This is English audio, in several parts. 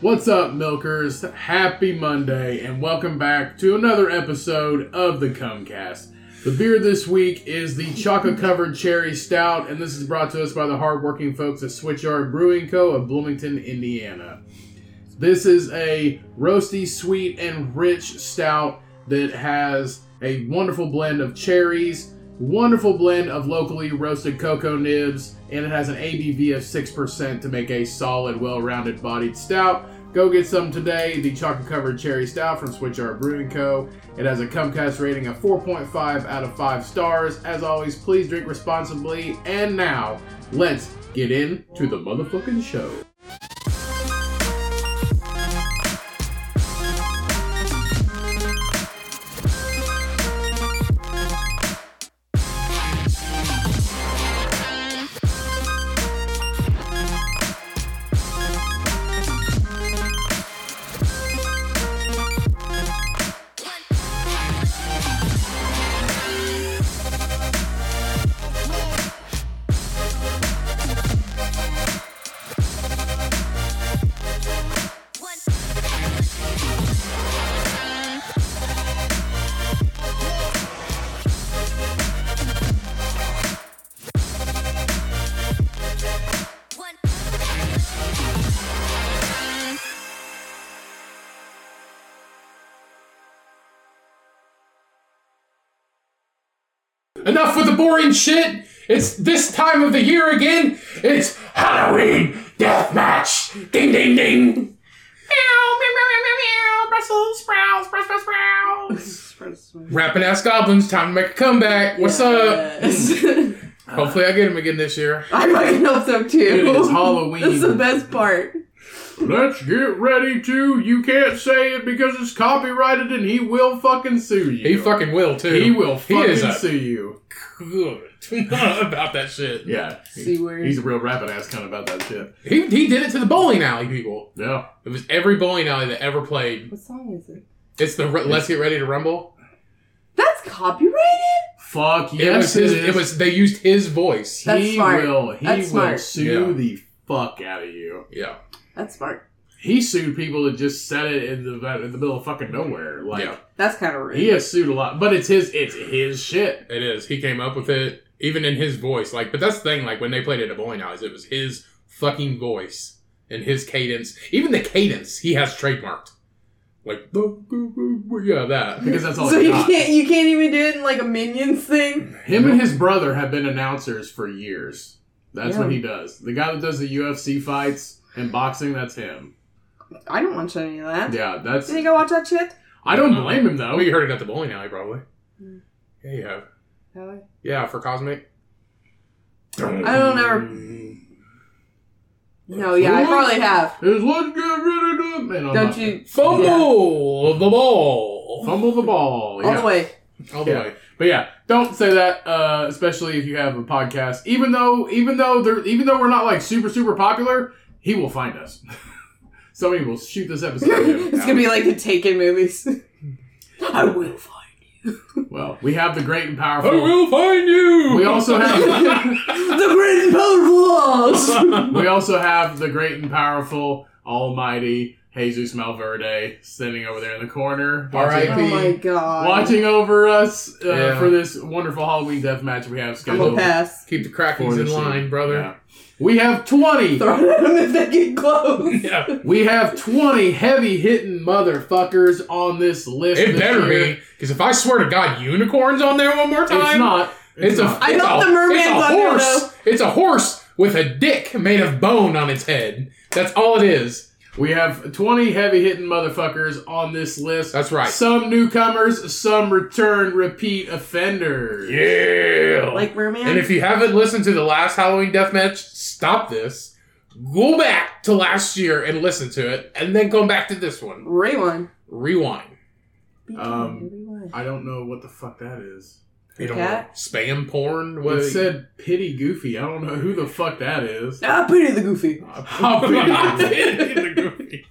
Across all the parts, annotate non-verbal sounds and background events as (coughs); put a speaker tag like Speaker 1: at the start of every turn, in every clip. Speaker 1: What's up, milkers? Happy Monday, and welcome back to another episode of the Comcast. The beer this week is the chocolate covered cherry stout, and this is brought to us by the hardworking folks at Switchyard Brewing Co. of Bloomington, Indiana. This is a roasty, sweet, and rich stout that has a wonderful blend of cherries, wonderful blend of locally roasted cocoa nibs, and it has an ABV of 6% to make a solid, well rounded bodied stout. Go get some today, the chocolate covered cherry stout from Switchyard Brewing Co. It has a Comcast rating of 4.5 out of 5 stars. As always, please drink responsibly. And now, let's get into the motherfucking show. Enough with the boring shit. It's this time of the year again. It's Halloween deathmatch. Ding ding ding. Meow meow meow meow meow. Brussels sprouts, Brussels sprouts. Rapping ass goblins. Time to make a comeback. What's
Speaker 2: (laughs)
Speaker 1: up?
Speaker 2: Yes.
Speaker 1: Hopefully, I get him again this year.
Speaker 2: I fucking hope so too.
Speaker 1: Dude, it's
Speaker 2: That's the
Speaker 1: Halloween.
Speaker 2: best part.
Speaker 1: Let's get ready to. You can't say it because it's copyrighted, and he will fucking sue you.
Speaker 3: He fucking will too.
Speaker 1: He will fucking
Speaker 3: is a-
Speaker 1: sue you.
Speaker 3: good (laughs) about that shit.
Speaker 1: Yeah.
Speaker 2: C word.
Speaker 1: He's a real rapping ass cunt about that shit.
Speaker 3: He he did it to the bowling alley people.
Speaker 1: Yeah.
Speaker 3: It was every bowling alley that ever played.
Speaker 2: What song is it?
Speaker 3: It's the Re- Let's Get Ready to Rumble.
Speaker 2: That's copyrighted.
Speaker 1: Fuck yes,
Speaker 3: it was his, it, was they used his voice.
Speaker 2: That's
Speaker 1: he
Speaker 2: smart.
Speaker 1: will. He
Speaker 2: That's
Speaker 1: will
Speaker 2: smart.
Speaker 1: sue
Speaker 3: Yeah.
Speaker 1: the fuck out of you.
Speaker 3: Yeah.
Speaker 2: That's smart.
Speaker 1: He sued people that just said it in the in the middle of fucking nowhere. Like
Speaker 3: Yeah.
Speaker 2: That's kind of rude.
Speaker 1: he has sued a lot, but it's his it's his shit.
Speaker 3: It is. He came up with it even in his voice. Like but that's the thing like when they played it at bowling alleys it was his fucking voice and his cadence. Even the cadence he has trademarked. Like yeah that.
Speaker 1: Because that's all
Speaker 2: so
Speaker 1: he
Speaker 2: you
Speaker 1: got.
Speaker 2: can't you can't even do it in like a minions thing.
Speaker 1: Him and his brother have been announcers for years. That's
Speaker 2: Yeah.
Speaker 1: what he does. The guy that does the UFC fights and boxing, that's him.
Speaker 2: I don't watch any of that.
Speaker 1: Yeah, that's
Speaker 2: You think I watch that shit?
Speaker 1: I don't blame him though.
Speaker 3: Oh, you heard it at the bowling alley probably.
Speaker 2: Hmm.
Speaker 3: Yeah, you have.
Speaker 2: Have I?
Speaker 3: Yeah, for Cosmic.
Speaker 2: I don't ever- No, yeah, I probably have.
Speaker 1: Is let's get rid of them. And I'm
Speaker 2: Don't
Speaker 1: not-
Speaker 2: you
Speaker 3: Fumble the ball. Oh,
Speaker 1: fumble the ball?
Speaker 2: all the
Speaker 1: (laughs)
Speaker 2: way?
Speaker 3: All the
Speaker 1: Yeah.
Speaker 3: way.
Speaker 1: But yeah, don't say that, uh, especially if you have a podcast. Even though, even though they're, even though we're not like super, super popular, he will find us. (laughs) Somebody will shoot this
Speaker 3: (laughs)
Speaker 1: episode.
Speaker 2: it's gonna be like the Taken movies. I will find.
Speaker 1: well, we have the great and
Speaker 3: I
Speaker 1: powerful.
Speaker 3: will find you.
Speaker 1: We also have,
Speaker 2: The great and
Speaker 1: (laughs)
Speaker 2: powerful.
Speaker 1: we also have the great and powerful, almighty Jesus Malverde sitting over there in the corner, watching,
Speaker 3: R.I.P..
Speaker 2: oh my god.
Speaker 1: watching over us uh,
Speaker 3: Yeah.
Speaker 1: for this wonderful Halloween death match we have
Speaker 2: I'm gonna
Speaker 1: scheduled.
Speaker 2: pass.
Speaker 3: keep the
Speaker 1: for
Speaker 3: crackings in
Speaker 1: this
Speaker 3: line,
Speaker 1: year.
Speaker 3: brother.
Speaker 1: Yeah. We have twenty.
Speaker 2: Throw it at them if they get
Speaker 3: (laughs)
Speaker 2: close.
Speaker 3: Yeah.
Speaker 1: We have 20 heavy hitting motherfuckers on this list.
Speaker 3: It
Speaker 1: this
Speaker 3: better
Speaker 1: year.
Speaker 3: be, because if I swear to God, unicorns on there one more time.
Speaker 1: It's not.
Speaker 3: It's, a.
Speaker 2: I
Speaker 3: it's
Speaker 2: thought
Speaker 3: a-
Speaker 2: the merman's
Speaker 3: it's a
Speaker 2: on there,
Speaker 3: horse.
Speaker 2: though.
Speaker 3: It's a horse with a dick made of bone on its head. That's all it is.
Speaker 1: We have 20 heavy hitting motherfuckers on this list.
Speaker 3: That's right.
Speaker 1: Some newcomers, some return repeat offenders.
Speaker 3: Yeah.
Speaker 2: Like merman.
Speaker 3: Oh. And if you haven't listened to the last Halloween deathmatch, stop this. Go back to last year and listen to it, and then come back to this one.
Speaker 2: Rewind.
Speaker 3: Rewind.
Speaker 1: Um,
Speaker 2: Rewind.
Speaker 1: I don't know what the fuck that is.
Speaker 3: You don't
Speaker 2: Cat?
Speaker 3: know. Spam porn.
Speaker 1: Well,
Speaker 3: What
Speaker 1: it
Speaker 3: (laughs)
Speaker 1: said pity goofy. I don't know who the fuck that is.
Speaker 2: I Ah, pity the goofy.
Speaker 1: I'll pity you.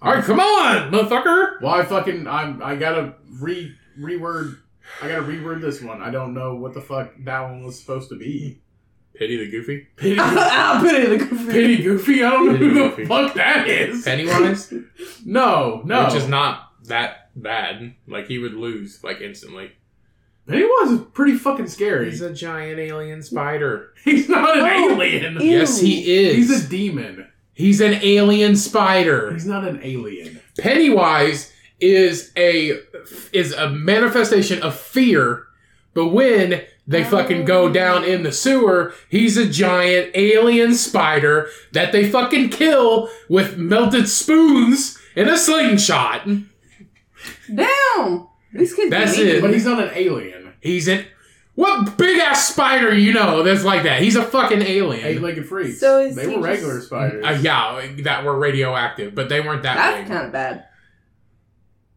Speaker 3: All right, come on, motherfucker.
Speaker 1: well, I fucking I'm, I gotta re reword. I gotta reword this one. I don't know what the fuck that one was supposed to be.
Speaker 3: Pity the Goofy?
Speaker 2: (laughs)
Speaker 1: Pity,
Speaker 2: I'll put it in Ah, the goofy.
Speaker 1: Pity Goofy? I don't know
Speaker 3: Pity
Speaker 1: who the
Speaker 3: Goofy.
Speaker 1: fuck that is.
Speaker 3: (laughs) Pennywise?
Speaker 1: No, no.
Speaker 3: Which is not that bad. Like, he would lose, like, instantly.
Speaker 1: Pennywise is pretty fucking scary.
Speaker 3: He's a giant alien spider.
Speaker 1: He's not an
Speaker 2: Oh.
Speaker 1: alien.
Speaker 2: Ew.
Speaker 3: Yes, he is.
Speaker 1: He's a demon.
Speaker 3: He's an alien spider.
Speaker 1: He's not an alien.
Speaker 3: Pennywise is a is a manifestation of fear, but when they fucking go down in the sewer, he's a giant alien spider that they fucking kill with melted spoons and a slingshot.
Speaker 2: Damn. These kids.
Speaker 3: That's
Speaker 2: mean.
Speaker 3: it.
Speaker 1: But he's not an alien.
Speaker 3: He's an what big ass spider you know that's like that? He's a fucking
Speaker 1: Eight
Speaker 3: alien.
Speaker 1: legged freaks.
Speaker 2: So is
Speaker 1: they
Speaker 2: he
Speaker 1: were regular
Speaker 2: just-
Speaker 1: spiders.
Speaker 3: Uh, yeah, that were radioactive, but they weren't that big.
Speaker 2: That's kind of bad.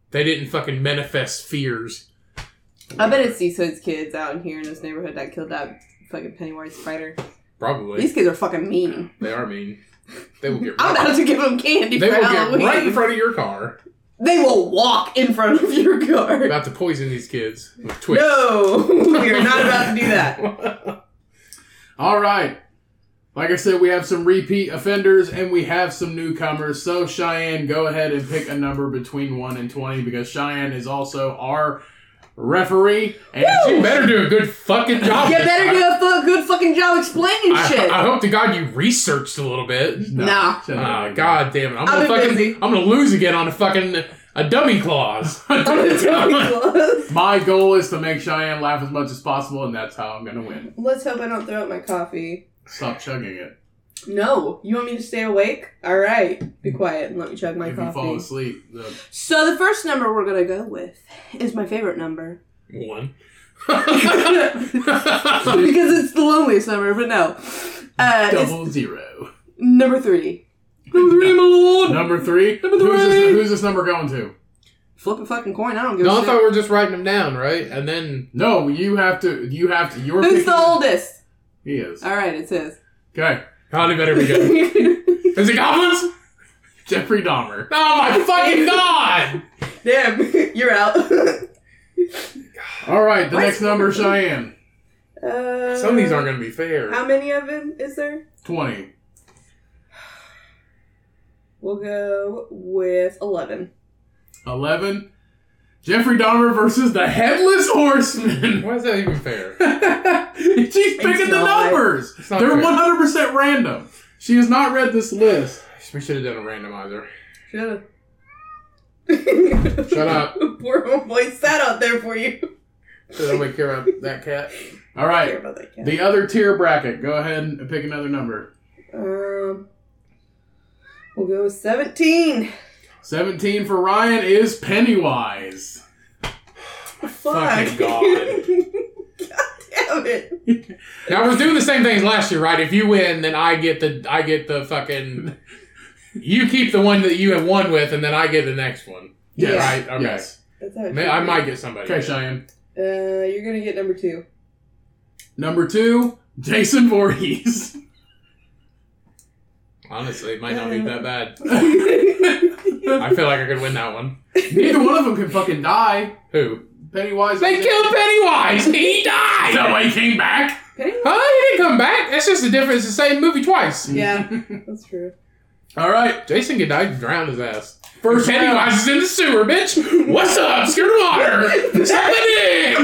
Speaker 3: They didn't fucking manifest fears.
Speaker 2: I bet it's these hoods kids out in here in this neighborhood that killed that fucking Pennywise spider.
Speaker 3: Probably.
Speaker 2: These kids are fucking mean.
Speaker 3: They are mean. They will get
Speaker 2: I'm about to give them candy
Speaker 3: They
Speaker 2: for
Speaker 3: will get
Speaker 2: Halloween.
Speaker 3: right in front of your car.
Speaker 2: They will walk in front of your car.
Speaker 3: About to poison these kids with twigs.
Speaker 2: No, we are not about to do that.
Speaker 1: All right. Like I said, we have some repeat offenders and we have some newcomers. So, Cheyenne, go ahead and pick a number between 1 and 20 because Cheyenne is also our referee. And
Speaker 3: You better do a good fucking job.
Speaker 2: You
Speaker 3: this
Speaker 2: better
Speaker 3: time.
Speaker 2: do a fu- good fucking job explaining
Speaker 3: I,
Speaker 2: shit.
Speaker 3: I hope to God you researched a little bit.
Speaker 2: Nah.
Speaker 1: shut up.
Speaker 3: Ah, God damn it! I'm gonna
Speaker 2: I've been
Speaker 3: fucking,
Speaker 2: busy.
Speaker 3: I'm gonna lose again on a fucking a dummy
Speaker 2: (laughs)
Speaker 3: clause. (laughs)
Speaker 1: My goal is to make Cheyenne laugh as much as possible, and that's how I'm going to win.
Speaker 2: Let's hope I don't throw up my coffee.
Speaker 1: Stop chugging it.
Speaker 2: No, you want me to stay awake? All right, be quiet and let me chug my
Speaker 1: if you fall
Speaker 2: coffee.
Speaker 1: asleep,
Speaker 3: (laughs)
Speaker 1: the
Speaker 2: So the first number we're gonna go with is my favorite number
Speaker 3: One.
Speaker 2: (laughs) because it's the loneliest number. But no, uh, it's
Speaker 1: double zero.
Speaker 2: number three. Number three, my lord.
Speaker 1: Number
Speaker 3: (laughs)
Speaker 1: three.
Speaker 2: Number
Speaker 1: Who's this,
Speaker 2: three.
Speaker 1: who's this number going to?
Speaker 2: Flip a fucking coin. I don't give
Speaker 3: no, I
Speaker 2: a shit.
Speaker 3: thought we were just writing them down, right? And then
Speaker 1: No, you have to. You have to. You're
Speaker 2: Who's
Speaker 1: picking-
Speaker 2: the oldest?
Speaker 1: He is.
Speaker 2: All right, it says.
Speaker 1: Okay.
Speaker 3: God, it better be
Speaker 2: (laughs)
Speaker 3: good.
Speaker 2: Damn.
Speaker 3: Is it goblins?
Speaker 1: Jeffrey Dahmer.
Speaker 3: Oh my fucking god!
Speaker 2: (laughs) You're out.
Speaker 1: (laughs) All right. The
Speaker 2: Why
Speaker 1: next
Speaker 2: is-
Speaker 1: number, Cheyenne.
Speaker 2: Uh,
Speaker 3: Some of these aren't gonna be fair.
Speaker 2: How many of them is there?
Speaker 1: Twenty.
Speaker 2: We'll go with eleven.
Speaker 1: Eleven. Jeffrey Dahmer versus the Headless Horseman. (laughs)
Speaker 3: Why is that even fair?
Speaker 1: She's picking the
Speaker 2: not.
Speaker 1: numbers.
Speaker 3: It's not
Speaker 1: They're
Speaker 3: fair.
Speaker 1: one hundred percent random. She has not read this list.
Speaker 3: We should have done a randomizer.
Speaker 2: Shut up.
Speaker 3: Shut up.
Speaker 2: (laughs) Poor homeboy sat out there for you.
Speaker 3: Did nobody care about that cat?
Speaker 1: All
Speaker 2: I care
Speaker 1: right.
Speaker 2: about that cat.
Speaker 1: The other tier bracket. Go ahead and pick another number.
Speaker 2: Um, we'll go with 17.
Speaker 1: Seventeen for Ryan is Pennywise.
Speaker 2: Fuck.
Speaker 3: Fucking
Speaker 2: (laughs)
Speaker 3: God.
Speaker 2: Damn it.
Speaker 3: Now we're doing the same thing as last year, right? If you win, then I get the I get the fucking. You keep the one that you have won with, and then I get the next one.
Speaker 1: Yes.
Speaker 3: Right? Okay.
Speaker 1: Yes.
Speaker 2: That's how it
Speaker 3: May,
Speaker 2: should
Speaker 3: I
Speaker 2: be.
Speaker 3: might get somebody.
Speaker 1: Okay, Cheyenne.
Speaker 2: Uh, you're gonna get
Speaker 3: (laughs)
Speaker 2: number two.
Speaker 1: Number two, Jason Voorhees. (laughs)
Speaker 3: Honestly, it might not be that bad.
Speaker 2: Damn
Speaker 3: I feel like I could win that one.
Speaker 1: Neither one of them can fucking die.
Speaker 3: Who?
Speaker 1: Pennywise.
Speaker 3: They killed Pennywise. He died.
Speaker 1: Is that why he came back?
Speaker 3: Huh? He didn't come back. That's just the difference. It's the same movie twice.
Speaker 2: Yeah, that's true. (laughs)
Speaker 1: All right.
Speaker 3: Jason could die, drown his ass.
Speaker 1: First
Speaker 3: Pennywise
Speaker 1: round.
Speaker 3: is in the sewer, bitch. What's up? Scared
Speaker 1: (laughs)
Speaker 3: of water. Somebody.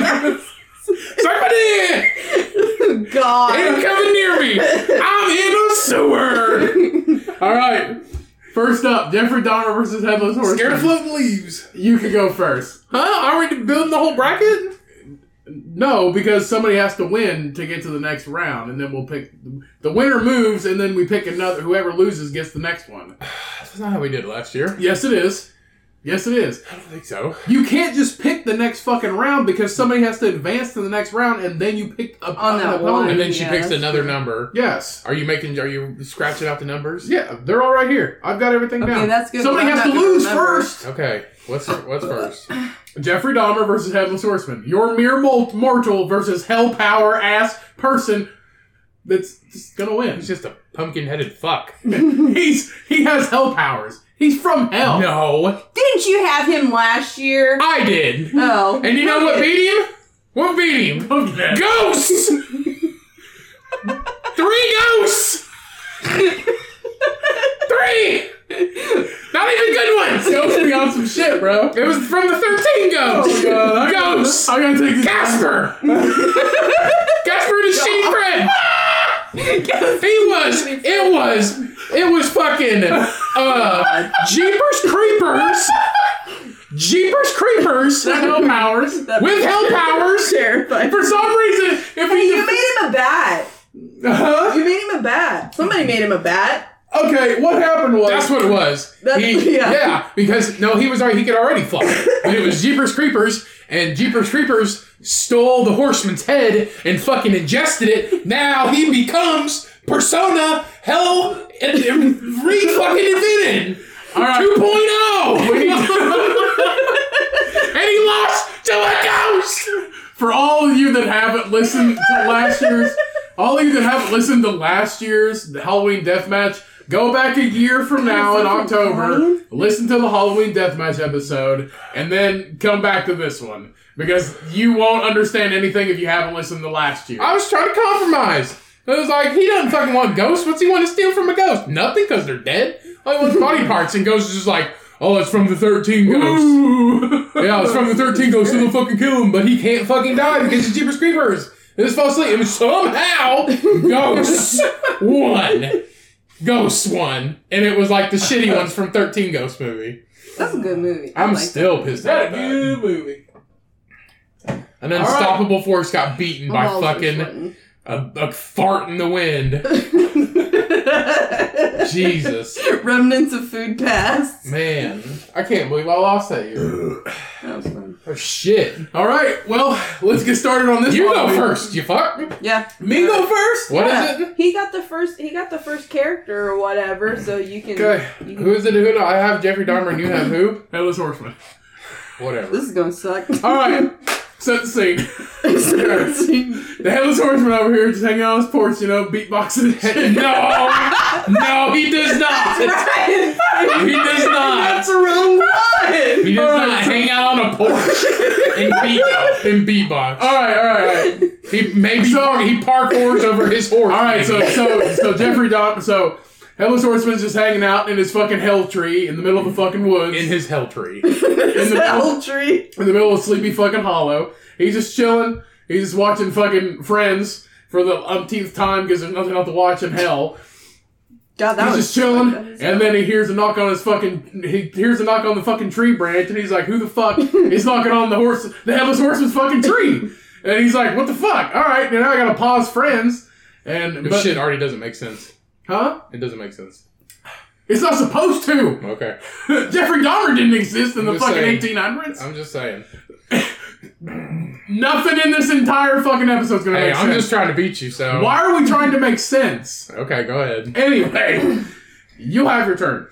Speaker 3: Somebody. Ain't
Speaker 2: God.
Speaker 3: coming near me. I'm in a sewer.
Speaker 1: All right. First up, Jeffrey Dahmer versus Headless Horseman.
Speaker 3: Scared of floating leaves.
Speaker 1: You can go first.
Speaker 3: Huh? Are we building the whole bracket?
Speaker 1: No, because somebody has to win to get to the next round, and then we'll pick the winner moves, and then we pick another. Whoever loses gets the next one.
Speaker 3: That's not how we did last year.
Speaker 1: Yes, it is. Yes, it is.
Speaker 3: I don't think so.
Speaker 1: You can't just pick the next fucking round because somebody has to advance to the next round and then you pick up
Speaker 2: On that one.
Speaker 3: And then she
Speaker 2: Yeah,
Speaker 3: picks
Speaker 2: that's
Speaker 3: another
Speaker 2: true.
Speaker 3: number.
Speaker 1: Yes.
Speaker 3: Are you making? Are you scratching out the numbers?
Speaker 1: Yeah, they're all right here. I've got everything
Speaker 2: Okay,
Speaker 1: down.
Speaker 2: that's good,
Speaker 1: Somebody
Speaker 2: but I'm
Speaker 1: has to
Speaker 2: not gonna
Speaker 1: lose
Speaker 2: remember.
Speaker 1: first.
Speaker 3: Okay. What's what's first?
Speaker 1: Jeffrey (laughs) Dahmer versus Headless Horseman. Your mere mol- mortal versus hell power ass person that's just gonna win.
Speaker 3: He's just a pumpkin-headed fuck.
Speaker 1: He's he has hell powers. He's from hell.
Speaker 3: No,
Speaker 2: (laughs) Didn't you have him last year?
Speaker 3: I did.
Speaker 2: Oh.
Speaker 3: And you know what beat him? What beat him?
Speaker 1: Okay.
Speaker 3: Ghosts. Three ghosts! Three! Not even good ones!
Speaker 1: Ghost me on some shit, bro. Oh
Speaker 3: It was from the 13 ghosts!
Speaker 1: I gotta-
Speaker 3: Ghosts!
Speaker 1: I gotta take this. (laughs)
Speaker 3: Casper! Casper the sheep friend! He was, it was, it was fucking, uh, Jeepers Creepers, Jeepers Creepers
Speaker 1: That no powers.
Speaker 2: That
Speaker 3: with hell powers.
Speaker 2: terrifying.
Speaker 1: For some reason, if
Speaker 2: Hey, you
Speaker 1: he.
Speaker 2: made him a bat.
Speaker 1: Huh?
Speaker 2: You made him a bat. Somebody made him a bat.
Speaker 1: Okay, what happened was.
Speaker 3: That's what it was.
Speaker 2: That's-
Speaker 3: He-
Speaker 2: yeah.
Speaker 3: yeah. because no, he was already he could already fly, but it was Jeepers Creepers, and Jeepers Creepers stole the horseman's head and fucking ingested it. Now he becomes persona hell and, and re fucking invented.
Speaker 1: All right.
Speaker 3: 2.0!
Speaker 1: We need
Speaker 3: and he lost to a ghost!
Speaker 1: for all of you that haven't listened to last year's, all of you that haven't listened to last year's Halloween Death Match, go back a year from now in October, listen to the Halloween Death Match episode, and then come back to this one because you won't understand anything if you haven't listened to last year.
Speaker 3: I was trying to compromise. It was like, he doesn't fucking want ghosts. What's he want to steal from a ghost? Nothing, because they're dead. All he wants body parts, and ghosts is just like, oh, it's from the 13
Speaker 1: (laughs)
Speaker 3: ghosts.
Speaker 1: Ooh.
Speaker 3: Yeah, it's from the 13 ghosts, so they'll fucking kill him, but he can't fucking die because he's Jeepers Creepers. And just fall asleep, and somehow,
Speaker 1: (laughs)
Speaker 3: ghosts won. Ghosts won. And it was like the shitty (laughs) ones from 13 Ghost movie.
Speaker 2: That's a good movie. I
Speaker 3: I'm
Speaker 2: like
Speaker 3: still pissed
Speaker 1: That
Speaker 3: at
Speaker 1: a
Speaker 3: that.
Speaker 1: good movie.
Speaker 3: An unstoppable force got beaten
Speaker 2: that.
Speaker 3: by
Speaker 2: My balls are
Speaker 3: fucking
Speaker 2: sweating.
Speaker 3: a, a fart in the wind. (laughs)
Speaker 2: (laughs)
Speaker 3: Jesus.
Speaker 2: Remnants of food past.
Speaker 3: Man, I can't believe I lost that year.
Speaker 2: That was fun.
Speaker 3: Oh, shit.
Speaker 1: All right, well, let's get started on this.
Speaker 3: You go
Speaker 1: Halloween-
Speaker 3: first, you fuck.
Speaker 2: Yeah. Uh,
Speaker 1: Me go first.
Speaker 3: What is
Speaker 2: yeah.
Speaker 3: it?
Speaker 2: He got the first. He got the first character or whatever. So you can.
Speaker 3: Okay.
Speaker 2: you can-
Speaker 3: Who is it? Who? do I have Jeffrey Dahmer and you have who?
Speaker 1: Headless Horseman.
Speaker 3: Whatever.
Speaker 2: This is gonna suck.
Speaker 1: All
Speaker 2: (laughs)
Speaker 1: right, set the scene.
Speaker 2: That's
Speaker 1: The headless horseman over here just hanging on his porch, you know, beatboxing. and shit.
Speaker 3: (laughs) (laughs) no! No, he does not!
Speaker 2: right.
Speaker 3: He does not!
Speaker 2: That's the wrong (laughs) one.
Speaker 3: He does not hang out on a porch and beat and (laughs) beatbox.
Speaker 1: all right, all right, all right.
Speaker 3: He maybe
Speaker 1: So-
Speaker 3: he parkours over his horse.
Speaker 1: All right, so
Speaker 3: maybe.
Speaker 1: so so Jeffrey Dahmer, so headless horseman's just hanging out in his fucking hell tree in the middle of the fucking woods,
Speaker 3: in his hell tree.
Speaker 2: It's
Speaker 1: the-
Speaker 2: the whole tree.
Speaker 1: in the middle of sleepy fucking hollow. He's just chilling. He's just watching fucking Friends for the umpteenth time because there's nothing else to watch in hell.
Speaker 2: God, that
Speaker 1: he's
Speaker 2: was
Speaker 1: just chilling, and then he hears a knock on his fucking. He hears a knock on the fucking tree branch, and he's like, "Who the
Speaker 2: (laughs)
Speaker 1: fuck is knocking on the horse, the headless horseman's fucking tree?" And he's like, "What the fuck? All right, now I gotta pause, friends." And
Speaker 3: This
Speaker 1: but,
Speaker 3: shit already doesn't make sense.
Speaker 1: huh?
Speaker 3: It doesn't make sense.
Speaker 1: It's not supposed to.
Speaker 3: (laughs) Okay.
Speaker 1: Jeffrey Dahmer didn't exist in
Speaker 3: I'm
Speaker 1: the
Speaker 3: just
Speaker 1: fucking
Speaker 3: saying.
Speaker 1: 1800s.
Speaker 3: I'm just saying.
Speaker 1: Nothing in this entire fucking episode's gonna
Speaker 3: Hey,
Speaker 1: make
Speaker 3: I'm
Speaker 1: sense.
Speaker 3: just trying to beat you, so.
Speaker 1: Why are we trying to make sense?
Speaker 3: Okay, go ahead.
Speaker 1: Anyway, (laughs) you have your turn.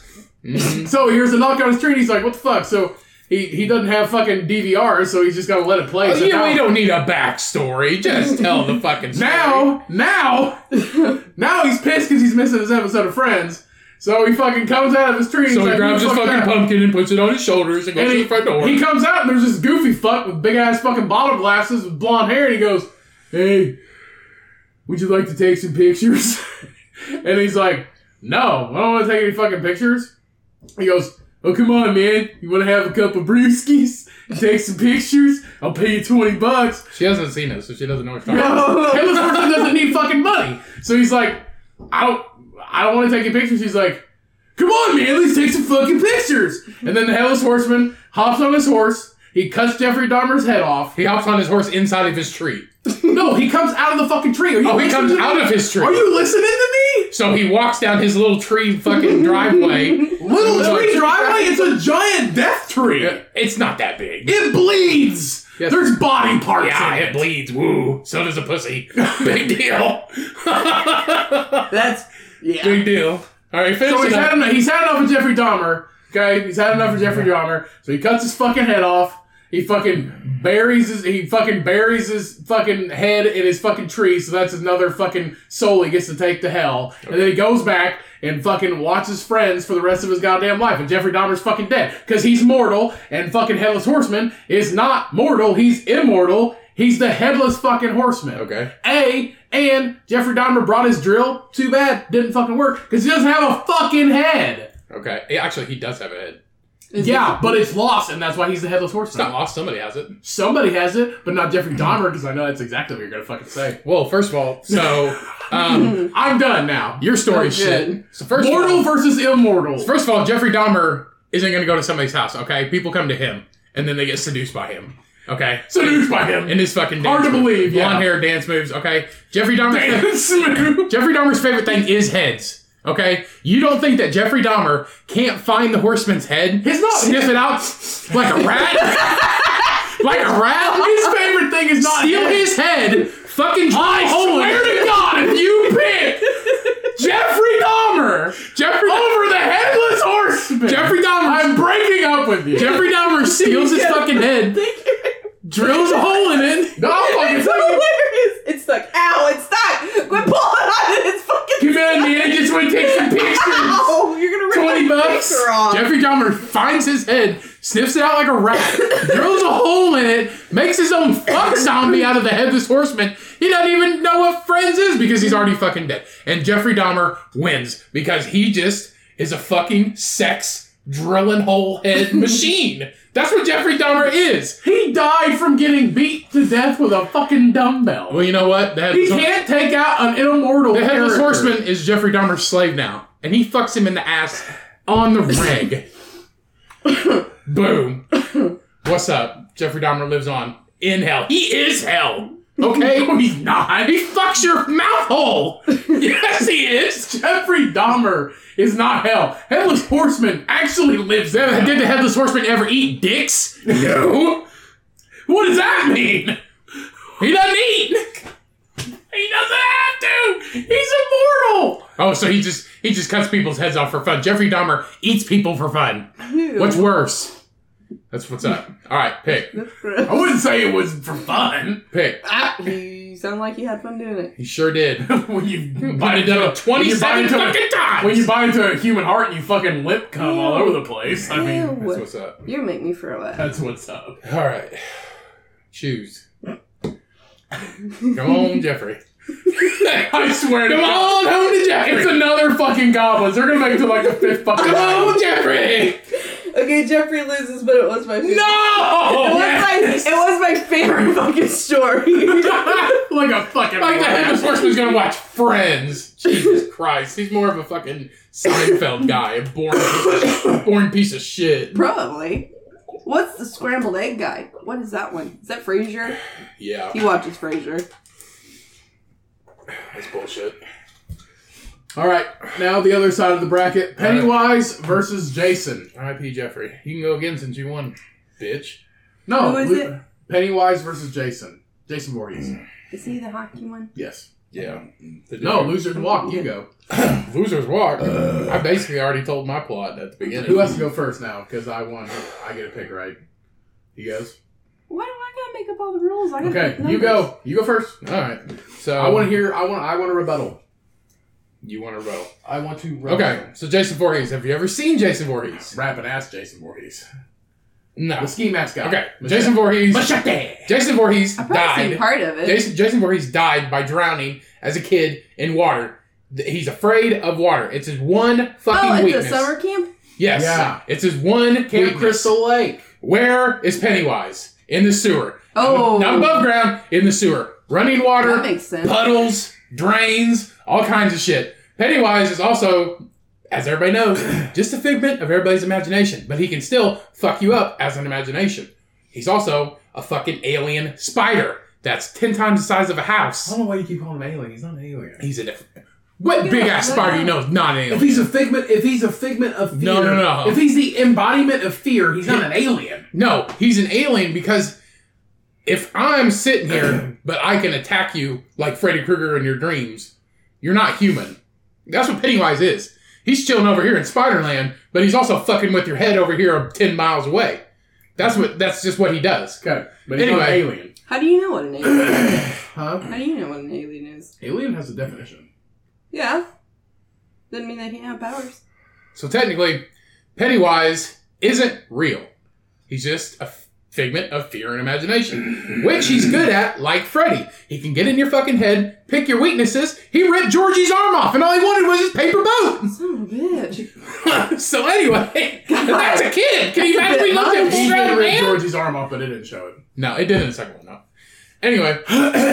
Speaker 1: (laughs)
Speaker 3: Mm-hmm.
Speaker 1: So here's a knock on his tree, and he's like, "What the fuck?" So he he doesn't have fucking DVR, so he's just gotta let it play. So
Speaker 3: Oh, yeah,
Speaker 1: now,
Speaker 3: we don't need a backstory.
Speaker 1: (laughs)
Speaker 3: Just tell the fucking story.
Speaker 1: now, now, now he's pissed because he's missing his episode of Friends. So he fucking comes out of his tree. and he's
Speaker 3: so he
Speaker 1: like,
Speaker 3: grabs
Speaker 1: "Who
Speaker 3: his
Speaker 1: the fuck
Speaker 3: fucking
Speaker 1: that?"
Speaker 3: pumpkin and puts it on his shoulders and
Speaker 1: And
Speaker 3: goes to the front door.
Speaker 1: he, he comes out and there's this goofy fuck with big ass fucking bottle glasses with blonde hair, and he goes, "Hey, would you like to take some pictures?" (laughs) and he's like, "No, I don't want to take any fucking pictures." He goes, "Oh come on, man, you want to have a couple brewskis, and take some pictures? I'll pay you twenty bucks."
Speaker 3: she hasn't seen it, so she doesn't know what you're talking about.
Speaker 1: No, this person doesn't need fucking money, so he's like, "I don't, I don't want to take any pictures." He's like. Come on, man, let's take some fucking pictures. And then the headless horseman hops on his horse. He cuts Jeffrey Dahmer's head off.
Speaker 3: He hops on his horse inside of his tree.
Speaker 1: No, he comes out of the fucking tree. Are you
Speaker 3: Oh, he
Speaker 1: listening
Speaker 3: comes
Speaker 1: to me?
Speaker 3: out of his
Speaker 1: Are
Speaker 3: tree.
Speaker 1: you listening to
Speaker 3: So he walks down his little tree
Speaker 1: (laughs)
Speaker 3: fucking driveway.
Speaker 1: me? Little
Speaker 3: Look.
Speaker 1: tree driveway? It's a giant death tree.
Speaker 3: It's not that big.
Speaker 1: It bleeds.
Speaker 3: Yes.
Speaker 1: There's body parts
Speaker 3: Yeah,
Speaker 1: in it.
Speaker 3: it bleeds. Woo. So does a (laughs) pussy. Big deal.
Speaker 2: (laughs) That's yeah.
Speaker 3: Big deal. All right, finish
Speaker 1: So
Speaker 3: it
Speaker 1: he's
Speaker 3: up.
Speaker 1: had, enough, he's had enough of Jeffrey Dahmer. Okay, he's had enough of Jeffrey Dahmer. So he cuts his fucking head off. He fucking buries his he fucking buries his fucking head in his fucking tree. So that's another fucking soul he gets to take to hell. And then he goes back and fucking watches friends for the rest of his goddamn life. And Jeffrey Dahmer's fucking dead because he's mortal. And fucking headless horseman is not mortal. He's immortal. He's the headless fucking horseman.
Speaker 3: Okay.
Speaker 1: A And Jeffrey Dahmer brought his drill. Too bad, didn't fucking work because he doesn't have a fucking head.
Speaker 3: Okay. Yeah, actually, he does have a head.
Speaker 2: Is
Speaker 1: yeah,
Speaker 2: it-
Speaker 1: but it's lost, and that's why he's the headless
Speaker 3: It's
Speaker 1: horseman.
Speaker 3: not lost. Somebody has it.
Speaker 1: Somebody has it, but not Jeffrey Dahmer because I know that's exactly what you're gonna fucking say.
Speaker 3: Well, first of all, so um, (laughs)
Speaker 1: I'm done now.
Speaker 3: your story is
Speaker 2: Oh, good. (laughs)
Speaker 3: shit. So first of all-
Speaker 1: Mortal versus immortal.
Speaker 3: First of all, Jeffrey Dahmer isn't going to go to somebody's house, okay? People come to him, and then they get seduced by him, okay?
Speaker 1: Seduced by him.
Speaker 3: In his fucking dance
Speaker 1: Hard to
Speaker 3: moves.
Speaker 1: believe, yeah.
Speaker 3: Blonde hair, dance moves, okay? Jeffrey Dahmer's,
Speaker 1: Damn, smooth.
Speaker 3: Jeffrey Dahmer's favorite thing is heads, okay? You don't think that Jeffrey Dahmer can't find the horseman's head,
Speaker 1: He's not-
Speaker 3: sniff it out like
Speaker 1: (laughs)
Speaker 3: a rat? like a rat?
Speaker 1: His favorite thing is not
Speaker 3: Steal
Speaker 1: him.
Speaker 3: his head,
Speaker 1: I
Speaker 3: fucking drive home with
Speaker 1: swear
Speaker 3: it.
Speaker 1: to God, if you pick Jeffrey Dahmer
Speaker 3: Jeffrey
Speaker 1: over the headless horseman,
Speaker 3: Jeffrey Dahmer.
Speaker 1: I'm breaking up with you.
Speaker 3: Jeffrey
Speaker 1: (laughs)
Speaker 3: Dahmer steals his fucking head, drills a hole in it.
Speaker 1: no, I'm fucking
Speaker 2: It's
Speaker 1: telling you.
Speaker 2: hilarious. It's stuck. Ow, it's stuck. Quit pulling on it. It's fucking.
Speaker 1: Come on, man, just want to take some (laughs) pictures.
Speaker 2: Ow, you're gonna rip
Speaker 1: 20
Speaker 2: my
Speaker 1: bucks.
Speaker 2: finger off.
Speaker 3: Jeffrey Dahmer finds his head, sniffs it out like a rat, drills a hole in it, makes his
Speaker 1: (laughs)
Speaker 3: own fuck zombie out of the headless horseman. He doesn't even know what friends is because he's already fucking dead. And Jeffrey Dahmer wins because he just is a fucking sex drilling hole
Speaker 1: (laughs)
Speaker 3: head machine. That's what Jeffrey Dahmer is.
Speaker 1: (laughs) He died from getting beat to death with a fucking dumbbell.
Speaker 3: Well, you know what? The
Speaker 1: he
Speaker 3: headless,
Speaker 1: can't take out an immortal.
Speaker 3: the headless
Speaker 1: character.
Speaker 3: horseman is Jeffrey Dahmer's slave now, and he fucks him in the ass on the
Speaker 1: (laughs)
Speaker 3: reg. Boom. What's up? Jeffrey Dahmer lives on in hell. He is hell. Okay?
Speaker 1: No, he's not.
Speaker 3: he fucks your
Speaker 1: (laughs)
Speaker 3: mouth hole. yes, he is.
Speaker 1: Jeffrey Dahmer is not hell. Headless Horseman actually lives there.
Speaker 3: Did the headless horseman ever eat dicks?
Speaker 1: No. What does that mean?
Speaker 3: He doesn't eat.
Speaker 1: He doesn't have to. He's immortal.
Speaker 3: Oh, so he just he just cuts people's heads off for fun. Jeffrey Dahmer eats people for fun.
Speaker 2: Ew.
Speaker 3: What's worse? That's what's up. All right, pick,
Speaker 2: That's gross.
Speaker 1: I wouldn't say it was for fun.
Speaker 3: pick.
Speaker 2: You sound like you had fun doing it.
Speaker 3: He
Speaker 1: (laughs)
Speaker 3: sure did.
Speaker 1: when you
Speaker 3: Might have done it
Speaker 1: when you bite
Speaker 3: 27
Speaker 1: into a-
Speaker 3: fucking
Speaker 1: (laughs)
Speaker 3: times.
Speaker 1: When you bite into a human heart and you fucking lip cum all
Speaker 2: Ew.
Speaker 1: over the place. I mean,
Speaker 2: Ew.
Speaker 3: That's what's up.
Speaker 2: You make me throw up.
Speaker 1: that's what's up.
Speaker 3: All right. Choose. Come on, Jeffrey.
Speaker 1: (laughs)
Speaker 3: (laughs)
Speaker 1: I swear to
Speaker 3: Come
Speaker 1: God.
Speaker 3: on home to Jeffrey.
Speaker 1: It's another fucking goblins. They're gonna make it to like the fifth fucking
Speaker 3: Come on,
Speaker 1: round.
Speaker 3: Oh, Jeffrey.
Speaker 2: Okay, Jeffrey loses, but it was my favorite.
Speaker 3: (laughs)
Speaker 2: It
Speaker 1: No! (laughs)
Speaker 2: was, my, it was my favorite fucking story.
Speaker 1: like a fucking
Speaker 3: Like the headless
Speaker 1: rat.
Speaker 3: horseman's gonna watch Friends. Jesus Christ, he's more of a fucking
Speaker 1: (laughs)
Speaker 3: Seinfeld guy, a born (laughs) born piece of shit.
Speaker 2: Probably. What's the scrambled egg guy? What is that one? Is that Frasier?
Speaker 3: Yeah,
Speaker 2: He watches Frasier.
Speaker 3: that's bullshit.
Speaker 1: All right, now the other side of the bracket: Pennywise versus Jason.
Speaker 3: R.I.P. Jeffrey. You can go again since you won, bitch.
Speaker 1: No,
Speaker 2: Who is
Speaker 1: Lu-
Speaker 2: it?
Speaker 1: Pennywise versus Jason. Jason Voorhees.
Speaker 2: Is he the hockey one?
Speaker 1: Yes.
Speaker 3: Yeah. The
Speaker 1: No, losers walk. You go.
Speaker 3: losers walk. I basically already told my plot at the beginning.
Speaker 1: Who has to go first now? Because I won. I get a pick, right? You guys.
Speaker 2: Why do I gotta make up all the rules? I gotta
Speaker 1: Okay,
Speaker 2: pick
Speaker 1: you
Speaker 2: numbers.
Speaker 1: go. You go first.
Speaker 3: All right. So
Speaker 1: I want to hear. I want. I want a rebuttal.
Speaker 3: You want to roll?
Speaker 1: I want to. Rebuttal.
Speaker 3: Okay. So Jason Voorhees. Have you ever seen Jason Voorhees?
Speaker 1: Rapid ass Jason Voorhees.
Speaker 3: No.
Speaker 1: The ski mask guy.
Speaker 3: Okay.
Speaker 1: Machete.
Speaker 3: Jason Voorhees.
Speaker 1: Machete.
Speaker 3: Jason Voorhees
Speaker 2: I've probably seen
Speaker 3: died.
Speaker 2: part of it.
Speaker 3: Jason Jason Voorhees died by drowning as a kid in water. Th- He's afraid of water. It's his one fucking
Speaker 2: oh, at
Speaker 3: weakness.
Speaker 2: the summer camp?
Speaker 3: Yes.
Speaker 1: Yeah.
Speaker 3: It's his one
Speaker 1: Camp
Speaker 3: weakness.
Speaker 1: Crystal Lake.
Speaker 3: Where is Pennywise? In the sewer.
Speaker 2: Oh.
Speaker 3: Not above ground. In the sewer. Running water.
Speaker 2: That makes sense.
Speaker 3: puddles, drains, all kinds of shit. Pennywise is also, as everybody (clears throat) knows, just a figment of everybody's imagination, but he can still fuck you up as an imagination. He's also a fucking alien spider that's 10 times the size of a
Speaker 1: I
Speaker 3: house.
Speaker 1: don't know why you keep calling him alien. He's not an alien.
Speaker 3: He's a diff- What big ass spider you know is not an
Speaker 1: If
Speaker 3: alien?
Speaker 1: he's a figment, if he's a figment of fear,
Speaker 3: No, no, no.
Speaker 1: If he's the embodiment of fear, he's not an alien.
Speaker 3: No, he's an alien because if I'm sitting here but I can attack you like Freddy Krueger in your dreams, you're not human. That's what Pennywise is. He's chilling over here in Spiderland, but he's also fucking with your head over here ten miles away. That's what. That's just what he does.
Speaker 1: Okay, but he's not an
Speaker 3: Anyway.
Speaker 1: alien,
Speaker 2: How do you know what an alien is?
Speaker 1: (clears throat) huh?
Speaker 2: How do you know what an alien is?
Speaker 1: Alien has a definition.
Speaker 2: Yeah. Doesn't mean they can't have powers.
Speaker 3: So technically, Pennywise isn't real. He's just a f- figment of fear and imagination, which he's good at, like Freddy. He can get in your fucking head, pick your weaknesses. He ripped Georgie's arm off, and all he wanted was his paper boat. (laughs)
Speaker 2: Son of a bitch.
Speaker 3: so anyway, (laughs) and that's a kid. Can you
Speaker 2: That's
Speaker 3: imagine
Speaker 2: a
Speaker 3: we
Speaker 2: bit
Speaker 3: looked at him
Speaker 2: much.
Speaker 1: He
Speaker 3: straight
Speaker 1: did rip
Speaker 3: man?
Speaker 1: Georgie's arm off, but it didn't show it.
Speaker 3: No, it did in the second one, no. Anyway, (clears throat)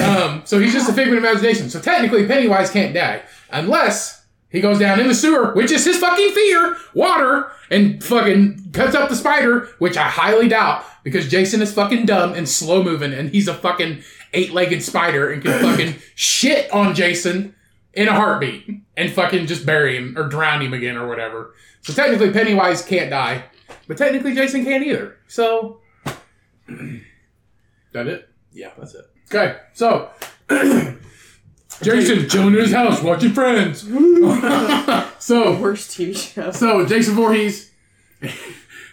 Speaker 3: um, so he's just a figment of imagination. So technically, Pennywise can't die unless he goes down in the sewer, which is his fucking fear, water, and fucking cuts up the spider, which I highly doubt because Jason is fucking dumb and slow moving, and he's a fucking eight legged spider and can (clears throat) fucking shit on Jason in a heartbeat and fucking just bury him or drown him again or whatever. So technically, Pennywise can't die, but technically, Jason can't either. So (clears throat)
Speaker 1: That it?
Speaker 3: yeah, that's it.
Speaker 1: Okay, so
Speaker 3: Jason chilling in his house watching Friends.
Speaker 1: so
Speaker 2: Worst TV show.
Speaker 1: So Jason
Speaker 3: (laughs)
Speaker 1: Voorhees.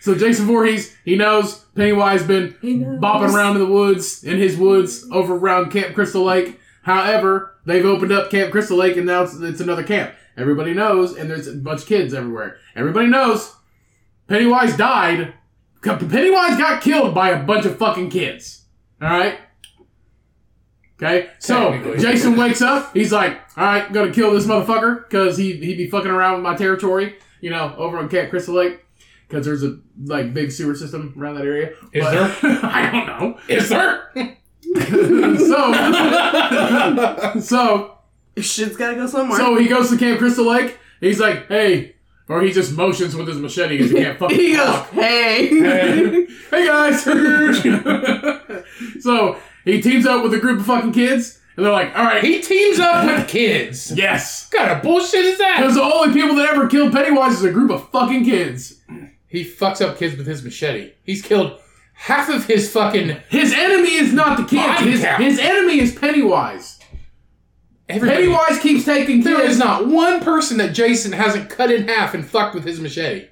Speaker 1: so Jason Voorhees, he knows Pennywise been
Speaker 2: He knows.
Speaker 1: bopping around in the woods, in his woods, over around Camp Crystal Lake. However, they've opened up Camp Crystal Lake and now it's, it's another camp. Everybody knows, and there's a bunch of kids everywhere. Everybody knows Pennywise died. Pennywise got killed by a bunch of fucking kids. All right. Okay, so
Speaker 3: Technically.
Speaker 1: Jason wakes up. He's like, "All right, gonna kill this motherfucker because he he be fucking around with my territory, you know, over on Camp Crystal Lake, because there's a like big sewer system around that area.
Speaker 3: Is
Speaker 1: there? (laughs) I don't
Speaker 3: Is (laughs) there?
Speaker 1: know. So (laughs) so
Speaker 2: Shit's gotta go somewhere.
Speaker 1: So he goes to Camp Crystal Lake. and he's like, hey. Or he just motions with his machete because he can't
Speaker 3: (laughs)
Speaker 1: fucking
Speaker 2: (laughs) he goes,
Speaker 1: talk.
Speaker 2: hey.
Speaker 1: Hey guys! (laughs) so he teams up with a group of fucking kids, and they're like, all right,
Speaker 3: he teams up with kids. What
Speaker 1: yes.
Speaker 3: kind of bullshit is that?
Speaker 1: Because the only people that ever killed Pennywise is a group of fucking kids.
Speaker 3: He fucks up kids with his machete. He's killed half of his fucking
Speaker 1: His enemy is not the kids.
Speaker 3: Body
Speaker 1: His,
Speaker 3: count.
Speaker 1: his enemy is Pennywise.
Speaker 3: everybody.
Speaker 1: Pennywise keeps taking
Speaker 3: There is
Speaker 1: kids.
Speaker 3: not one person that Jason hasn't cut in half and fucked with his machete.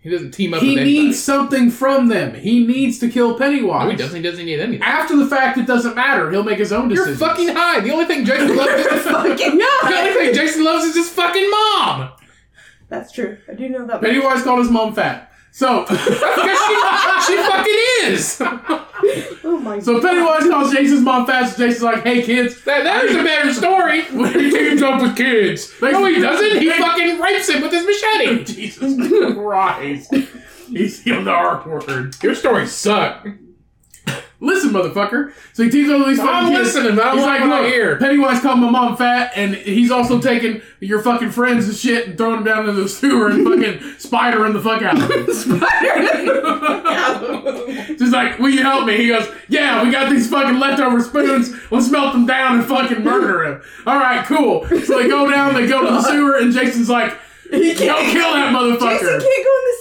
Speaker 3: He doesn't team up
Speaker 1: He
Speaker 3: with anybody.
Speaker 1: needs something from them. He needs to kill Pennywise.
Speaker 3: No, he doesn't. He doesn't need anything.
Speaker 1: After the fact, it doesn't matter. He'll make his own
Speaker 3: You're
Speaker 1: decisions.
Speaker 3: fucking high. The only thing Jason loves (laughs) is
Speaker 2: Fucking
Speaker 3: the only
Speaker 2: not.
Speaker 3: thing Jason loves is his fucking mom.
Speaker 2: (laughs) That's true. I do know that.
Speaker 1: Pennywise called his mom fat. So, (laughs)
Speaker 3: Because she, she fucking is.
Speaker 2: Oh my
Speaker 1: so Pennywise calls Jason's mom fat. So Jason's like, "Hey kids, (laughs)
Speaker 3: That, that is a better story. (laughs) He teams up with kids. No, he doesn't. He fucking rapes him with his machete.
Speaker 1: Jesus Christ, he sealed the R word."
Speaker 3: Your stories suck.
Speaker 1: Listen, motherfucker. So he teaches all these fucking
Speaker 3: I'm
Speaker 1: kids.
Speaker 3: listening, but I don't
Speaker 1: He's
Speaker 3: like
Speaker 1: like,
Speaker 3: what I
Speaker 1: "Look,
Speaker 3: hear."
Speaker 1: Pennywise called my mom fat, and he's also taking your fucking friends and shit and throwing them down into the sewer and fucking (laughs) spidering the fuck out of them." She's like, "Will you help me?" He goes, "Yeah, we got these fucking leftover spoons. Let's melt them down and fucking murder him." All right, cool. So they go down, they go to the sewer, and Jason's like,
Speaker 2: (laughs) He
Speaker 1: "Go
Speaker 2: can't,
Speaker 1: kill that
Speaker 2: Jason can't
Speaker 1: motherfucker!"
Speaker 2: go in the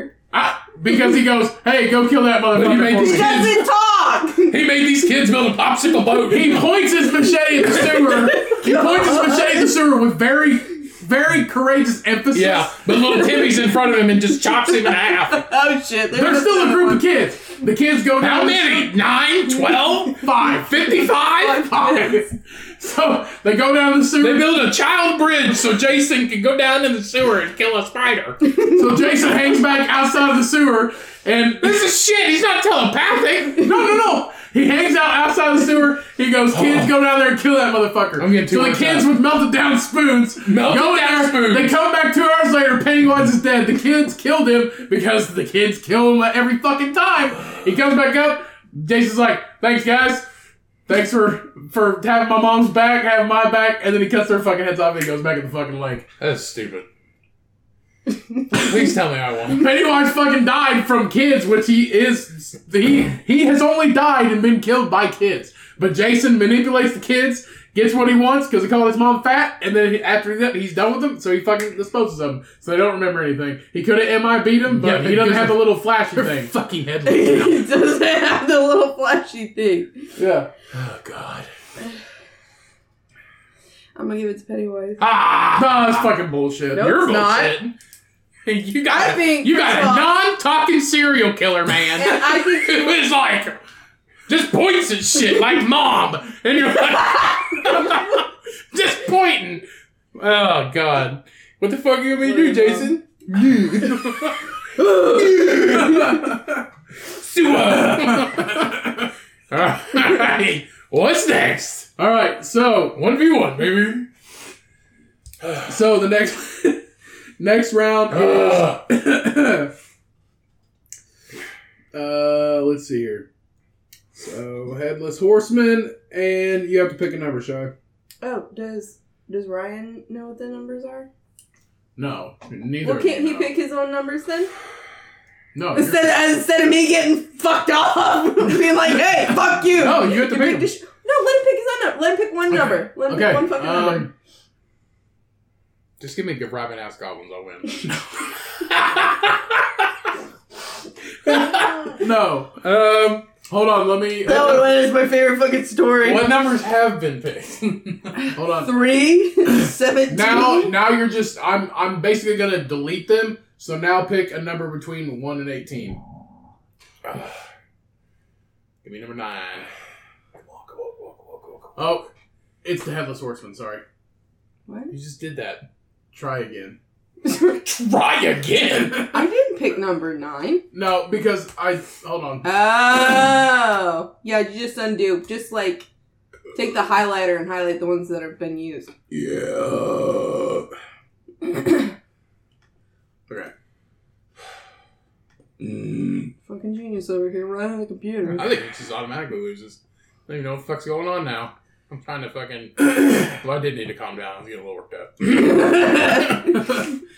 Speaker 2: sewer.
Speaker 1: Ah, because he goes, "Hey, go kill that
Speaker 3: But he
Speaker 1: motherfucker!"
Speaker 3: made
Speaker 1: for
Speaker 3: these
Speaker 2: He
Speaker 1: me."
Speaker 2: doesn't talk.
Speaker 3: He made these kids build a popsicle boat. (laughs)
Speaker 1: He points his machete at the sewer. He points his machete at the sewer with very, very courageous emphasis.
Speaker 3: yeah, but little Timmy's in front of him and just chops him in half.
Speaker 2: (laughs) Oh shit.
Speaker 1: There's still a group
Speaker 2: (laughs)
Speaker 1: of kids. The kids go down.
Speaker 3: How many? Nine? Twelve?
Speaker 1: Five.
Speaker 3: Fifty-five?
Speaker 1: Five. (laughs) So they go down the sewer.
Speaker 3: They build a child bridge so Jason can go down in the sewer and kill a spider.
Speaker 1: So Jason hangs back outside of the sewer and
Speaker 3: This is shit. He's not telepathic.
Speaker 1: (laughs) no, no, no. He hangs out outside of the sewer. He goes, kids, go down there and kill that motherfucker.
Speaker 3: I'm getting too
Speaker 1: so the
Speaker 3: worked
Speaker 1: kids
Speaker 3: up.
Speaker 1: with melted down spoons
Speaker 3: Melted
Speaker 1: go in
Speaker 3: down
Speaker 1: there.
Speaker 3: spoons.
Speaker 1: They come back two hours later. Pennywise is dead. The kids killed him because the kids kill him every fucking time. He comes back up. Jason's like, thanks, guys. Thanks for for having my mom's back, having my back, and then he cuts their fucking heads off and he goes back in the fucking lake.
Speaker 3: That's stupid. (laughs) Please tell me I won't.
Speaker 1: Pennywise fucking died from kids, which he is. He he has only died and been killed by kids. But Jason manipulates the kids, gets what he wants because he called his mom fat, and then he- after that he's done with them, so he fucking disposes of them, so they don't remember anything. He could have mi beat him, but
Speaker 3: Yeah, but
Speaker 1: he doesn't
Speaker 3: gives
Speaker 1: have the
Speaker 3: them-
Speaker 1: little
Speaker 3: (laughs)
Speaker 1: flashy thing.
Speaker 3: Fucking
Speaker 2: (laughs)
Speaker 3: headless.
Speaker 2: He doesn't have the little flashy thing.
Speaker 1: Yeah.
Speaker 3: Oh God.
Speaker 2: I'm gonna give it to Pennywise.
Speaker 3: Ah,
Speaker 1: Nah, that's fucking bullshit.
Speaker 2: Nope.
Speaker 1: You're-
Speaker 3: you're
Speaker 2: it's not.
Speaker 3: bullshit. You got
Speaker 2: I think-
Speaker 3: you got
Speaker 2: first
Speaker 3: a
Speaker 2: of all-
Speaker 3: non-talking serial killer man
Speaker 2: And I
Speaker 3: (laughs)
Speaker 2: think
Speaker 3: who is like just points at shit like mom, and you're like (laughs) just pointing. Oh God, what the fuck are you gonna do,
Speaker 2: (laughs)
Speaker 3: Jason? Sewer (laughs) What's next?
Speaker 1: (laughs) All right, so
Speaker 3: One v one, baby.
Speaker 1: so the next (laughs) next round
Speaker 3: Ugh.
Speaker 1: is (coughs) uh let's see here. So headless horseman, and you have to pick a number, Shy.
Speaker 2: (laughs) Oh, does does Ryan know what the numbers are?
Speaker 1: No, neither.
Speaker 2: Well,
Speaker 1: of
Speaker 2: can't
Speaker 1: you
Speaker 2: he
Speaker 1: know.
Speaker 2: pick his own numbers then?
Speaker 1: No, you're-
Speaker 2: Instead, instead of me getting fucked off, (laughs) being like, "Hey, fuck you."
Speaker 1: No, you have to pick
Speaker 2: picked a sh- No, let him pick his own number. Let him pick one
Speaker 1: Okay.
Speaker 2: number. Let him
Speaker 1: okay.
Speaker 2: pick one fucking number.
Speaker 1: Um,
Speaker 3: Just give me good rabbit ass goblins. I'll
Speaker 2: (laughs)
Speaker 1: (laughs)
Speaker 3: win.
Speaker 1: no,
Speaker 3: um,
Speaker 1: hold on. Let me.
Speaker 2: That one is my favorite fucking story.
Speaker 3: what numbers have been picked?
Speaker 1: (laughs) Hold on.
Speaker 3: (laughs)
Speaker 2: Three, seventeen. (laughs)
Speaker 1: Now, now you're just. I'm. I'm basically gonna delete them. So now pick a number between one and eighteen.
Speaker 3: Give me number nine.
Speaker 1: Oh, it's the headless horseman. Sorry.
Speaker 2: What? (laughs)
Speaker 3: You just did that.
Speaker 1: Try again. (laughs)
Speaker 3: Try again.
Speaker 2: I didn't pick number nine.
Speaker 1: No, because I. Hold on.
Speaker 2: Oh, yeah. You just undo. Just like take the highlighter and highlight the ones that have been used.
Speaker 1: (coughs) Yeah. Okay.
Speaker 2: Fucking genius over here, right on
Speaker 3: (laughs)
Speaker 2: the computer. (laughs)
Speaker 3: I think it just automatically loses. I don't even know what the fuck's going on now. I'm trying to fucking. Well, I did need to calm down. I was getting a little worked up.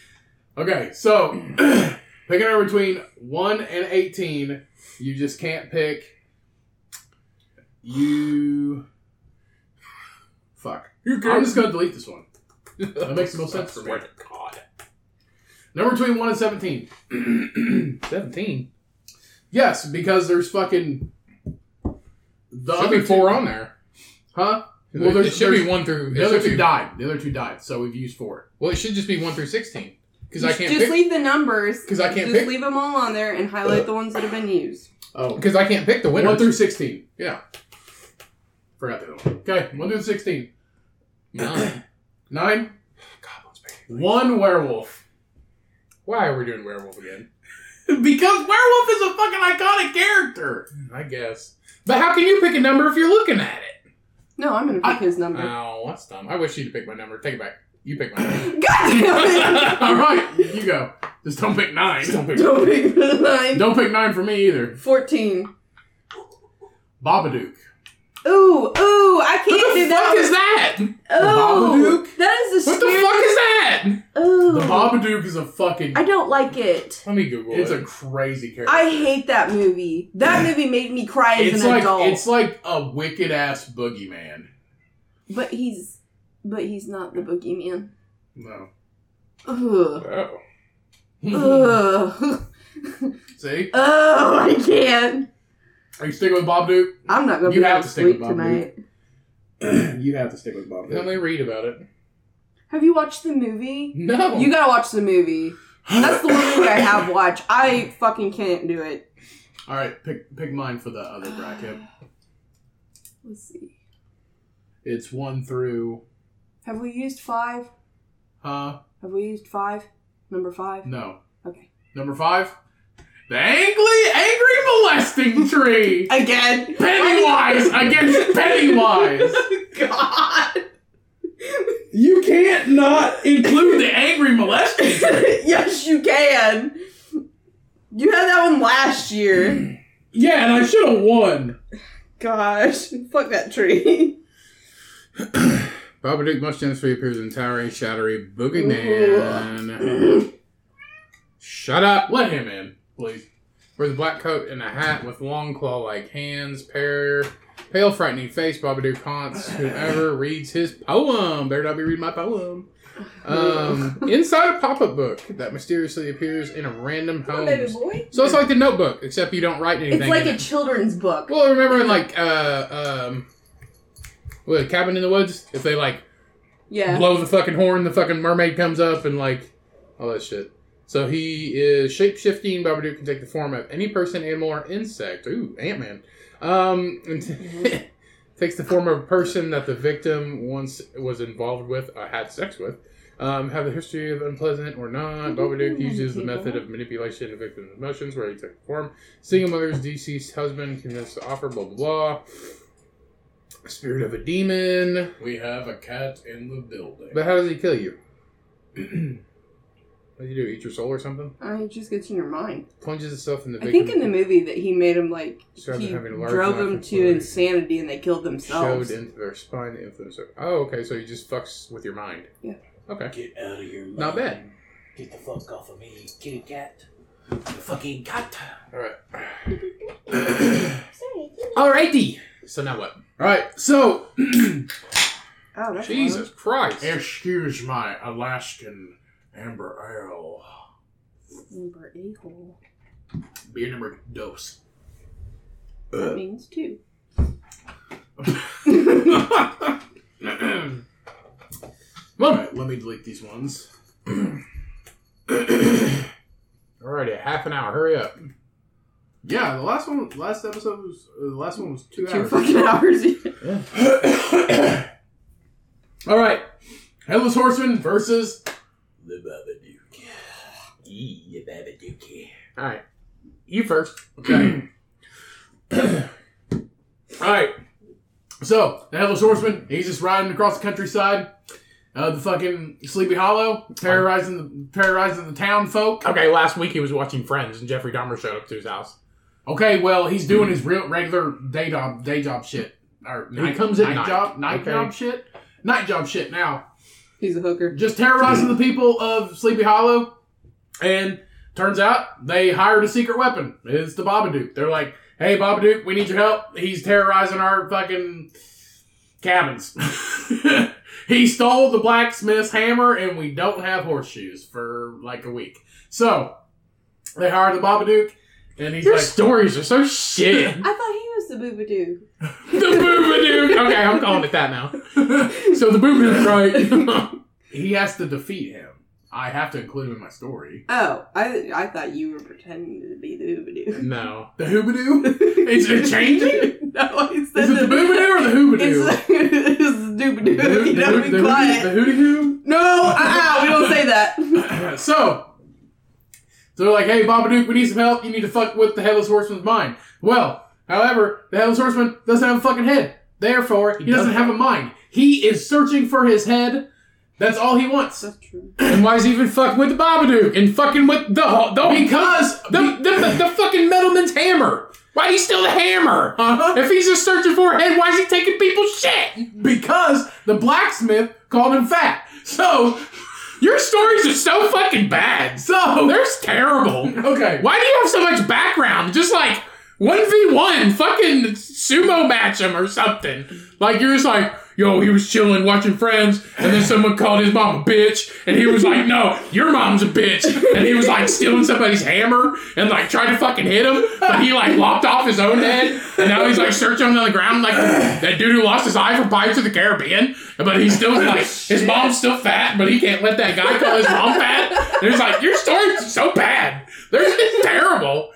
Speaker 2: (coughs)
Speaker 1: (laughs) okay, so (clears throat) pick a number between 1 and 18. You just can't pick. You. Fuck.
Speaker 3: You
Speaker 1: I'm just going to delete this one. That makes the most sense for me.
Speaker 3: God.
Speaker 1: Number between 1 and 17.
Speaker 3: 17.
Speaker 1: (clears throat) Yes, because there's fucking. The
Speaker 3: Should be
Speaker 1: two-
Speaker 3: four on there.
Speaker 1: Huh? Well,
Speaker 3: there
Speaker 1: there's,
Speaker 3: should be
Speaker 1: there's-
Speaker 3: one through.
Speaker 1: The
Speaker 3: it
Speaker 1: other
Speaker 3: should
Speaker 1: two
Speaker 3: be-
Speaker 1: died. The other two died, so we've used four.
Speaker 3: Well, it should just be one through 16. Because I
Speaker 2: Just-
Speaker 3: can't
Speaker 2: just
Speaker 3: pick.
Speaker 2: leave the numbers.
Speaker 3: 'cause I can't
Speaker 2: Just
Speaker 3: pick-
Speaker 2: leave them all on there and highlight the ones that have been used.
Speaker 1: Oh.
Speaker 3: Because I can't pick the winner.
Speaker 1: 1 through 16.
Speaker 3: Yeah.
Speaker 1: Forgot the other one. Okay, 1 through 16.
Speaker 3: Nine.
Speaker 1: 9.
Speaker 3: (laughs) Goblins, baby.
Speaker 1: One werewolf.
Speaker 3: Why are we doing werewolf again?
Speaker 1: because werewolf is a fucking iconic character.
Speaker 3: I guess. But how can you pick a number if you're looking at it?
Speaker 2: No, I'm gonna pick
Speaker 1: I-
Speaker 2: his number.
Speaker 3: (laughs) Oh, that's dumb. I wish you'd pick my number. Take it back. You pick my number.
Speaker 2: God
Speaker 1: (laughs)
Speaker 2: damn
Speaker 1: All right, you go. Just don't pick nine.
Speaker 3: Just don't
Speaker 2: it!
Speaker 3: pick
Speaker 2: (laughs) Don't pick the line.
Speaker 1: Don't pick nine for me either.
Speaker 2: Fourteen.
Speaker 1: Babadook.
Speaker 2: Ooh, ooh, I can't
Speaker 3: What the
Speaker 2: do
Speaker 3: fuck
Speaker 2: that.
Speaker 3: is that?
Speaker 2: Oh,
Speaker 1: Babadook?
Speaker 2: that is the
Speaker 3: What the fuck
Speaker 2: scary.
Speaker 3: is that?
Speaker 2: Ooh,
Speaker 1: The Babadook is a fucking.
Speaker 2: I don't like it.
Speaker 3: Let me Google
Speaker 1: It's a
Speaker 3: it.
Speaker 1: crazy character.
Speaker 2: I hate that movie. That movie made me cry as
Speaker 1: It's
Speaker 2: an
Speaker 1: like
Speaker 2: adult.
Speaker 1: it's like a wicked ass boogeyman.
Speaker 2: But he's, but he's not the boogeyman.
Speaker 1: No. (laughs)
Speaker 2: Ugh.
Speaker 3: Oh.
Speaker 2: Ugh.
Speaker 1: See,
Speaker 2: Oh, I can't.
Speaker 1: are you sticking with
Speaker 3: (clears throat)
Speaker 1: Babadook?
Speaker 2: I'm not gonna
Speaker 1: You
Speaker 2: be
Speaker 1: have
Speaker 2: able
Speaker 1: to
Speaker 2: to
Speaker 1: stick with
Speaker 2: sleep
Speaker 1: Bob
Speaker 2: tonight.
Speaker 1: you have to stick with
Speaker 3: Let me read about it.
Speaker 2: Have you watched the movie?
Speaker 3: No. (laughs)
Speaker 2: You gotta watch the movie. That's the one movie
Speaker 1: (laughs)
Speaker 2: I have watched. I fucking can't do it.
Speaker 1: All right, pick pick mine for the other (gasps) bracket.
Speaker 2: Let's see.
Speaker 1: It's one through.
Speaker 2: Have we used five?
Speaker 1: Huh?
Speaker 2: Have we used five? Number five?
Speaker 1: No.
Speaker 2: Okay.
Speaker 1: Number five. The angry angry (laughs) molesting tree.
Speaker 2: Again.
Speaker 1: (laughs) Pennywise against Pennywise.
Speaker 2: God.
Speaker 1: (laughs) You can't not include the angry molesting.
Speaker 2: (laughs) yes, you can. You had that one last year.
Speaker 1: Yeah, and I should have won.
Speaker 2: Gosh, fuck
Speaker 3: (laughs)
Speaker 2: that tree.
Speaker 3: Babadook most famously appears in Towery Shattery Boogeyman.
Speaker 2: Ugh.
Speaker 3: Shut up.
Speaker 1: Let him in, please.
Speaker 3: Wears a black coat and a hat with long claw-like hands, pair, pale, frightening face. Babadook haunts whoever reads his poem. Better not be reading my poem. Um, inside a pop-up book that mysteriously appears in a random
Speaker 2: Come
Speaker 3: home.
Speaker 2: on, baby boy.
Speaker 3: So it's like the Notebook, except you don't write anything.
Speaker 2: It's like
Speaker 3: in
Speaker 2: a
Speaker 3: it.
Speaker 2: children's book.
Speaker 3: Well, remember in like uh um, what cabin in the woods? If they like
Speaker 2: Yeah.
Speaker 3: blow the fucking horn, the fucking mermaid comes up and like all that shit. So he is shape shifting. Babadook can take the form of any person, animal, or insect. Ooh, Ant Man. Um, and (laughs) takes the form of a person that the victim once was involved with or had sex with. Um, have a history of unpleasant or not. Babadook uses the method of manipulation of victim's emotions, where he took the form. Single mother's deceased husband convinced to offer, blah blah blah. Spirit of a demon.
Speaker 1: We have a cat in the building.
Speaker 3: But how does he kill you? (clears throat) what do you do? Eat your soul or something?
Speaker 2: I it just gets in your mind.
Speaker 3: Plunges itself in the.
Speaker 2: I think in the movie that he made him like
Speaker 3: Describes
Speaker 2: he
Speaker 3: him having a large
Speaker 2: drove
Speaker 3: lack
Speaker 2: him
Speaker 3: of
Speaker 2: to
Speaker 3: blood.
Speaker 2: insanity and they killed
Speaker 3: showed
Speaker 2: themselves.
Speaker 3: in their spine the influence. Of, oh, okay. So he just fucks with your mind.
Speaker 2: Yeah.
Speaker 3: Okay.
Speaker 4: Get out of here.
Speaker 3: Not bad.
Speaker 4: Get the fuck off of me, you kitty cat. You fucking cat.
Speaker 3: All right.
Speaker 1: (laughs)
Speaker 5: Sorry.
Speaker 3: Alrighty. So now what?
Speaker 1: All right, (clears throat) so
Speaker 2: Oh, that's
Speaker 3: Jesus Christ.
Speaker 1: excuse my Alaskan amber ale.
Speaker 2: Number a hole.
Speaker 1: Beer number dos. (clears throat)
Speaker 2: That
Speaker 3: (laughs)
Speaker 2: means two. (laughs)
Speaker 1: All right, let me delete these ones. (clears throat)
Speaker 3: Alrighty. Half an hour. Hurry up.
Speaker 1: Yeah, the last one, last episode was uh, the last one was two,
Speaker 2: Two
Speaker 1: hours.
Speaker 2: fucking hours.
Speaker 1: (coughs)
Speaker 2: (laughs)
Speaker 1: All right, Headless Horseman versus
Speaker 4: The Babadook. Yeah, Babadook.
Speaker 3: All right. You first.
Speaker 1: Okay. (clears throat) All right. So the headless horseman, he's just riding across the countryside, uh, the fucking Sleepy Hollow, terrorizing the terrorizing the town folk.
Speaker 3: Okay. Last week he was watching Friends, and Jeffrey Dahmer showed up to his house.
Speaker 1: Okay, well he's doing his real regular day job day job shit or
Speaker 3: He comes at night.
Speaker 1: job night
Speaker 3: Okay.
Speaker 1: job shit night job shit now.
Speaker 2: He's a hooker.
Speaker 1: just terrorizing the people of Sleepy Hollow. And turns out they hired a secret weapon. It's the Babadook. They're like, hey, Babadook, we need your help. He's terrorizing our fucking cabins. (laughs) he stole the blacksmith's hammer, and we don't have horseshoes for like a week. So they hired the Babadook, and he's
Speaker 3: Your
Speaker 1: like,
Speaker 3: stories are so (laughs) shit.
Speaker 2: (laughs) I thought he was the
Speaker 1: (laughs)
Speaker 2: boobadoo.
Speaker 3: the Boobadook. Okay, I'm
Speaker 2: (laughs)
Speaker 3: calling it that now.
Speaker 1: (laughs)
Speaker 3: So the Boobadook, right?
Speaker 1: he has to defeat him. I have to include him in my story.
Speaker 2: Oh, I I thought you were pretending to be the boobadoo.
Speaker 3: no.
Speaker 1: The
Speaker 3: (laughs)
Speaker 1: Hoobadoo? Is it changing?
Speaker 2: (laughs) No, I said
Speaker 1: Is it the Boobadoo or the Hoobadoo?
Speaker 2: It's, (laughs) it's the
Speaker 1: The
Speaker 2: doobadoo.
Speaker 1: hoo-
Speaker 2: if you
Speaker 1: the
Speaker 2: don't
Speaker 1: hoo-
Speaker 2: be
Speaker 1: the hootie-
Speaker 2: quiet.
Speaker 1: the hootie hoo.
Speaker 2: no, uh-uh, we don't
Speaker 1: (laughs)
Speaker 2: say that.
Speaker 1: So, so they're like, hey, Babadook, we need some help. You need to fuck with the Headless Horseman's mind. Well, however, the Headless Horseman doesn't have a fucking head. Therefore, he,
Speaker 3: He
Speaker 1: doesn't
Speaker 3: doesn't.
Speaker 1: have a mind. He is searching for his head. That's all he wants.
Speaker 2: That's (laughs) true.
Speaker 3: And why is he even fucking with the Babadook and fucking with the ho- the
Speaker 1: Because
Speaker 3: the, the, the, the fucking metalman's hammer? Why he's still the hammer?
Speaker 1: Uh-huh.
Speaker 3: If he's just searching for a head, why is he taking people's shit?
Speaker 1: because the blacksmith called him fat. So,
Speaker 3: Your stories are so fucking bad.
Speaker 1: so
Speaker 3: They're terrible.
Speaker 1: okay.
Speaker 3: Why do you have so much background? Just like one v one, fucking sumo match him or something. Like you're just like, yo, he was chilling watching Friends, and then someone called his mom a bitch, and he was like, no, your mom's a bitch, and he was like stealing somebody's hammer and like trying to fucking hit him, but he like lopped off his own head, and now he's like searching on the ground like that dude who lost his eye from Pirates of the Caribbean, but he's still like his mom's still fat, but he can't let that guy call his mom fat. And he's like, your story's so bad. They're just terrible.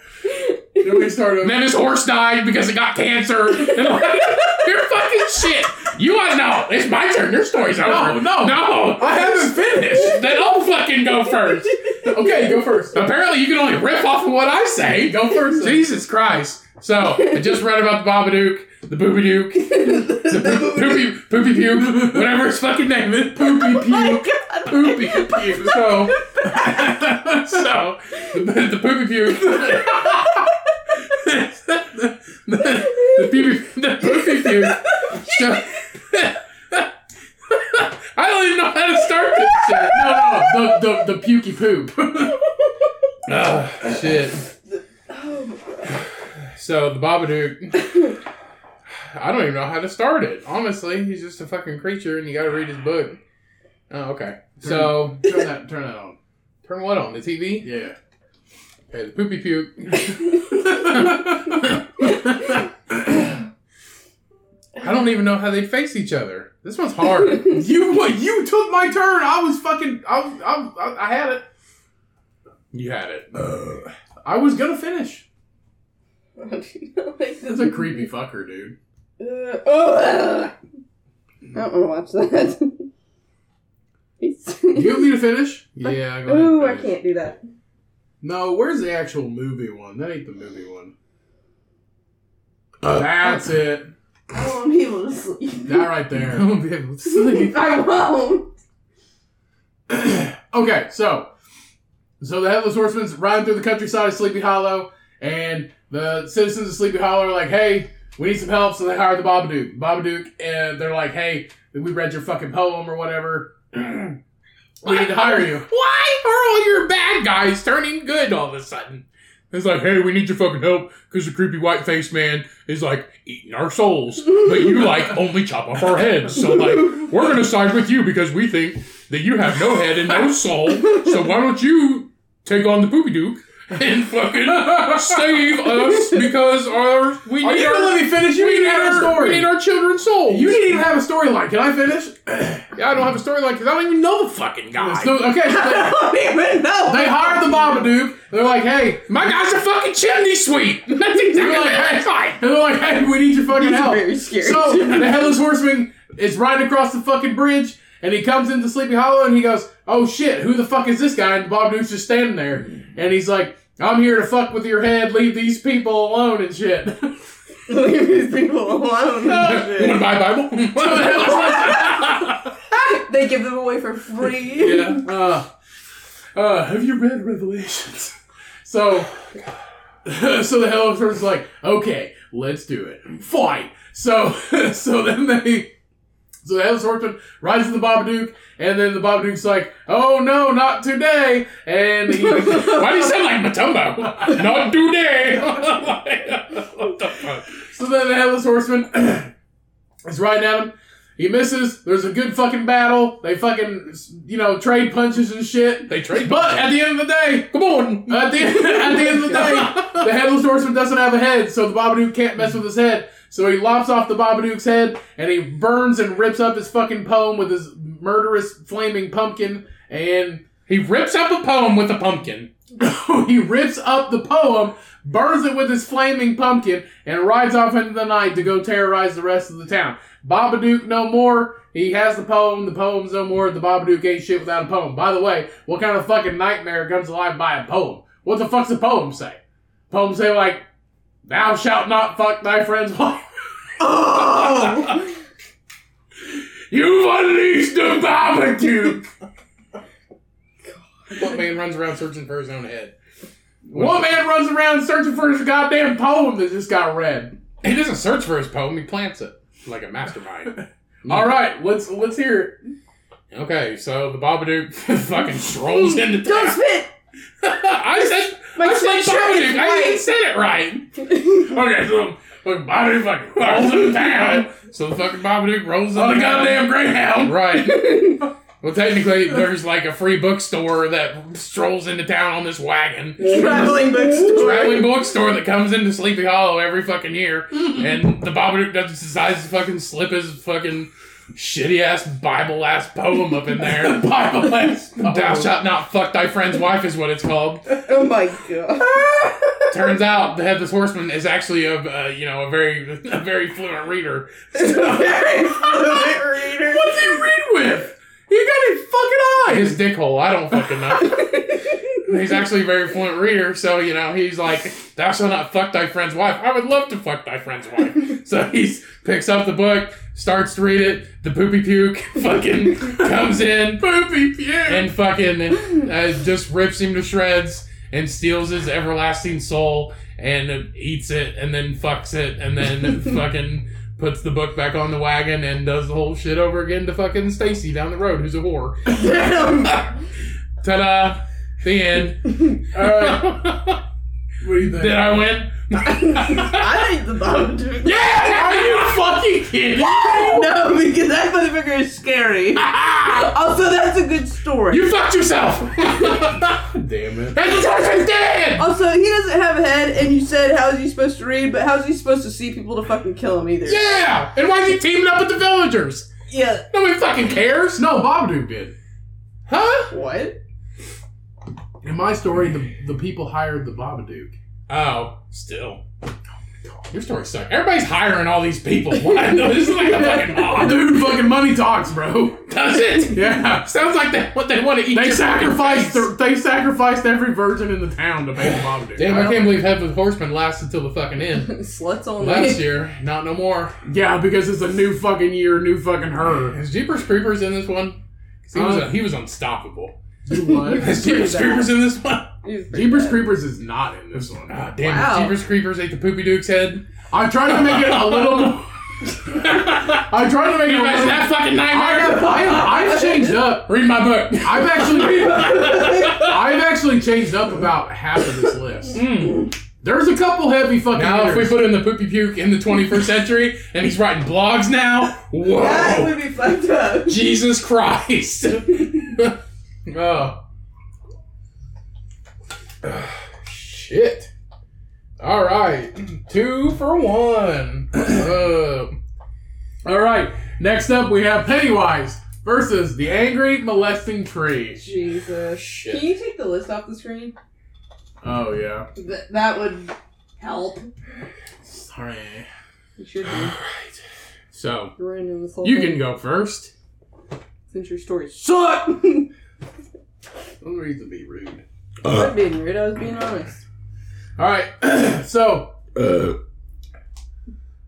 Speaker 1: Then we start
Speaker 3: And (laughs)
Speaker 1: over.
Speaker 3: then his horse died because it got cancer. And like, (laughs) you're fucking shit. You want no? It's my turn. Your story's over.
Speaker 1: no.
Speaker 3: no.
Speaker 1: I haven't finished.
Speaker 3: Then I'll fucking go first.
Speaker 1: Okay, go first.
Speaker 3: Apparently, you can only rip off of what I say.
Speaker 1: Go first.
Speaker 3: Jesus Christ. So I just read about the Babadook, the Boobadook, (laughs) the
Speaker 1: (laughs) Oh
Speaker 3: poo- poopy poopy puke, whatever his fucking name is, poopy (laughs) puke. (laughs) Poopy puke. So, so the, the poopy (laughs) puke. the, the, the, poopy, the poopy puke. So, (laughs) I don't even know how to start this shit.
Speaker 1: No, no, the the the pukey
Speaker 3: (laughs)
Speaker 1: poop.
Speaker 3: Oh, shit.
Speaker 2: Oh my god.
Speaker 3: So the Babadook, I don't even know how to start it. Honestly, he's just a fucking creature, and you got to read his book. Oh, okay. So
Speaker 1: Turn that turn that on.
Speaker 3: turn what on the TV?
Speaker 1: Yeah.
Speaker 3: Okay, the poopy puke. I don't even know how they face each other. This one's hard. (laughs)
Speaker 1: You what? You took my turn. I was fucking. I was, I, was- I, I had it.
Speaker 3: you had it.
Speaker 1: I was gonna finish.
Speaker 2: That's
Speaker 1: That's a
Speaker 2: (laughs)
Speaker 1: creepy fucker, dude.
Speaker 2: I don't want to watch that. (laughs) It's-
Speaker 1: Do you want me to finish?
Speaker 3: Yeah. Go ahead and
Speaker 2: (laughs) Ooh, I
Speaker 3: finish.
Speaker 2: can't do that.
Speaker 1: No. Where's the actual movie one? That ain't the movie one. That's it.
Speaker 2: I want people to sleep. (laughs)
Speaker 1: That right
Speaker 3: I
Speaker 1: there.
Speaker 3: won't be able to (laughs) sleep.
Speaker 2: I won't.
Speaker 1: (clears throat) okay, so so the headless horseman's riding through the countryside of Sleepy Hollow, and the citizens of Sleepy Hollow are like, "Hey, we need some help," so they hire the Babadook. Babadook, and they're like, "Hey, we read your fucking poem or whatever. (clears throat) we need to hire you."
Speaker 3: Why are all your bad guys turning good all of a sudden? It's like, hey, we need your fucking help because the creepy white faced man is like eating our souls, but you
Speaker 1: (laughs)
Speaker 3: like only chop off our heads. So like, we're gonna side with you because we think that you have no head and no soul. So why don't you take on the poopy duke and fucking save us because our we
Speaker 1: Are
Speaker 3: need
Speaker 1: you
Speaker 3: our
Speaker 1: gonna let me finish? You
Speaker 3: we
Speaker 1: didn't
Speaker 3: need
Speaker 1: even have a
Speaker 3: our, we need
Speaker 1: story.
Speaker 3: our children's souls.
Speaker 1: You didn't even have a storyline. Can I finish?
Speaker 3: yeah, I don't have a storyline because I don't even know the fucking guy.
Speaker 1: So- okay, so they,
Speaker 2: I don't even know.
Speaker 1: they hired the Babadook. They're like, "Hey,"
Speaker 3: My guy's a fucking chimney sweep. (laughs) That's exactly what it's
Speaker 1: (laughs)
Speaker 3: like.
Speaker 1: and they're like, "Hey, we need your fucking
Speaker 2: It's
Speaker 1: help."
Speaker 2: very scary. (laughs)
Speaker 1: So the headless horseman is riding across the fucking bridge, and he comes into Sleepy Hollow, and he goes, "Oh shit, who the fuck is this guy?" And Bob Duke's just standing there, and he's like, "I'm here to fuck with your head. Leave these people alone and shit." so
Speaker 2: Leave these people alone.
Speaker 1: (laughs)
Speaker 3: You want to buy a Bible?
Speaker 2: they give them away for free.
Speaker 1: yeah. Uh, uh, have you read Revelations? so, (laughs) so the Hell Horseman's like, "Okay, let's do it. Fine." So, (laughs) so then they. So the Headless Horseman rides to the Babadook, and then the Babadook's like, "Oh no, not today!" And he,
Speaker 2: (laughs)
Speaker 3: Why do you sound like Matumbo? Not today. what the fuck?
Speaker 1: so then the Headless Horseman (clears throat) is riding at him. He misses. There's a good fucking battle. They fucking, you know, trade punches and shit.
Speaker 3: They trade.
Speaker 1: But at the end of the day,
Speaker 3: come on.
Speaker 1: At the, (laughs) at the end of the day, the headless horseman doesn't have a head, so the Babadook can't mess with his head. So he lops off the Babadook's head, and he burns and rips up his fucking poem with his murderous flaming pumpkin, and
Speaker 3: He rips up a poem with a pumpkin.
Speaker 1: (laughs) he rips up the poem, burns it with his flaming pumpkin, and rides off into the night to go terrorize the rest of the town. Babadook no more. He has the poem. The poem's no more. The Babadook ain't shit without a poem. By the way, what kind of fucking nightmare comes alive by a poem? What the fuck's a poem say? Poem say like, "Thou shalt not fuck thy friend's (laughs) wife."
Speaker 2: Oh,
Speaker 3: You've unleashed the (laughs) barbecue. What man runs around searching for his own head?
Speaker 1: One man runs around searching for his goddamn poem that just got read.
Speaker 3: He doesn't search for his poem. He plants it like a mastermind.
Speaker 1: All right, let's let's hear it.
Speaker 3: Okay, so the Babadook (laughs) fucking strolls into
Speaker 2: don't
Speaker 3: town.
Speaker 2: spit.
Speaker 3: I said, I said Babadook.
Speaker 2: signature is
Speaker 3: I
Speaker 2: right.
Speaker 3: even said it right.
Speaker 1: (laughs)
Speaker 3: Okay, so fucking Babadook fucking rolls into town. So the fucking Babadook rolls into
Speaker 1: On a
Speaker 3: town.
Speaker 1: Oh, goddamn greyhound.
Speaker 3: Right.
Speaker 1: (laughs)
Speaker 3: Well, technically, there's like a free bookstore that strolls into town on this wagon.
Speaker 2: (laughs) Traveling bookstore.
Speaker 3: Traveling bookstore that comes into Sleepy Hollow every fucking year, and the Babadook just decides to fucking slip his fucking shitty ass Bible ass poem up in
Speaker 1: (laughs)
Speaker 3: there.
Speaker 1: Bible
Speaker 3: (laughs)
Speaker 1: ass poem.
Speaker 3: Thou shalt not fuck thy friend's wife is what it's called.
Speaker 2: Oh my
Speaker 1: (laughs)
Speaker 2: god.
Speaker 3: Turns out the headless horseman is actually a uh, you know a very a very fluent reader.
Speaker 2: Very fluent reader.
Speaker 1: What did he read with? He got his fucking eyes.
Speaker 3: His dickhole, I don't fucking know. he's actually a very fluent reader, so you know he's like, "Thou shalt not fuck thy friend's wife." I would love to fuck thy friend's
Speaker 1: (laughs)
Speaker 3: wife. so he picks up the book, starts to read it. The poopy puke fucking comes in,
Speaker 1: Poopy puke.
Speaker 3: (laughs) and fucking uh, just rips him to shreds and steals his everlasting soul and eats it and then fucks it and then fucking puts the book back on the wagon and does the whole shit over again to fucking Stacy down the road who's a whore.
Speaker 2: Damn.
Speaker 3: Ta-da! The end.
Speaker 1: All right. What do you think?
Speaker 3: Did I win?
Speaker 2: (laughs) I think the bomb doing
Speaker 3: yeah! Are you fucking kidding?
Speaker 2: No, because that motherfucker is scary.
Speaker 1: Ah.
Speaker 2: Also, that's a good story.
Speaker 3: You fucked yourself! and
Speaker 1: Damn it.
Speaker 3: the horseman's dead!
Speaker 2: also, he doesn't have a head, and you said how's he supposed to read, but how's he supposed to see people to fucking kill him either?
Speaker 3: Yeah! And why is he teaming up with the villagers?
Speaker 2: Yeah.
Speaker 3: Nobody fucking cares.
Speaker 1: No, Babadook did.
Speaker 3: Huh?
Speaker 2: What?
Speaker 1: In my story, the, the people hired the Babadook.
Speaker 3: Oh, still. Your story sucks. Everybody's hiring all these people. (laughs) Why? No, this is like a fucking mob.
Speaker 1: Oh, Dude, fucking money talks,
Speaker 3: (laughs)
Speaker 1: bro.
Speaker 3: Does it?
Speaker 1: Yeah.
Speaker 3: Sounds like they, what they want to eat.
Speaker 1: They
Speaker 3: your
Speaker 1: sacrificed.
Speaker 3: fucking face.
Speaker 1: they sacrificed every virgin in the town to make Babadook.
Speaker 3: Damn, I can't believe Heaven Horseman lasted till the
Speaker 1: (laughs)
Speaker 3: fucking end. Last
Speaker 2: Sluts only.
Speaker 3: year, not no more.
Speaker 1: Yeah, because it's a new fucking year, new fucking her.
Speaker 3: Is Jeepers Creepers in this one? 'Cause He was,
Speaker 1: Uh,
Speaker 3: he
Speaker 1: (laughs)
Speaker 3: was unstoppable.
Speaker 1: Do
Speaker 3: (laughs)
Speaker 1: what?
Speaker 3: Is Jeepers Creepers in this one?
Speaker 1: Jeepers Creepers is not in this one.
Speaker 3: Ah, damn,
Speaker 2: Wow.
Speaker 3: Jeepers Creepers ate the Poopy Duke's
Speaker 1: (laughs)
Speaker 3: head.
Speaker 1: I tried to make it a little. more...
Speaker 3: Imagine
Speaker 1: I tried to make it a little.
Speaker 3: that fucking
Speaker 1: I
Speaker 3: nightmare.
Speaker 1: have, I have, I've changed up.
Speaker 3: Read my
Speaker 1: (laughs)
Speaker 3: book.
Speaker 1: I've actually, I've actually changed up about half of this list.
Speaker 3: Mm.
Speaker 1: There's a couple heavy fucking.
Speaker 3: Now, if we
Speaker 1: hitters.
Speaker 3: put in the poopy puke in the 21st century and he's writing blogs now,
Speaker 2: That
Speaker 3: (laughs) whoa,
Speaker 2: would be fucked up.
Speaker 1: (laughs)
Speaker 3: Jesus Christ. oh. Ugh, Shit. All right. Two for one. Uh,
Speaker 1: All right. Next up, we have Pennywise versus the angry molesting tree.
Speaker 2: Jesus.
Speaker 3: Shit.
Speaker 2: Can you take the list off the screen?
Speaker 1: Oh yeah.
Speaker 2: Th- that would help.
Speaker 1: Sorry.
Speaker 2: You should
Speaker 3: all
Speaker 2: be.
Speaker 3: right. So,
Speaker 2: You're in this whole
Speaker 3: you
Speaker 2: thing
Speaker 3: can go first.
Speaker 2: since your story's
Speaker 1: Shut.
Speaker 2: I'm
Speaker 1: No reason to be rude.
Speaker 2: being rude, I was being honest.
Speaker 1: All
Speaker 3: (clears throat)
Speaker 1: right. so the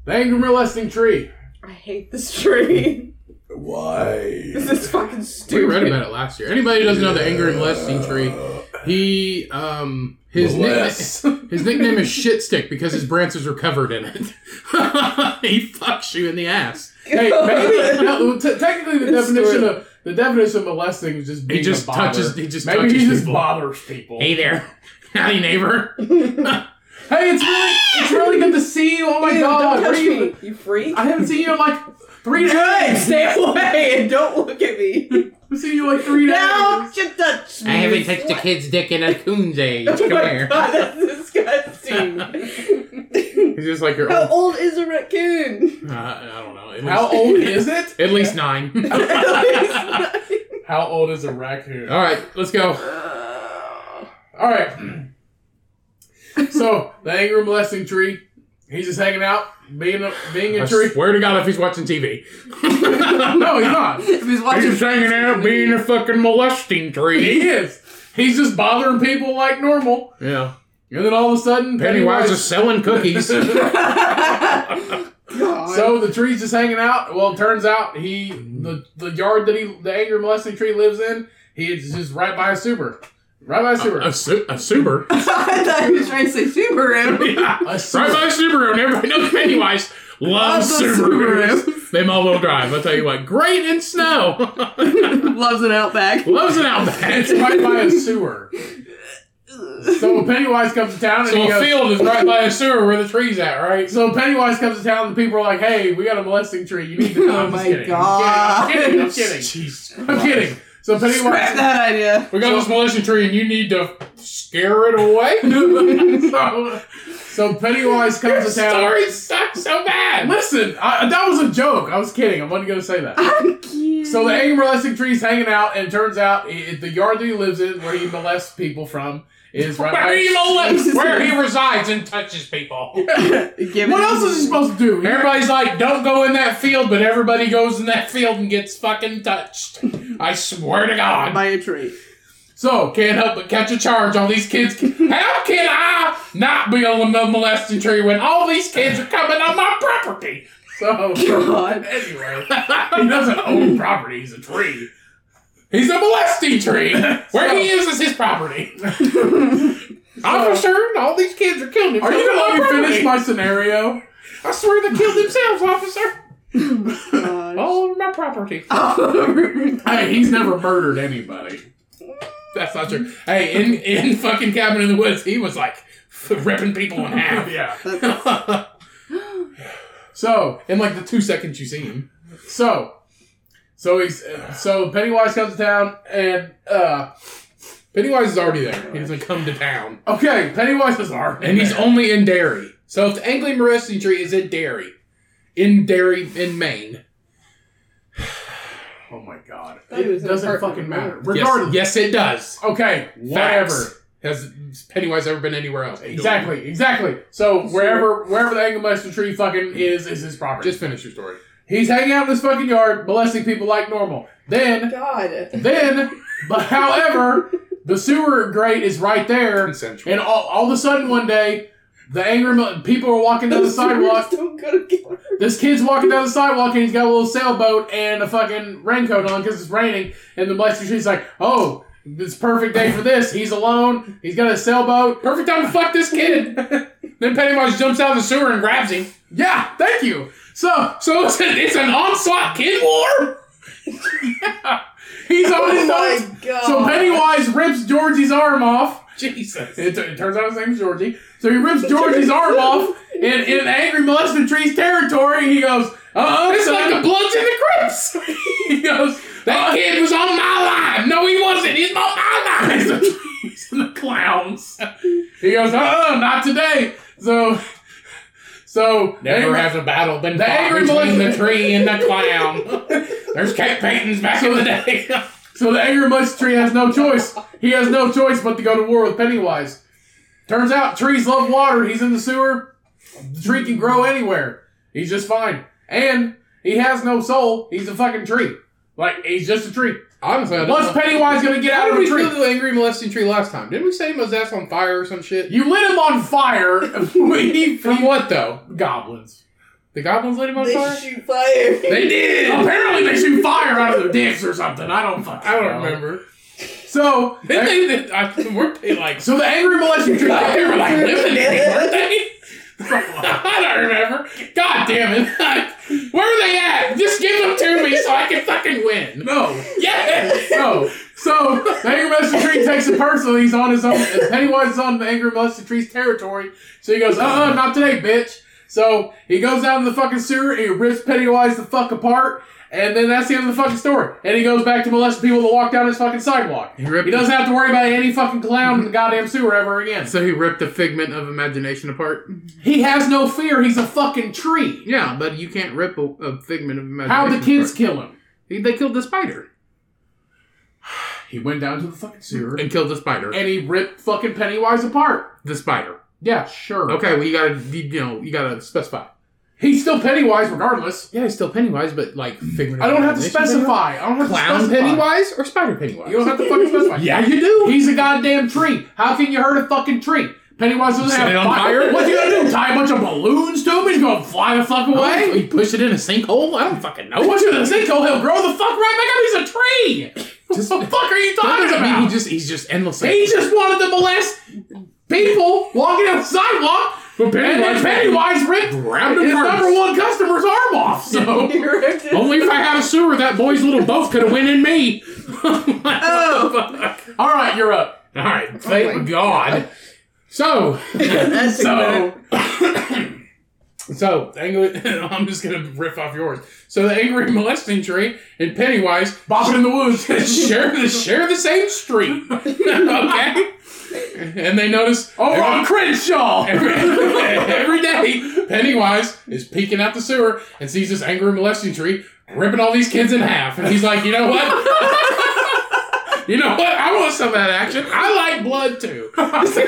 Speaker 1: angry molesting tree.
Speaker 2: I hate this tree.
Speaker 5: Why?
Speaker 2: This is fucking
Speaker 3: We
Speaker 2: stupid.
Speaker 3: read about it last year. Anybody who doesn't know the angry molesting tree, he, um, his nickname.
Speaker 1: (laughs)
Speaker 5: Molest.
Speaker 3: His nickname is Shit Stick because his branches are covered in it. (laughs) he fucks you in the ass.
Speaker 2: (laughs)
Speaker 1: Hey, maybe no, t- technically the
Speaker 2: It's
Speaker 1: definition
Speaker 2: true.
Speaker 1: of the definition of molesting is just being
Speaker 3: He just
Speaker 1: a bother.
Speaker 3: touches. He just
Speaker 1: Maybe
Speaker 3: touches
Speaker 1: he just
Speaker 3: people.
Speaker 1: bothers people.
Speaker 3: hey there, howdy neighbor.
Speaker 1: Hey, it's really it's really good to see you. Oh my
Speaker 2: Ew,
Speaker 1: god,
Speaker 2: don't
Speaker 1: where
Speaker 2: touch
Speaker 1: you
Speaker 2: me, you freak.
Speaker 1: I haven't seen you in like three
Speaker 2: Good,
Speaker 1: days.
Speaker 2: stay away and don't look
Speaker 1: (laughs)
Speaker 2: at me.
Speaker 1: I've seen you in, like three days.
Speaker 2: No, just touch me.
Speaker 3: I haven't touched a kid's dick in a coon's age.
Speaker 2: Oh
Speaker 3: Come
Speaker 2: my
Speaker 3: here.
Speaker 2: god, that's disgusting.
Speaker 3: (laughs) He's just like your
Speaker 2: How
Speaker 3: old.
Speaker 2: old is a raccoon? (laughs)
Speaker 3: Uh, I don't know. At least,
Speaker 1: How
Speaker 3: (laughs)
Speaker 1: old is it?
Speaker 3: At least nine. (laughs)
Speaker 1: How old is a raccoon?
Speaker 3: All right, let's go.
Speaker 1: All right. (clears throat) so the angry molesting tree. He's just hanging out, being a being
Speaker 3: I
Speaker 1: a
Speaker 3: (laughs)
Speaker 1: tree.
Speaker 3: swear to God, if he's watching TV, (laughs)
Speaker 1: No, he's not.
Speaker 2: if he's watching,
Speaker 3: he's hanging out being a fucking molesting
Speaker 1: He
Speaker 3: tree.
Speaker 1: is. He's just bothering people like normal.
Speaker 3: Yeah,
Speaker 1: And then all of a sudden,
Speaker 3: Pennywise is selling cookies.
Speaker 2: (laughs) God.
Speaker 1: So the tree's just hanging out. Well, it turns out he the the yard that he the angry molesting tree lives in. He is just right by a super, right by a super.
Speaker 3: A, su- a Suber.
Speaker 2: I thought he was trying to say
Speaker 1: A
Speaker 2: Subaru.
Speaker 3: Right
Speaker 1: super.
Speaker 3: by Subaru, and everybody knows Pennywise loves
Speaker 2: Loves the
Speaker 3: Subarus. They all-wheel drive. I'll tell you what, great in snow. (laughs)
Speaker 2: Loves an Outback.
Speaker 3: loves an Outback.
Speaker 1: It's right by a sewer. So when Pennywise comes to town and he
Speaker 3: (laughs) So a
Speaker 1: goes,
Speaker 3: field is right by a sewer where the tree's at, right?
Speaker 1: So Pennywise comes to town and the people are like, "Hey, we got a molesting tree. You need to."
Speaker 2: Oh
Speaker 1: I'm
Speaker 3: (laughs)
Speaker 1: just
Speaker 2: my
Speaker 1: kidding.
Speaker 2: God.
Speaker 1: I'm kidding. I'm kidding.
Speaker 3: Jesus
Speaker 1: I'm kidding. I'm kidding. So
Speaker 2: Scrap
Speaker 1: Pennywise.
Speaker 2: that idea.
Speaker 3: We got this militia tree, and you need to scare it away.
Speaker 1: so, (laughs) so Pennywise
Speaker 3: Your
Speaker 1: comes to town.
Speaker 3: story sucks so bad.
Speaker 1: Listen, I, that was a joke. I was kidding. I wasn't going to say that.
Speaker 2: I'm cute.
Speaker 1: So the angry molesting tree's hanging out, and it turns out i i- the yard that he lives in, where he molests people from, is right
Speaker 3: Where he,
Speaker 1: by.
Speaker 3: mole-
Speaker 1: (laughs)
Speaker 3: where he resides and touches people.
Speaker 2: (laughs) Give
Speaker 1: What
Speaker 2: it-
Speaker 1: else is he (laughs) supposed to do?
Speaker 3: Everybody's like, don't go in that field, but everybody goes in that field and gets fucking touched. I swear to God.
Speaker 2: By a tree.
Speaker 1: So
Speaker 3: Can't help but catch a charge on these kids. How can I not be on the molesting tree when all these kids are coming on my property?
Speaker 1: So (laughs)
Speaker 2: God.
Speaker 3: (laughs)
Speaker 1: anyway,
Speaker 3: he doesn't own property, he's a tree. He's a
Speaker 1: (laughs)
Speaker 3: molesting tree. Where he is is his property. I'm concerned all these kids are killing
Speaker 1: are
Speaker 3: themselves.
Speaker 1: you
Speaker 3: on
Speaker 1: gonna let
Speaker 3: my
Speaker 1: me finish
Speaker 3: property.
Speaker 1: my scenario?
Speaker 3: I swear they killed themselves, officer.
Speaker 2: God.
Speaker 1: Oh.
Speaker 2: (laughs)
Speaker 3: All over my property.
Speaker 1: Hey, he's never murdered anybody.
Speaker 3: That's not true. Hey, in, in fucking Cabin in the Woods, he was like ripping people in
Speaker 1: (laughs)
Speaker 3: half.
Speaker 1: Yeah.
Speaker 2: That's-
Speaker 1: So
Speaker 3: in like the two seconds you see him.
Speaker 1: so so he's so Pennywise comes to town, and uh
Speaker 3: Pennywise is already there. (laughs) He doesn't come to town.
Speaker 1: okay, Pennywise is our
Speaker 3: And he's only in Derry. So if the Angling Molesting Tree is in Derry, in Derry, in Maine.
Speaker 1: oh my god,
Speaker 2: That
Speaker 1: it
Speaker 2: was an
Speaker 1: doesn't
Speaker 3: Oh
Speaker 1: fucking
Speaker 2: apartment,
Speaker 1: matter.
Speaker 3: Yes,
Speaker 1: Regardless,
Speaker 3: yes, it does.
Speaker 1: okay, whatever.
Speaker 3: Facts. Has Pennywise ever been anywhere else?
Speaker 1: Exactly, exactly. So wherever wherever the Anglemuster tree fucking is is his property.
Speaker 3: Just finish your story.
Speaker 1: He's hanging out in his fucking yard, molesting people like normal. Then,
Speaker 2: God.
Speaker 1: then, but however, the sewer grate is right there,
Speaker 3: Consensual.
Speaker 1: (laughs) and all, all of a sudden one day, the angry mo- people are walking down the sidewalk.
Speaker 2: Don't go together.
Speaker 1: This kid's walking down the sidewalk and he's got a little sailboat and a fucking raincoat on because it's raining. And the molesting tree's like, oh, it's perfect day for this. He's alone. He's got a sailboat.
Speaker 3: Perfect time to fuck this kid. then Pennywise jumps out of the sewer and grabs him.
Speaker 1: Yeah, thank you. So
Speaker 3: So it's an, it's an onslaught kid
Speaker 1: (laughs)
Speaker 3: war.
Speaker 1: he's on
Speaker 2: Oh
Speaker 1: his own.
Speaker 2: my God.
Speaker 1: So Pennywise rips Georgie's arm off.
Speaker 3: Jesus.
Speaker 1: It, it turns out his name's Georgie. So he rips
Speaker 3: (laughs)
Speaker 1: Georgie's arm off in, in angry molested tree's territory. He goes, uh-uh,
Speaker 3: It's
Speaker 1: son."
Speaker 3: like the Bloods and the Crips.
Speaker 1: (laughs) he goes,
Speaker 3: That
Speaker 1: "Uh-uh."
Speaker 3: kid was on my line. No, he wasn't. He's on
Speaker 1: (laughs) He's
Speaker 3: my line.
Speaker 1: the trees and the clowns. He goes, uh-uh, not today. So, so
Speaker 3: Never
Speaker 1: angry-
Speaker 3: has a battle been
Speaker 1: The
Speaker 3: fought
Speaker 1: angry
Speaker 3: between
Speaker 1: boy-
Speaker 3: the tree and
Speaker 1: (laughs)
Speaker 3: the clown. There's cat paintings back in the day.
Speaker 1: So the angry mush tree has no choice. He has no choice but to go to war with Pennywise. Turns out trees love water. He's in the sewer. The tree can grow anywhere. He's just fine. And he has no soul. He's a fucking tree. Like he's just a tree.
Speaker 3: Honestly, I don't
Speaker 1: What's
Speaker 3: know.
Speaker 1: Pennywise gonna get
Speaker 3: How
Speaker 1: out
Speaker 3: did
Speaker 1: of
Speaker 3: we
Speaker 1: the tree?
Speaker 3: do the angry molesting tree last time? Didn't we say his ass on fire or some shit?
Speaker 1: You lit him on fire. (laughs) We-
Speaker 3: From what though?
Speaker 1: goblins.
Speaker 3: The goblins lit him on
Speaker 2: They
Speaker 3: fire.
Speaker 2: shoot fire.
Speaker 3: They did.
Speaker 1: Apparently they shoot fire out of their dicks or something. I don't fucking.
Speaker 3: I don't
Speaker 1: know.
Speaker 3: remember.
Speaker 1: So
Speaker 3: Didn't they, they, I, weren't they like?
Speaker 1: so the angry molesting tree.
Speaker 3: They
Speaker 1: (laughs)
Speaker 3: were like living in it, weren't they? (laughs)
Speaker 1: Where
Speaker 3: I don't remember. God damn it! (laughs) Where are they at? Just give them to me so I can fucking win.
Speaker 1: No.
Speaker 3: Yeah.
Speaker 1: No. So the angry molested
Speaker 3: (laughs)
Speaker 1: tree takes it personally. He's on his own. Pennywise is on the angry molested tree's territory. So he goes, uh, uh not today, bitch. So he goes down in the fucking sewer. He rips Pennywise the fuck apart. And then that's the end of the fucking story. And he goes back to molesting people that walk down his fucking sidewalk.
Speaker 3: He
Speaker 1: (laughs)
Speaker 3: ripped.
Speaker 1: He doesn't have to worry about any fucking clown in the goddamn sewer ever again.
Speaker 3: So he ripped the figment of imagination apart.
Speaker 1: He has no fear. He's a fucking tree.
Speaker 3: Yeah, but you can't rip a, a figment of imagination.
Speaker 1: How the kids kill him?
Speaker 3: Apart. They killed the spider
Speaker 1: He went down to the fucking sewer
Speaker 3: and killed the spider.
Speaker 1: and he ripped fucking Pennywise apart.
Speaker 3: the spider.
Speaker 1: Yeah, sure.
Speaker 3: Okay, well you gotta you, you know you gotta specify.
Speaker 1: He's still Pennywise regardless.
Speaker 3: Yeah, he's still Pennywise, but like figment.
Speaker 1: I don't have to specify. I don't have
Speaker 3: Clown
Speaker 1: to specify.
Speaker 3: Pennywise or Spider Pennywise?
Speaker 1: You don't have to fucking specify.
Speaker 3: (laughs) yeah, you do.
Speaker 1: He's a goddamn tree. How can you hurt a fucking tree? Pennywise doesn't
Speaker 3: Set
Speaker 1: have
Speaker 3: it on fire?
Speaker 1: What you gonna do? Tie a bunch of balloons to him? He's gonna fly the fuck
Speaker 3: What?
Speaker 1: away?
Speaker 3: He pushed it in a sinkhole? I don't fucking know.
Speaker 1: I want you to think oh, he'll grow the fuck right back up. He's a tree.
Speaker 3: Just-
Speaker 1: what the fuck are you
Speaker 3: That
Speaker 1: talking
Speaker 3: doesn't
Speaker 1: about?
Speaker 3: mean he just he's just endlessly.
Speaker 1: He just wanted to molest people walking down the sidewalk.
Speaker 3: But
Speaker 1: And then
Speaker 3: Pennywise-
Speaker 1: Pennywise ripped
Speaker 3: Grabbed him
Speaker 1: his
Speaker 3: first.
Speaker 1: number one customer's arm off. So.
Speaker 2: He ripped
Speaker 3: (laughs)
Speaker 2: it.
Speaker 3: Only if I had a sewer, that boy's little boat could have went in me. (laughs)
Speaker 2: Oh.
Speaker 1: All right, you're up.
Speaker 3: All
Speaker 1: Oh
Speaker 3: right, thank God.
Speaker 1: (laughs)
Speaker 3: So, (laughs)
Speaker 2: That's
Speaker 1: So-
Speaker 2: so.
Speaker 3: so angry, (laughs) I'm just gonna riff off yours. So the angry molesting tree and Pennywise
Speaker 1: Bopping in the woods. (laughs)
Speaker 3: share the share the same street, (laughs) okay? And they notice
Speaker 1: Oh,
Speaker 3: every-
Speaker 1: Ron Crenshaw!
Speaker 3: (laughs) Every, every day, Pennywise is peeking out the sewer and sees this angry molesting tree ripping all these kids in half. And he's like, you know (laughs) what? you know what? I want some of that action. I like blood too. (laughs)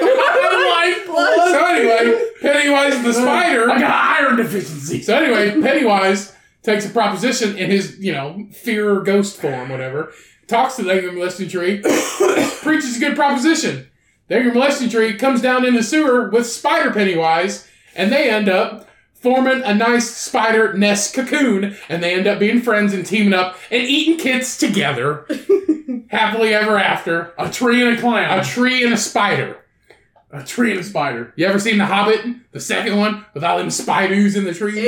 Speaker 3: I
Speaker 1: (laughs)
Speaker 3: like blood. So anyway, Pennywise the spider.
Speaker 1: I got iron deficiency.
Speaker 3: So anyway, Pennywise takes a proposition in his, you know, fear ghost form, whatever. Talks to the angry molesting tree, (coughs) preaches a good proposition. The angry molesting tree comes down in the sewer with Spider Pennywise, and they end up forming a nice spider nest cocoon, and they end up being friends and teaming up and eating kids together,
Speaker 2: (laughs)
Speaker 3: happily ever after.
Speaker 1: A tree and a clown.
Speaker 3: A tree and a spider.
Speaker 1: A, tree and a spider.
Speaker 3: You ever seen The Hobbit, the second one, with all them spiders in the trees?
Speaker 2: Ew.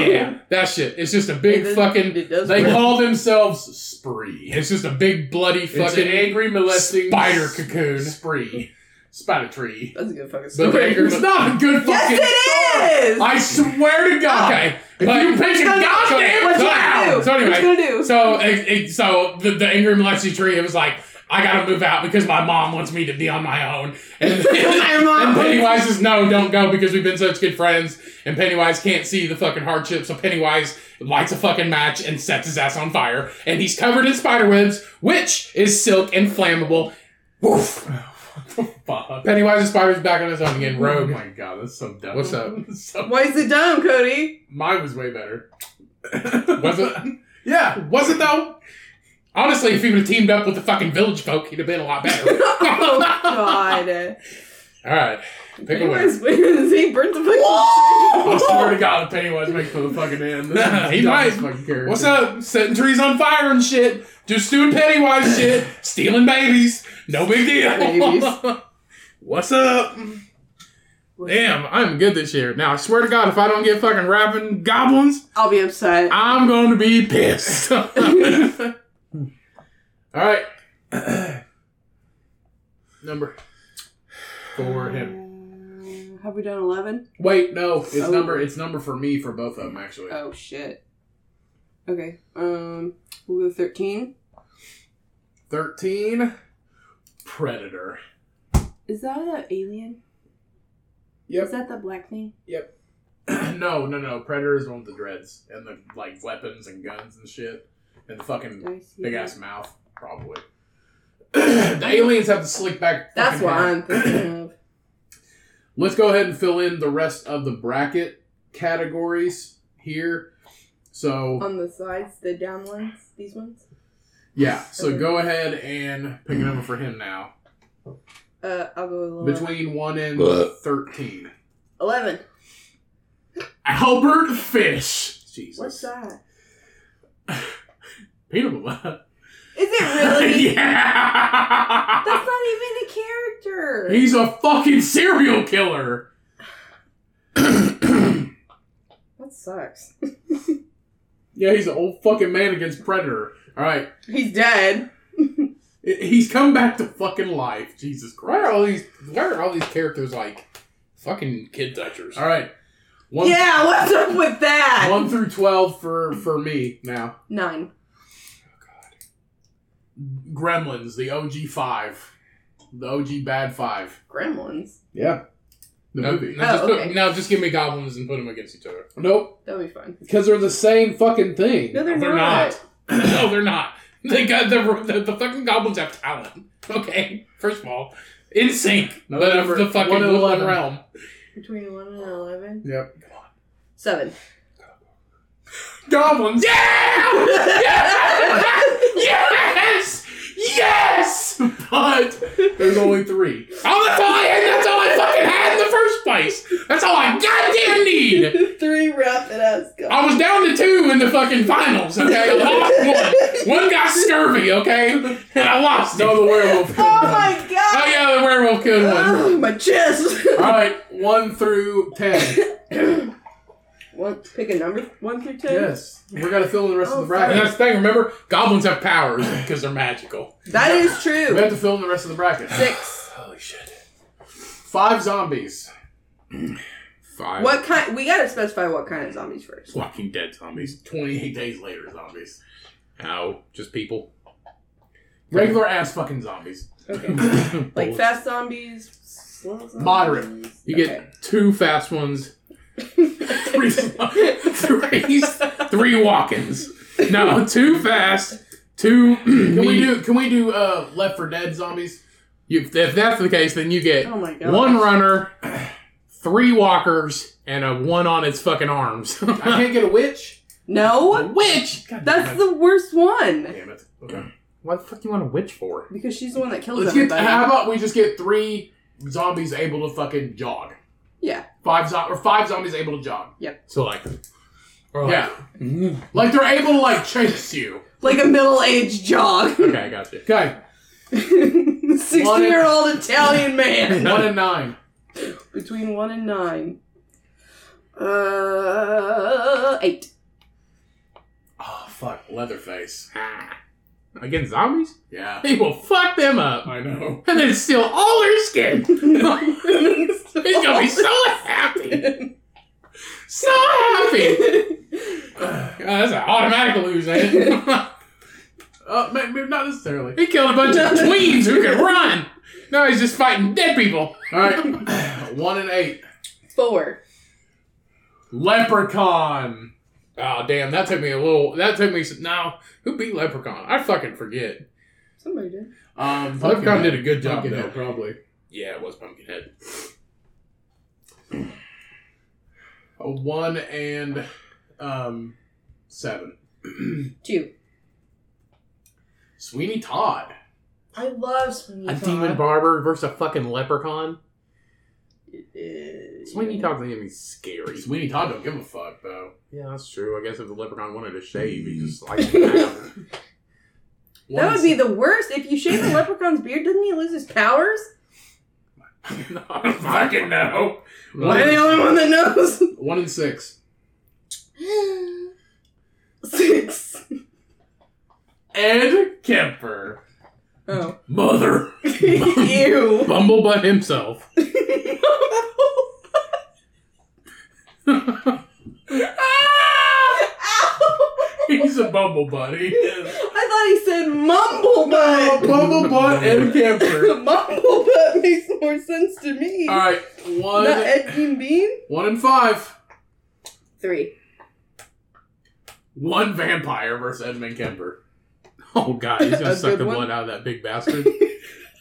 Speaker 3: Yeah, that shit. It's just a big
Speaker 2: It-
Speaker 3: fucking.
Speaker 2: It does
Speaker 1: They
Speaker 3: (laughs)
Speaker 2: rip.
Speaker 1: call themselves spree.
Speaker 3: It's just a big bloody
Speaker 1: It's an
Speaker 3: fucking
Speaker 1: angry molesting
Speaker 3: spider
Speaker 1: s-
Speaker 3: cocoon.
Speaker 1: spree. Spider tree.
Speaker 2: That's a good fucking
Speaker 3: But
Speaker 2: story.
Speaker 3: they- angry-
Speaker 1: It's not a good fucking.
Speaker 2: Yes, it is.
Speaker 1: I swear to God.
Speaker 3: Okay,
Speaker 1: Ah. If
Speaker 3: but-
Speaker 1: you pick a
Speaker 2: What you gonna
Speaker 3: do?
Speaker 1: goddamn
Speaker 3: What you
Speaker 1: clown.
Speaker 3: so anyway,
Speaker 2: what you gonna do?
Speaker 3: so it, it, so the, the angry molesting tree. It was like I gotta move out because my mom wants me to be on my own. (laughs) And,
Speaker 2: (laughs) My mom.
Speaker 3: and Pennywise is no, don't go because we've been such good friends. And Pennywise can't see the fucking hardship, so Pennywise lights a fucking match and sets his ass on (laughs) fire. And he's covered in spider webs, which is silk and flammable. Woof.
Speaker 4: Fuck.
Speaker 3: Pennywise the Spider's back on his own again.
Speaker 1: Oh
Speaker 3: Rogue.
Speaker 1: my god, that's so dumb.
Speaker 3: What's up?
Speaker 1: (laughs) so,
Speaker 2: Why is it dumb,
Speaker 3: (laughs)
Speaker 2: Cody? (laughs)
Speaker 1: mine was way better.
Speaker 3: Was it?
Speaker 1: (laughs) Yeah.
Speaker 3: Was it though? Honestly, if he would have teamed up with the fucking village folk, he'd have been a
Speaker 1: (laughs)
Speaker 3: lot better.
Speaker 2: oh God!
Speaker 3: All right, pick a winner.
Speaker 2: Pennywise wins. He burns the
Speaker 1: I swear
Speaker 2: fucking.
Speaker 1: to God, Pennywise makes for the fucking end. This is
Speaker 3: (laughs) He
Speaker 1: the dumbest
Speaker 3: might.
Speaker 1: Fucking character.
Speaker 3: What's up? Setting trees on fire and shit. Just doing Pennywise shit. Stealing babies. No big deal.
Speaker 2: Babies.
Speaker 3: (laughs) What's up? Damn, I'm good this year. Now I swear to God, if I don't get fucking rapping goblins,
Speaker 2: I'll be upset.
Speaker 3: I'm going to
Speaker 1: (laughs)
Speaker 3: be pissed. All right,
Speaker 1: (clears throat) number for him?
Speaker 2: Uh, have we done eleven?
Speaker 1: Wait, no, it's
Speaker 2: Oh.
Speaker 1: number. It's number for me for both of them actually.
Speaker 2: Oh shit. Okay. Um, we'll go thirteen.
Speaker 1: Thirteen. Predator. (clears throat)
Speaker 2: Is that an alien?
Speaker 1: Yep.
Speaker 2: Is that the black thing?
Speaker 1: no, no, no. Predator is the one with the dreads and the like weapons and guns and shit and the fucking
Speaker 2: Did I see
Speaker 1: big
Speaker 2: that?
Speaker 1: ass mouth probably. (clears throat) the aliens have the slick back.
Speaker 2: That's
Speaker 1: fucking
Speaker 2: what
Speaker 1: hair.
Speaker 2: I'm thinking
Speaker 1: (clears throat)
Speaker 2: of.
Speaker 1: Let's go ahead and fill in the rest of the bracket categories here. So
Speaker 2: On the sides, the down ones, these ones.
Speaker 1: yeah, so go ahead and pick a number for him now.
Speaker 2: Uh, I'll go with eleven.
Speaker 1: Between one and
Speaker 3: Ugh.
Speaker 1: thirteen.
Speaker 2: eleven.
Speaker 1: Albert Fish. Jesus.
Speaker 2: What's that?
Speaker 1: Peanut (laughs) butter.
Speaker 2: Is
Speaker 1: (laughs)
Speaker 2: it really?
Speaker 1: yeah.
Speaker 2: That's not even a character.
Speaker 1: He's a fucking serial killer.
Speaker 2: that sucks.
Speaker 1: Yeah, he's an old fucking man against predator. All right,
Speaker 2: He's dead.
Speaker 1: I- he's come back to fucking life. Jesus
Speaker 3: why are
Speaker 1: Christ.
Speaker 3: all these why are all these characters like fucking kid touchers?
Speaker 1: All right, one,
Speaker 2: yeah, what's up with that?
Speaker 1: one through twelve for for me now.
Speaker 2: Nine.
Speaker 1: Gremlins, the OG five, the OG bad five.
Speaker 2: Gremlins.
Speaker 1: Yeah, the
Speaker 3: No,
Speaker 1: movie.
Speaker 3: no, just
Speaker 2: Oh,
Speaker 3: put-
Speaker 2: okay.
Speaker 3: no, just give me goblins and put them against each other.
Speaker 1: Nope,
Speaker 2: That'll be fun.
Speaker 1: because they're the same fucking thing.
Speaker 2: No, they're,
Speaker 3: They're
Speaker 2: not.
Speaker 3: (clears throat) no, they're not. They got the, the the fucking goblins have talent. (laughs) Okay, first of all, in sync.
Speaker 1: No,
Speaker 3: But
Speaker 1: number-
Speaker 3: the fucking
Speaker 1: one and
Speaker 3: Woodland
Speaker 1: eleven.
Speaker 3: realm.
Speaker 2: Between 11 and 11?
Speaker 1: Yep.
Speaker 2: Seven.
Speaker 3: Goblins. Yeah! yes! Yes! Yes!
Speaker 1: But there's only three.
Speaker 3: Oh, that's all I had. That's all I fucking had in the first place. That's all I goddamn need.
Speaker 2: Three rapid ass
Speaker 3: I was down to two in the fucking
Speaker 1: (laughs)
Speaker 3: finals. Okay, I lost one. One got scurvy. Okay, and I lost.
Speaker 1: No,
Speaker 3: No,
Speaker 1: the werewolf.
Speaker 2: Oh my
Speaker 3: oh
Speaker 2: god!
Speaker 3: yeah, the werewolf killed one.
Speaker 2: Oh, my chest! (laughs)
Speaker 1: All right, one through ten.
Speaker 2: One, pick a number. One through ten?
Speaker 1: Yes, we're gonna fill in the rest of
Speaker 2: Oh,
Speaker 1: the
Speaker 3: And
Speaker 1: bracket.
Speaker 3: that's the thing. Remember, goblins have powers because they're magical.
Speaker 2: That is
Speaker 1: We
Speaker 2: true.
Speaker 1: have to fill in the rest of the bracket.
Speaker 2: Six.
Speaker 3: Holy shit!
Speaker 1: Five zombies.
Speaker 3: Five.
Speaker 2: What kind? We gotta specify what kind of zombies first.
Speaker 3: Walking Dead zombies.
Speaker 1: Twenty-eight days later, zombies.
Speaker 3: No, just people.
Speaker 1: Regular ass fucking zombies.
Speaker 2: Okay. (laughs) Like
Speaker 3: like
Speaker 2: fast zombies, slow zombies.
Speaker 1: Moderate.
Speaker 3: Oh. You get two
Speaker 1: (laughs)
Speaker 3: fast ones,
Speaker 2: (laughs)
Speaker 1: Three
Speaker 2: Oh
Speaker 1: zombies.
Speaker 3: three, (laughs) three walk-ins.
Speaker 1: (laughs)
Speaker 3: No, two fast, (clears throat) two.
Speaker 1: Can we do? Can we do uh, Left for Dead zombies?
Speaker 3: You, if that's the case, then you get
Speaker 2: Oh my god.
Speaker 3: one runner, three walkers, and a one on its fucking arms. (laughs)
Speaker 1: I can't get a witch.
Speaker 3: Oh.
Speaker 2: No,
Speaker 3: witch.
Speaker 1: God
Speaker 2: that's
Speaker 1: damn
Speaker 2: the worst one.
Speaker 1: it. Damn it. Okay.
Speaker 3: What the fuck do you want a witch for?
Speaker 2: Because she's the one that kills
Speaker 1: Let's get.
Speaker 2: everybody.
Speaker 1: How about we just get three zombies able to fucking jog?
Speaker 2: yeah.
Speaker 1: Five zo- or five zombies able to jog.
Speaker 3: So like, or like-
Speaker 1: Yeah, like they're able to like chase you.
Speaker 2: Like a middle aged jog.
Speaker 3: Okay, I got you.
Speaker 1: Okay,
Speaker 2: 60 year old
Speaker 1: (laughs)
Speaker 2: Italian man.
Speaker 1: one and
Speaker 3: (laughs)
Speaker 1: nine.
Speaker 2: Between one and nine. Uh, eight.
Speaker 1: Oh fuck, Leatherface.
Speaker 3: Ah. Against zombies,
Speaker 1: Yeah,
Speaker 3: he will fuck them up,
Speaker 1: I
Speaker 3: (sighs)
Speaker 1: know.
Speaker 3: (laughs) and then steal all their skin. He's gonna be
Speaker 2: (laughs)
Speaker 3: so happy, so happy. Oh, that's an automatic lose, ain't it?
Speaker 1: Uh, ma- maybe not necessarily.
Speaker 3: (laughs) he killed a bunch of tweens who could run. Now he's just fighting dead people.
Speaker 1: All
Speaker 3: (laughs)
Speaker 1: right, Um, one and eight.
Speaker 2: Four.
Speaker 1: Leprechaun.
Speaker 3: Oh damn, that took me a little. That took me. Some, no, who beat Leprechaun? I fucking forget.
Speaker 2: Somebody did.
Speaker 1: Um,
Speaker 3: Leprechaun
Speaker 1: fucking-
Speaker 3: did a good job
Speaker 1: fucking
Speaker 3: though.
Speaker 1: hell, probably.
Speaker 3: Yeah, it was Pumpkinhead.
Speaker 1: A one and um, seven.
Speaker 2: Two.
Speaker 1: Sweeney Todd.
Speaker 5: I love Sweeney
Speaker 3: A
Speaker 5: Todd.
Speaker 3: demon barber versus a fucking leprechaun.
Speaker 2: Uh,
Speaker 3: Sweeney Todd's gonna be scary.
Speaker 1: Sweeney Todd don't give a fuck though.
Speaker 3: Yeah, that's true. I guess if the leprechaun wanted to shave, he just like that.
Speaker 2: That would be the worst. If you shave the leprechaun's beard, doesn't he lose his powers?
Speaker 3: No, (laughs) I don't fucking know.
Speaker 1: One
Speaker 2: I'm the
Speaker 1: and,
Speaker 2: only one that knows.
Speaker 1: one and six.
Speaker 2: (laughs) Six. (laughs)
Speaker 3: Ed Kemper,
Speaker 2: Oh.
Speaker 1: (laughs)
Speaker 3: mother,
Speaker 2: Ew.
Speaker 3: Bumblebutt himself. He's a bumblebutt.
Speaker 2: (laughs)
Speaker 3: He is.
Speaker 2: I thought he said mumble butt.
Speaker 1: Bumblebutt and
Speaker 2: (laughs)
Speaker 1: Kemper.
Speaker 2: mumble butt makes more sense to me.
Speaker 1: All right,
Speaker 2: Not
Speaker 1: one,
Speaker 2: Ed Gein Bean?
Speaker 1: one and five.
Speaker 2: Three.
Speaker 1: One vampire versus Edmund Kemper.
Speaker 3: Oh god, he's gonna
Speaker 2: A
Speaker 3: suck
Speaker 2: good
Speaker 3: the
Speaker 2: one.
Speaker 3: blood out of that
Speaker 1: (laughs)
Speaker 3: big bastard.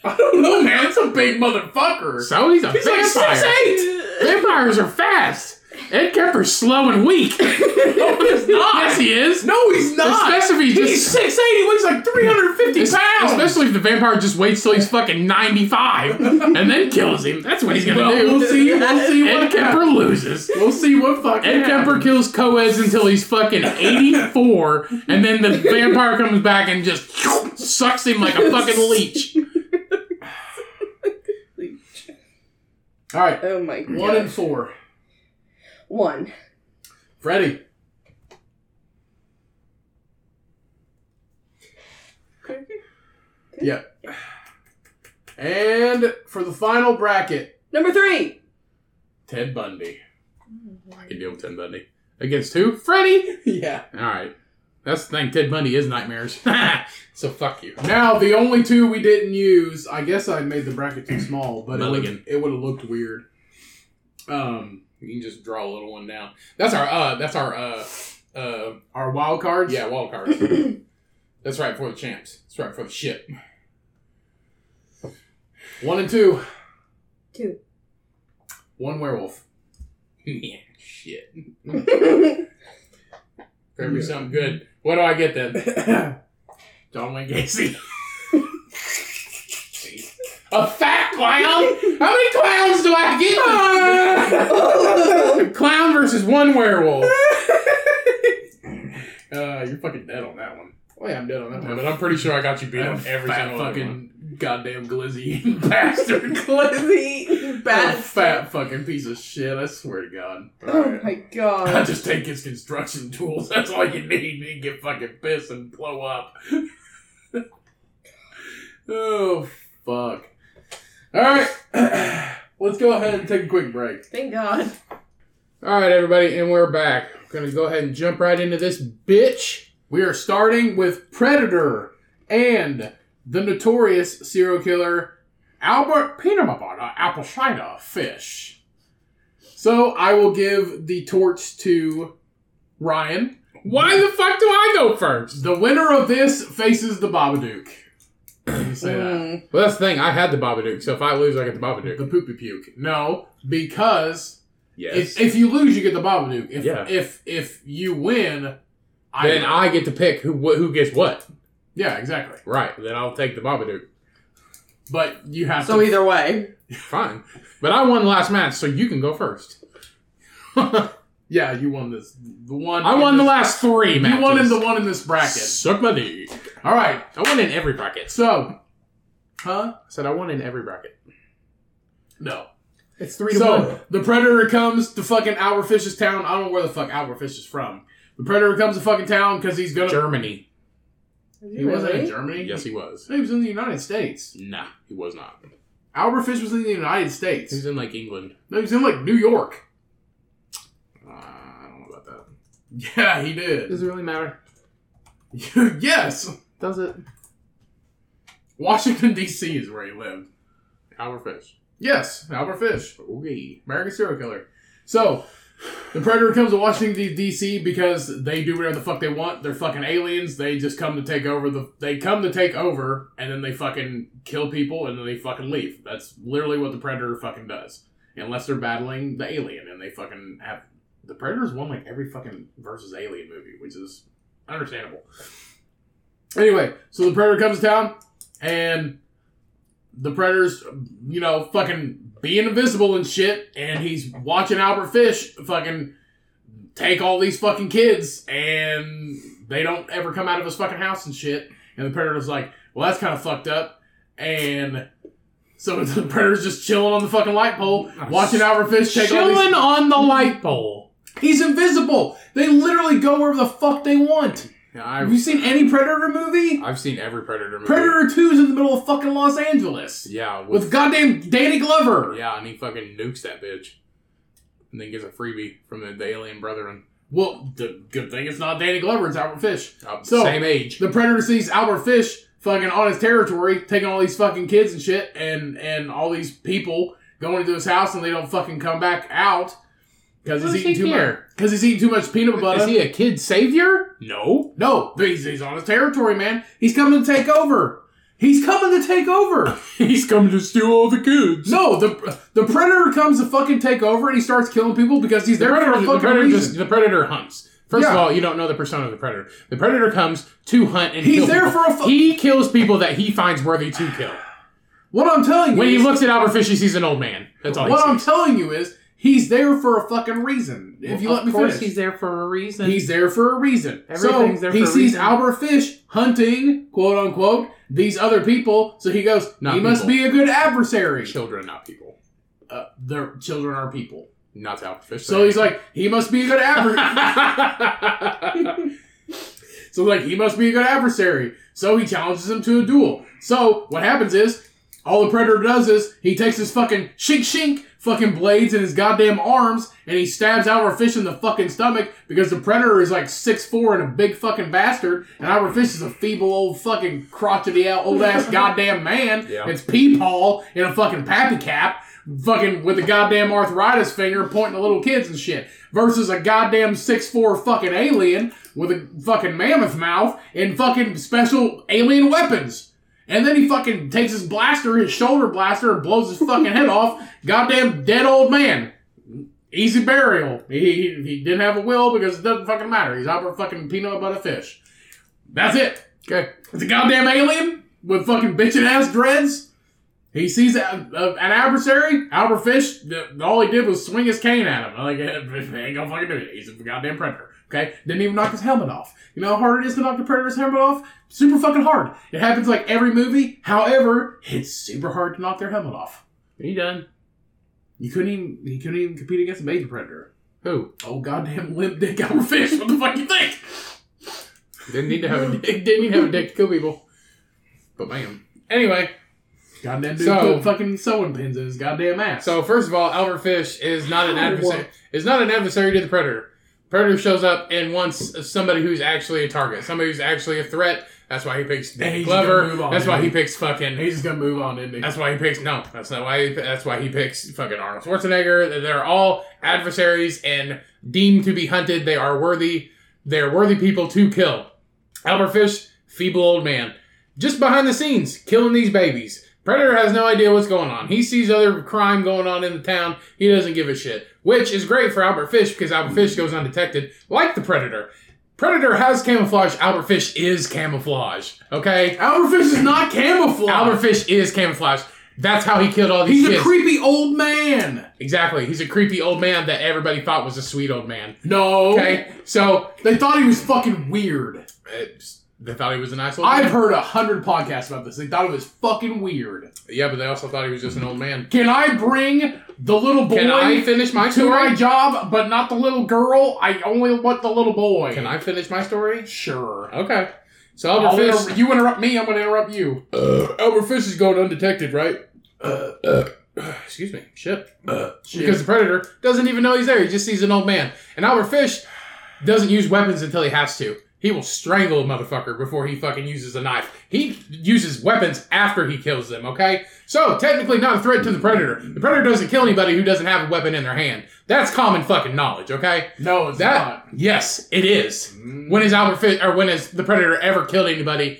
Speaker 1: I don't know, man. It's a big motherfucker.
Speaker 3: so he's a
Speaker 1: He's like
Speaker 3: vampire.
Speaker 1: six
Speaker 2: (laughs)
Speaker 1: eight.
Speaker 3: Vampires are fast. Ed Kemper's slow and weak.
Speaker 1: No, he's
Speaker 3: yes,
Speaker 1: not.
Speaker 3: he is.
Speaker 1: No, he's not.
Speaker 3: Especially if he
Speaker 1: he's
Speaker 3: just.
Speaker 1: six eight. He weighs like three hundred fifty
Speaker 3: es-
Speaker 1: pounds.
Speaker 3: Especially if the vampire just waits till he's fucking 95 and then kills him. That's what he's gonna
Speaker 1: Well,
Speaker 3: do.
Speaker 1: we'll see. We'll see
Speaker 3: Ed
Speaker 1: what
Speaker 3: Kemper
Speaker 1: Kemper.
Speaker 3: loses.
Speaker 1: We'll see what fucking
Speaker 3: Ed
Speaker 1: happens.
Speaker 3: Kemper kills Coeds until he's fucking 84, and then the vampire comes back and just sucks him like a
Speaker 1: (laughs)
Speaker 3: fucking leech.
Speaker 1: All right,
Speaker 2: Oh my god.
Speaker 1: one and four.
Speaker 2: One.
Speaker 1: Freddy. Yep. And for the final bracket,
Speaker 2: Number three.
Speaker 1: Ted Bundy.
Speaker 3: I can deal with Ted Bundy. Against who? Freddy! (laughs)
Speaker 1: Yeah.
Speaker 3: Alright. That's the thing, Ted Bundy is
Speaker 1: (laughs)
Speaker 3: nightmares. so fuck you.
Speaker 1: Now the only two we didn't use. I guess I made the bracket too small, but it
Speaker 3: Mulligan.
Speaker 1: would, it would have looked weird. Um,
Speaker 3: You can just draw a little one down. That's our uh that's our uh uh
Speaker 1: our wild cards.
Speaker 3: yeah,
Speaker 1: (laughs)
Speaker 3: wall cards. that's right for the champs. That's right for the ship.
Speaker 1: One and two.
Speaker 2: Two.
Speaker 1: One werewolf.
Speaker 3: (laughs) yeah, shit.
Speaker 2: Wait,
Speaker 3: Grab me
Speaker 1: Yeah.
Speaker 3: something good. What do I get then? (laughs)
Speaker 1: John Wayne Gacy.
Speaker 3: A fat clown?
Speaker 2: (laughs)
Speaker 3: How many clowns do
Speaker 1: Ah!
Speaker 3: I get? clown versus one werewolf.
Speaker 1: Uh, you're fucking dead on that one. Oh yeah, I'm dead on that
Speaker 3: Yeah,
Speaker 1: one.
Speaker 3: but I'm pretty sure I got you beat
Speaker 1: I'm
Speaker 3: on every
Speaker 1: fat
Speaker 3: single
Speaker 1: fucking
Speaker 3: one.
Speaker 1: goddamn
Speaker 3: (laughs)
Speaker 1: glizzy bastard.
Speaker 2: Glizzy.
Speaker 1: I'm a
Speaker 2: Bad.
Speaker 1: fat fucking piece of shit. I swear to God.
Speaker 2: Oh
Speaker 1: (laughs)
Speaker 2: my
Speaker 1: I
Speaker 2: god.
Speaker 1: just take his construction tools. (laughs) That's all you need. You can get fucking pissed and blow up. (laughs) oh fuck! All right, (clears throat) let's go ahead and take a quick break.
Speaker 2: Thank god.
Speaker 3: All right, everybody, and we're back. We're gonna go ahead and jump right into this bitch.
Speaker 1: We are starting with Predator and the notorious serial killer Albert Peanut Butter Apple Cider Fish. So I will give the torch to Ryan.
Speaker 3: Why the fuck do I go first?
Speaker 1: The winner of this faces the Babadook. Let me say that.
Speaker 2: Mm.
Speaker 3: Well, that's the thing. I had the Babadook, so if I lose, I get the Babadook.
Speaker 1: The poopy puke. No, because
Speaker 3: Yes.
Speaker 1: if, if you lose, you get the Babadook. If
Speaker 3: Yeah.
Speaker 1: if if you win, I
Speaker 3: then I get to pick who wh- who gets what.
Speaker 1: yeah exactly.
Speaker 3: Right. Then I'll take the Babadook.
Speaker 1: But you have
Speaker 2: So
Speaker 1: to.
Speaker 2: either way.
Speaker 3: Fine. But I won the last match, so you can go first. I
Speaker 1: (laughs) yeah, you won this. The one in
Speaker 3: won the
Speaker 1: this-
Speaker 3: last three matches.
Speaker 1: You won in the one in this bracket.
Speaker 3: Suck my dick.
Speaker 1: All right,
Speaker 3: I won in every bracket.
Speaker 1: so huh?
Speaker 3: I said I won in every bracket.
Speaker 1: No.
Speaker 3: It's three
Speaker 1: So the predator comes to fucking Albert Fish's town. I don't know where the fuck Albert Fish is from. The predator comes to fucking town because he's gonna.
Speaker 3: Germany.
Speaker 1: He wasn't in
Speaker 2: Really? (laughs)
Speaker 1: Germany.
Speaker 3: Yes, he was.
Speaker 1: He was in the United States.
Speaker 3: Nah, he was not.
Speaker 1: Albert Fish was in the United States.
Speaker 3: He was in like England.
Speaker 1: No, he was in like New York.
Speaker 3: Uh, I don't know about that.
Speaker 1: Yeah, he did.
Speaker 3: Does it really matter?
Speaker 1: (laughs) yes,
Speaker 3: Does it?
Speaker 1: Washington D.C. is where he lived.
Speaker 3: Albert Fish.
Speaker 1: Yes, Albert Fish,
Speaker 3: Okay.
Speaker 1: American serial killer. So The Predator comes to Washington D.C. because they do whatever the fuck they want. They're fucking aliens. They just come to take over the. They come to take over, and then they fucking kill people, and then they fucking leave. That's literally what the Predator fucking does, unless they're battling the alien, and they fucking have. The Predators won like every fucking versus alien movie, which is understandable. Anyway, so the Predator comes to town, and the Predator's, you know, fucking being invisible and shit, and he's watching Albert Fish fucking take all these fucking kids, and they don't ever come out of his fucking house and shit. And the Predator's like, well, that's kind of fucked up. And so (laughs) the Predator's just chilling on the fucking light pole, watching Albert Fish take all these.
Speaker 3: Chilling on the light pole.
Speaker 1: He's invisible. They literally go wherever the fuck they want.
Speaker 3: Yeah,
Speaker 1: Have you
Speaker 3: I've,
Speaker 1: seen any Predator movie?
Speaker 3: I've seen every Predator movie.
Speaker 1: Predator 2 is in the middle of fucking Los Angeles.
Speaker 3: Yeah, with,
Speaker 1: With goddamn Danny Glover.
Speaker 3: yeah, and he fucking nukes that bitch, and then gets a freebie from the, the alien brethren.
Speaker 1: Well, the good thing it's not Danny Glover, it's Albert Fish.
Speaker 3: Uh,
Speaker 1: So-
Speaker 3: same age.
Speaker 1: The Predator sees Albert Fish fucking on his territory, taking all these fucking kids and shit, and and all these people going into his house, and they don't fucking come back out because
Speaker 3: What
Speaker 1: he's
Speaker 3: does
Speaker 1: eating too
Speaker 3: he
Speaker 1: much.
Speaker 3: care?
Speaker 1: Because he's eating too much peanut butter.
Speaker 3: Is he a kid savior? No. (laughs)
Speaker 1: no, but he's, he's on his territory, man. He's coming to take over. He's coming to take over.
Speaker 3: He's coming to steal all the kids.
Speaker 1: No, the the predator comes to fucking take over, and he starts killing people because he's
Speaker 3: The
Speaker 1: there for
Speaker 3: predator,
Speaker 1: a
Speaker 3: the
Speaker 1: fucking
Speaker 3: predator,
Speaker 1: reason.
Speaker 3: just, the predator hunts. First of
Speaker 1: Yeah.
Speaker 3: all, you don't know the persona of the predator. The predator comes to hunt and
Speaker 1: He's
Speaker 3: kill
Speaker 1: there
Speaker 3: people.
Speaker 1: for a fu-
Speaker 3: he kills people that he finds worthy to kill.
Speaker 1: what I'm telling you,
Speaker 3: When he
Speaker 1: is-
Speaker 3: looks at Albert Fish, he sees an old man. That's all.
Speaker 1: What
Speaker 3: he
Speaker 1: I'm
Speaker 3: sees.
Speaker 1: telling you is he's there for a fucking reason. If you
Speaker 3: Well,
Speaker 1: let me
Speaker 3: of course
Speaker 1: finish,
Speaker 3: he's there for a reason.
Speaker 1: He's there for a reason. So
Speaker 3: Everything's there
Speaker 1: he
Speaker 3: for a
Speaker 1: sees
Speaker 3: reason.
Speaker 1: Albert Fish hunting, quote unquote, these other people. So he goes,
Speaker 3: Not
Speaker 1: he must
Speaker 3: people.
Speaker 1: be a good adversary.
Speaker 3: children, not people.
Speaker 1: Uh, their children are people.
Speaker 3: Not to Albert Fish.
Speaker 1: So he's
Speaker 3: (laughs)
Speaker 1: like, he must be a good adversary. (laughs) so like, he must be a good adversary. So he challenges him to a duel. So what happens is, all the predator does is he takes his fucking shink shink fucking blades in his goddamn arms and he stabs Albert Fish in the fucking stomach because the predator is like six four and a big fucking bastard and Albert Fish is a feeble old fucking crotchety old ass goddamn man.
Speaker 3: Yeah.
Speaker 1: It's Peepaw in a fucking pappy cap fucking with a goddamn arthritis finger pointing at little kids and shit versus a goddamn 6'4 fucking alien with a fucking mammoth mouth and fucking special alien weapons. And then he fucking takes his blaster, his shoulder blaster, and blows his fucking head off. Goddamn dead old man. Easy burial. He, he, he didn't have a will because it doesn't fucking matter. He's out for fucking peanut butter fish. (laughs) That's it.
Speaker 3: okay.
Speaker 1: It's a goddamn alien with fucking bitchin' ass dreads. He sees a, a- an adversary, Albert Fish. th- all he did was swing his cane at him. Like, (laughs) eh, ain't gonna fucking do it. He's a goddamn predator. Okay, didn't even knock his helmet off. You know how hard it is to knock the predator's helmet off? Super fucking hard. It happens like every movie. However, it's super hard to knock their helmet off.
Speaker 3: He done.
Speaker 1: You couldn't even. He couldn't even compete against a baby predator.
Speaker 3: Who
Speaker 1: Oh goddamn limp dick Albert Fish. What the fuck you think?
Speaker 3: didn't need to have a dick? (laughs) Didn't need to have a dick to kill people. But man. Anyway,
Speaker 1: Goddamn dude
Speaker 3: So-
Speaker 1: put fucking sewing pins in his goddamn ass.
Speaker 3: so first of all, Albert Fish is not an
Speaker 1: Oh,
Speaker 3: adversary.
Speaker 1: what?
Speaker 3: Is not an adversary to the predator. Predator shows up and wants somebody who's actually a target, somebody who's actually a threat. That's why he picks
Speaker 1: Yeah,
Speaker 3: Danny
Speaker 1: he's gonna
Speaker 3: Glover.
Speaker 1: move on,
Speaker 3: That's why
Speaker 1: dude.
Speaker 3: he picks fucking.
Speaker 1: He's just gonna move on, isn't he?
Speaker 3: That's why he picks. No, that's not why. He, that's why he picks fucking Arnold Schwarzenegger. They're all adversaries and deemed to be hunted. They are worthy. They are worthy people to kill. Albert Fish, feeble old man, just behind the scenes killing these babies. Predator has no idea what's going on. He sees other crime going on in the town. He doesn't give a shit, which is great for Albert Fish because Albert Fish goes undetected, like the Predator. Predator has camouflage. Albert Fish is camouflage. Okay.
Speaker 1: Albert Fish is not camouflage.
Speaker 3: Albert Fish is camouflage. That's how he killed all these
Speaker 1: He's
Speaker 3: kids.
Speaker 1: a creepy old man.
Speaker 3: exactly. He's a creepy old man that everybody thought was a sweet old man.
Speaker 1: No.
Speaker 3: Okay, so
Speaker 1: They thought he was fucking weird.
Speaker 3: it's- they thought he was a nice old
Speaker 1: I've
Speaker 3: man.
Speaker 1: heard a hundred podcasts about this. They thought it was fucking weird.
Speaker 3: Yeah, but they also thought he was just an old man.
Speaker 1: Can I bring the little boy
Speaker 3: Can I finish my
Speaker 1: to my
Speaker 3: story?
Speaker 1: job, but not the little girl? I only want the little boy.
Speaker 3: Can I finish my story?
Speaker 1: Sure.
Speaker 3: Okay. So
Speaker 1: I'll
Speaker 3: Albert Fish.
Speaker 1: inter- you interrupt me, I'm gonna interrupt you.
Speaker 3: Albert Fish is going undetected, right? Uh, Excuse me. Shit. Because the predator doesn't even know he's there. He just sees an old man. And Albert Fish doesn't use weapons until he has to. He will strangle a motherfucker before he fucking uses a knife. He uses weapons after he kills them, okay? So, technically not a threat to the predator. The predator doesn't kill anybody who doesn't have a weapon in their hand. That's common fucking knowledge, okay?
Speaker 1: No, it's Mm,
Speaker 3: That yes, it is. When has Albert Fish or when has the predator ever killed anybody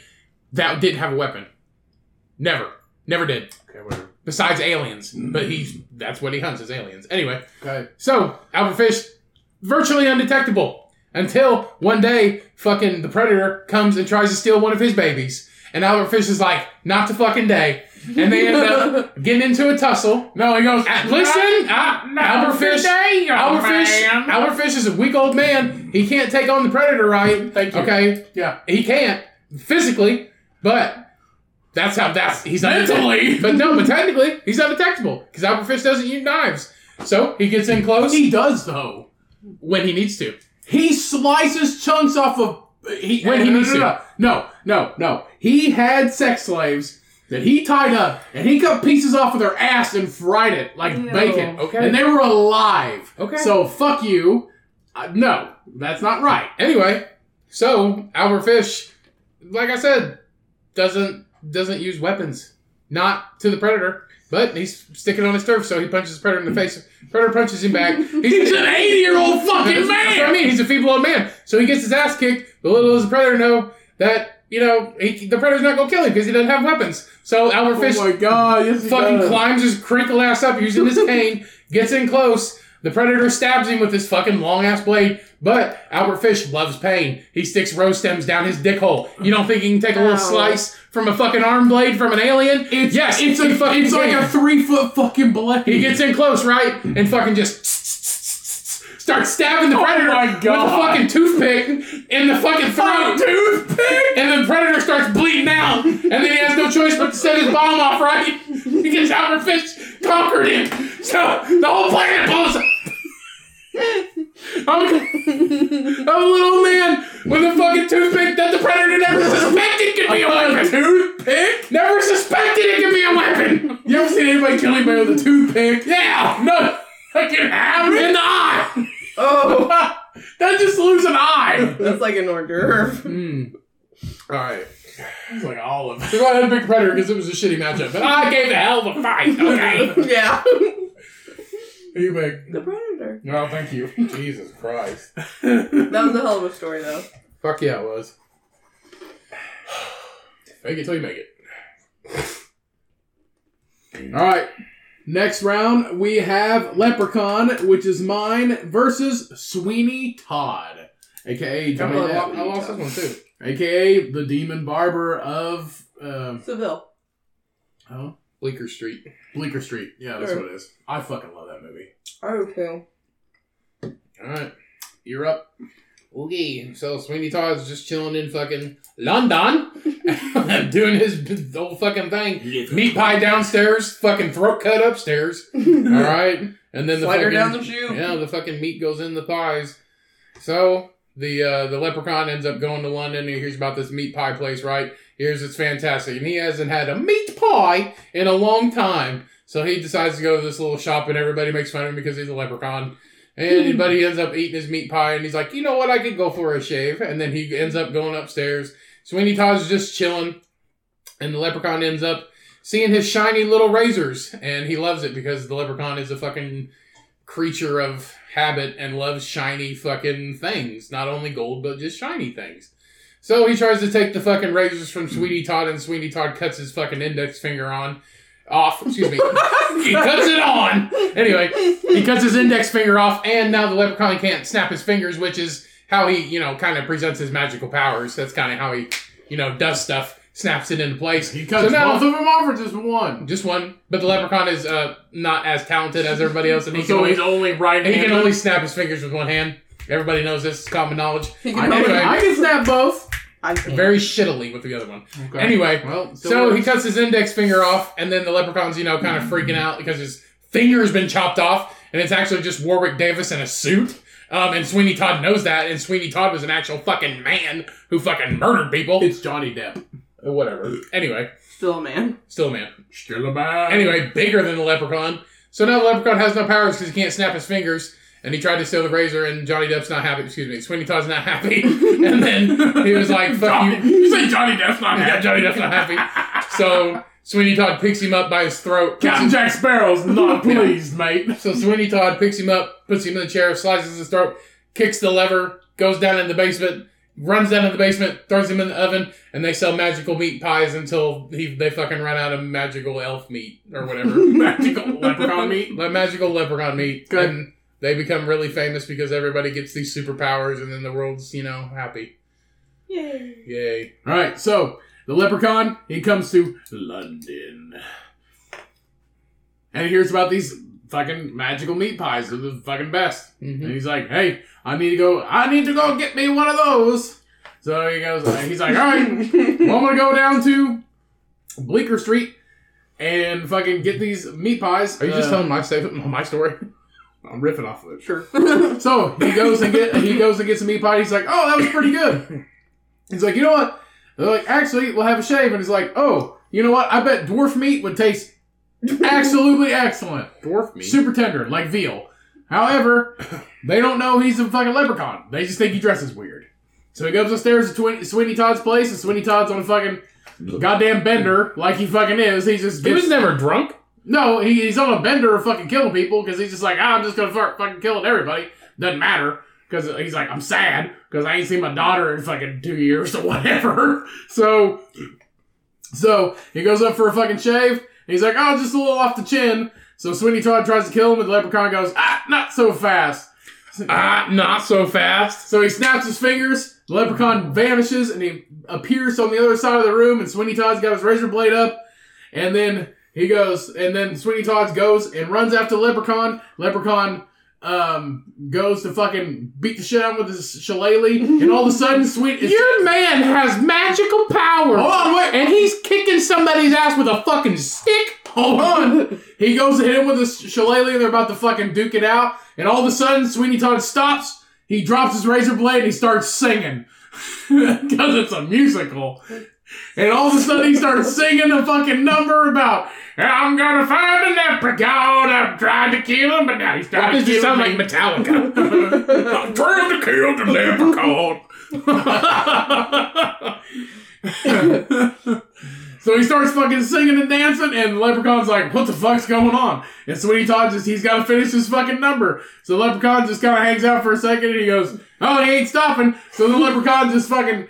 Speaker 3: that didn't have a weapon? Never. Never did.
Speaker 1: not. Okay, whatever.
Speaker 3: Besides aliens. But he's that's what he hunts is aliens. Anyway.
Speaker 1: Okay.
Speaker 3: So, Albert Fish, virtually undetectable until one day fucking the predator comes and tries to steal one of his babies. And Albert Fish is like, not the fucking day. And they end up getting into a tussle.
Speaker 1: No, he goes.
Speaker 3: Uh, listen, uh, Albert Fish, Albert Fish, Albert Fish is a weak old man. He can't take on the predator, right?
Speaker 1: Thank you.
Speaker 3: Okay,
Speaker 1: Yeah.
Speaker 3: he can't physically, but that's how that's he's
Speaker 1: Mentally.
Speaker 3: undetectable. (laughs) But no, but technically, he's undetectable because Albert Fish doesn't use knives, so he gets in close
Speaker 1: He does though.
Speaker 3: when he needs to.
Speaker 1: He slices chunks off of he,
Speaker 3: When he
Speaker 1: no,
Speaker 3: needs
Speaker 1: no, no, No, no, no. He had sex slaves that he tied up, and he cut pieces off of their ass and fried it like
Speaker 5: Ew.
Speaker 1: bacon.
Speaker 3: Okay.
Speaker 1: and they were alive.
Speaker 3: Okay.
Speaker 1: so fuck you. Uh, no, that's not right.
Speaker 3: Anyway, so Albert Fish, like I said, doesn't doesn't use weapons, not to the predator, but he's sticking on his turf, so he punches the predator in the face. Predator punches him back.
Speaker 1: He's an eighty-year-old fucking
Speaker 3: (laughs) That's what I
Speaker 1: man.
Speaker 3: mean, he's a feeble old man, so he gets his ass kicked. But little does the predator know that you know he, the predator's not gonna kill him because he doesn't have weapons. So Albert Fish
Speaker 1: Oh my god! Yes, he
Speaker 3: fucking
Speaker 1: does.
Speaker 3: climbs his crinkle ass up
Speaker 1: (laughs)
Speaker 3: using his cane, gets in close. The predator stabs him with his fucking long ass blade, but Albert Fish loves pain. He sticks rose stems down his dick hole. You don't think he can take a little
Speaker 2: Ow.
Speaker 3: slice from a fucking arm blade from an alien?
Speaker 1: It's,
Speaker 3: yes,
Speaker 1: it's,
Speaker 3: he
Speaker 1: a,
Speaker 3: fucking
Speaker 1: it's like
Speaker 3: can.
Speaker 1: a three-foot fucking blade.
Speaker 3: He gets in close, right? And fucking just starts stabbing the
Speaker 1: Oh
Speaker 3: predator
Speaker 1: my
Speaker 3: with a
Speaker 1: God.
Speaker 3: fucking toothpick in the fucking
Speaker 1: a
Speaker 3: throat.
Speaker 1: toothpick.
Speaker 3: And the predator starts bleeding out, and then he has no choice but to set his bomb off, right? Because Albert Fish conquered him. So the whole planet blows up. I'm, I'm a little man with a fucking toothpick that the predator never suspected could be a
Speaker 1: A
Speaker 3: weapon.
Speaker 1: toothpick.
Speaker 3: Never suspected it could be a weapon.
Speaker 1: You ever seen anybody kill anybody with a toothpick?
Speaker 3: Yeah,
Speaker 1: No,
Speaker 3: fucking have it in the eye.
Speaker 1: (laughs)
Speaker 2: Oh,
Speaker 1: that just lose an eye.
Speaker 2: that's like an hors d'oeuvre. (laughs)
Speaker 3: Hmm. All right.
Speaker 1: It's like all of
Speaker 3: So go ahead and pick Predator because it was a shitty matchup, but I gave the hell of a fight.
Speaker 1: (laughs)
Speaker 3: Okay.
Speaker 2: yeah.
Speaker 1: You big.
Speaker 2: The Predator.
Speaker 1: No, thank you.
Speaker 3: Jesus Christ.
Speaker 2: That was a hell of a story, though.
Speaker 3: Fuck yeah, it was. Fake it till you make it.
Speaker 1: All right. Next round, we have Leprechaun, which is mine, versus Sweeney Todd, aka Johnny
Speaker 3: I,
Speaker 1: Depp,
Speaker 3: I lost this one too.
Speaker 1: aka the Demon Barber of uh,
Speaker 2: Seville.
Speaker 1: oh,
Speaker 3: Bleecker Street.
Speaker 1: Bleecker Street. Yeah, that's
Speaker 2: Sure.
Speaker 1: what it is. I fucking love that movie.
Speaker 2: Okay.
Speaker 3: All right, you're up.
Speaker 4: Okay.
Speaker 3: So Sweeney Todd's just chilling in fucking London, (laughs) doing his old fucking thing. Meat pie downstairs, fucking throat cut
Speaker 2: (laughs)
Speaker 3: upstairs. All right, (laughs) and then the
Speaker 2: Slide her
Speaker 3: fucking-
Speaker 2: down the chute.
Speaker 3: Yeah, the fucking meat goes in the pies. So the uh, the leprechaun ends up going to London and he hears about this meat pie place, right? Here's it's fantastic, and he hasn't had a meat pie in a long time. So he decides to go to this little shop, and everybody makes fun of him because he's a leprechaun. And but he ends up eating his meat pie, and he's like, you know what, I could go for a shave. And then he ends up going upstairs. Sweeney Todd's just chilling, and the leprechaun ends up seeing his shiny little razors, and he loves it because the leprechaun is a fucking creature of habit and loves shiny fucking things. Not only gold, but just shiny things. So he tries to take the fucking razors from Sweetie Todd, and Sweetie Todd cuts his fucking index finger on. Off, excuse me.
Speaker 1: (laughs)
Speaker 3: he cuts it on! Anyway, he cuts his index finger off, and now the leprechaun can't snap his fingers, which is how he, you know, kind of presents his magical powers. That's kind of how he, you know, does stuff, snaps it into place.
Speaker 1: He cuts
Speaker 3: So now-
Speaker 1: both of them off for just one.
Speaker 3: just one. But the leprechaun is uh, not as talented as everybody else, and he can
Speaker 1: so
Speaker 3: only,
Speaker 1: he's only right.
Speaker 3: he can only snap his fingers with one hand. Everybody knows this. It's common knowledge.
Speaker 2: (laughs) He
Speaker 1: I,
Speaker 2: can
Speaker 1: know,
Speaker 2: only-
Speaker 3: Anyway.
Speaker 1: I can snap both.
Speaker 2: I can't.
Speaker 3: Very shittily with the other one. Anyway,
Speaker 1: well,
Speaker 3: so he
Speaker 1: cuts.
Speaker 3: cuts his index finger off, and then the leprechaun's, you know, kind of freaking out because his finger's been chopped off, and it's actually just Warwick Davis in a suit. Um, and Sweeney Todd knows that, and Sweeney Todd was an actual fucking man who fucking murdered people. Uh,
Speaker 1: It's Johnny Depp.
Speaker 3: Whatever. Anyway,
Speaker 2: Still a man.
Speaker 3: still a man.
Speaker 1: Still a man.
Speaker 3: anyway, bigger than the leprechaun. So now the leprechaun has no powers because he can't snap his fingers.
Speaker 1: and he tried to steal the razor, and Johnny Depp's not happy. Excuse me, Sweeney Todd's not happy, and then he was
Speaker 3: (laughs)
Speaker 1: like, "Fuck Johnny, you." you say Johnny Depp's not Yeah, happy. Johnny Depp's not happy. So Sweeney Todd picks him up by his throat. puts
Speaker 3: Captain
Speaker 1: him-
Speaker 3: Jack
Speaker 1: (laughs)
Speaker 3: Sparrow's not pleased, mate. (laughs)
Speaker 1: So Sweeney Todd picks him up, puts him in the chair, slices his throat, kicks the lever, goes down in the basement, runs down in the basement, throws him in the oven, and they sell magical meat pies until he, they fucking run out of magical elf meat or whatever.
Speaker 3: (laughs) Magical
Speaker 1: (laughs)
Speaker 3: leprechaun meat.
Speaker 1: Le- magical leprechaun meat.
Speaker 3: Good.
Speaker 1: And they become really famous because everybody gets these superpowers and then the world's, you know, happy.
Speaker 2: Yay.
Speaker 1: Yay.
Speaker 3: All right, so the leprechaun he comes to London, and he hears about these fucking magical meat pies. They're the fucking best. And
Speaker 1: Mhm.
Speaker 3: he's like, "Hey, I need to go. I need to go get me one of those." So he goes. uh, He's like, "All right, well, I'm gonna go down to Bleecker Street and fucking get these meat pies."
Speaker 1: Are you just
Speaker 3: Uh,
Speaker 1: telling my, sta- (laughs) my story?
Speaker 3: I'm riffing off of it.
Speaker 2: (laughs) sure. (laughs)
Speaker 3: So he goes and get he goes and gets a meat pie. He's like, "Oh, that was pretty good." He's like, "You know what?" They're like, "Actually, we'll have a shave." And he's like, "Oh, you know what? I bet dwarf meat would taste absolutely excellent,
Speaker 1: Dwarf meat.
Speaker 3: super tender, like veal." However, they don't know he's a fucking leprechaun. They just think he dresses weird. So he goes upstairs to Twin- Sweeney Todd's place, and Sweeney Todd's on a fucking goddamn bender, like he fucking is. He just
Speaker 1: he
Speaker 3: gets
Speaker 1: was never drunk.
Speaker 3: no, he, he's on a bender of fucking killing people because he's just like, "Ah, I'm just gonna fuck, fucking killing everybody. Doesn't matter because he's like, I'm sad because I ain't seen my daughter in fucking two years (laughs) or whatever. So, so he goes up for a fucking shave. And he's like, oh, just a little off the chin. So Sweeney Todd tries to kill him, and the leprechaun goes, ah, not so fast.
Speaker 1: Ah, not so fast.
Speaker 3: So he snaps his fingers. The leprechaun vanishes, and he appears on the other side of the room. And Sweeney Todd's got his razor blade up, and then he goes, and then Sweeney Todd goes and runs after the leprechaun. Leprechaun um, goes to fucking beat the shit out with his shillelagh, and all of a sudden, Sweet. it's-
Speaker 1: Your man has magical powers.
Speaker 3: Hold on, wait.
Speaker 1: And he's kicking somebody's ass with a fucking stick.
Speaker 3: Hold on. He goes to hit him with his shillelagh, and they're about to fucking duke it out. And all of a sudden, Sweeney Todd stops. He drops his razor blade and he starts singing (laughs) because it's a musical. And all of a sudden, he starts singing a fucking number about "I'm gonna find a leprechaun. I'm trying to kill him, but now he's trying to
Speaker 1: Does
Speaker 3: kill
Speaker 1: it sound
Speaker 3: me."
Speaker 1: like Metallica?
Speaker 3: I'm trying to kill the leprechaun. so he starts fucking singing and dancing, and the leprechaun's like, "What the fuck's going on?" And Sweeney Todd just he's got to finish his fucking number. So the leprechaun just kind of hangs out for a second, and he goes, "Oh, he ain't stopping." So the leprechaun just fucking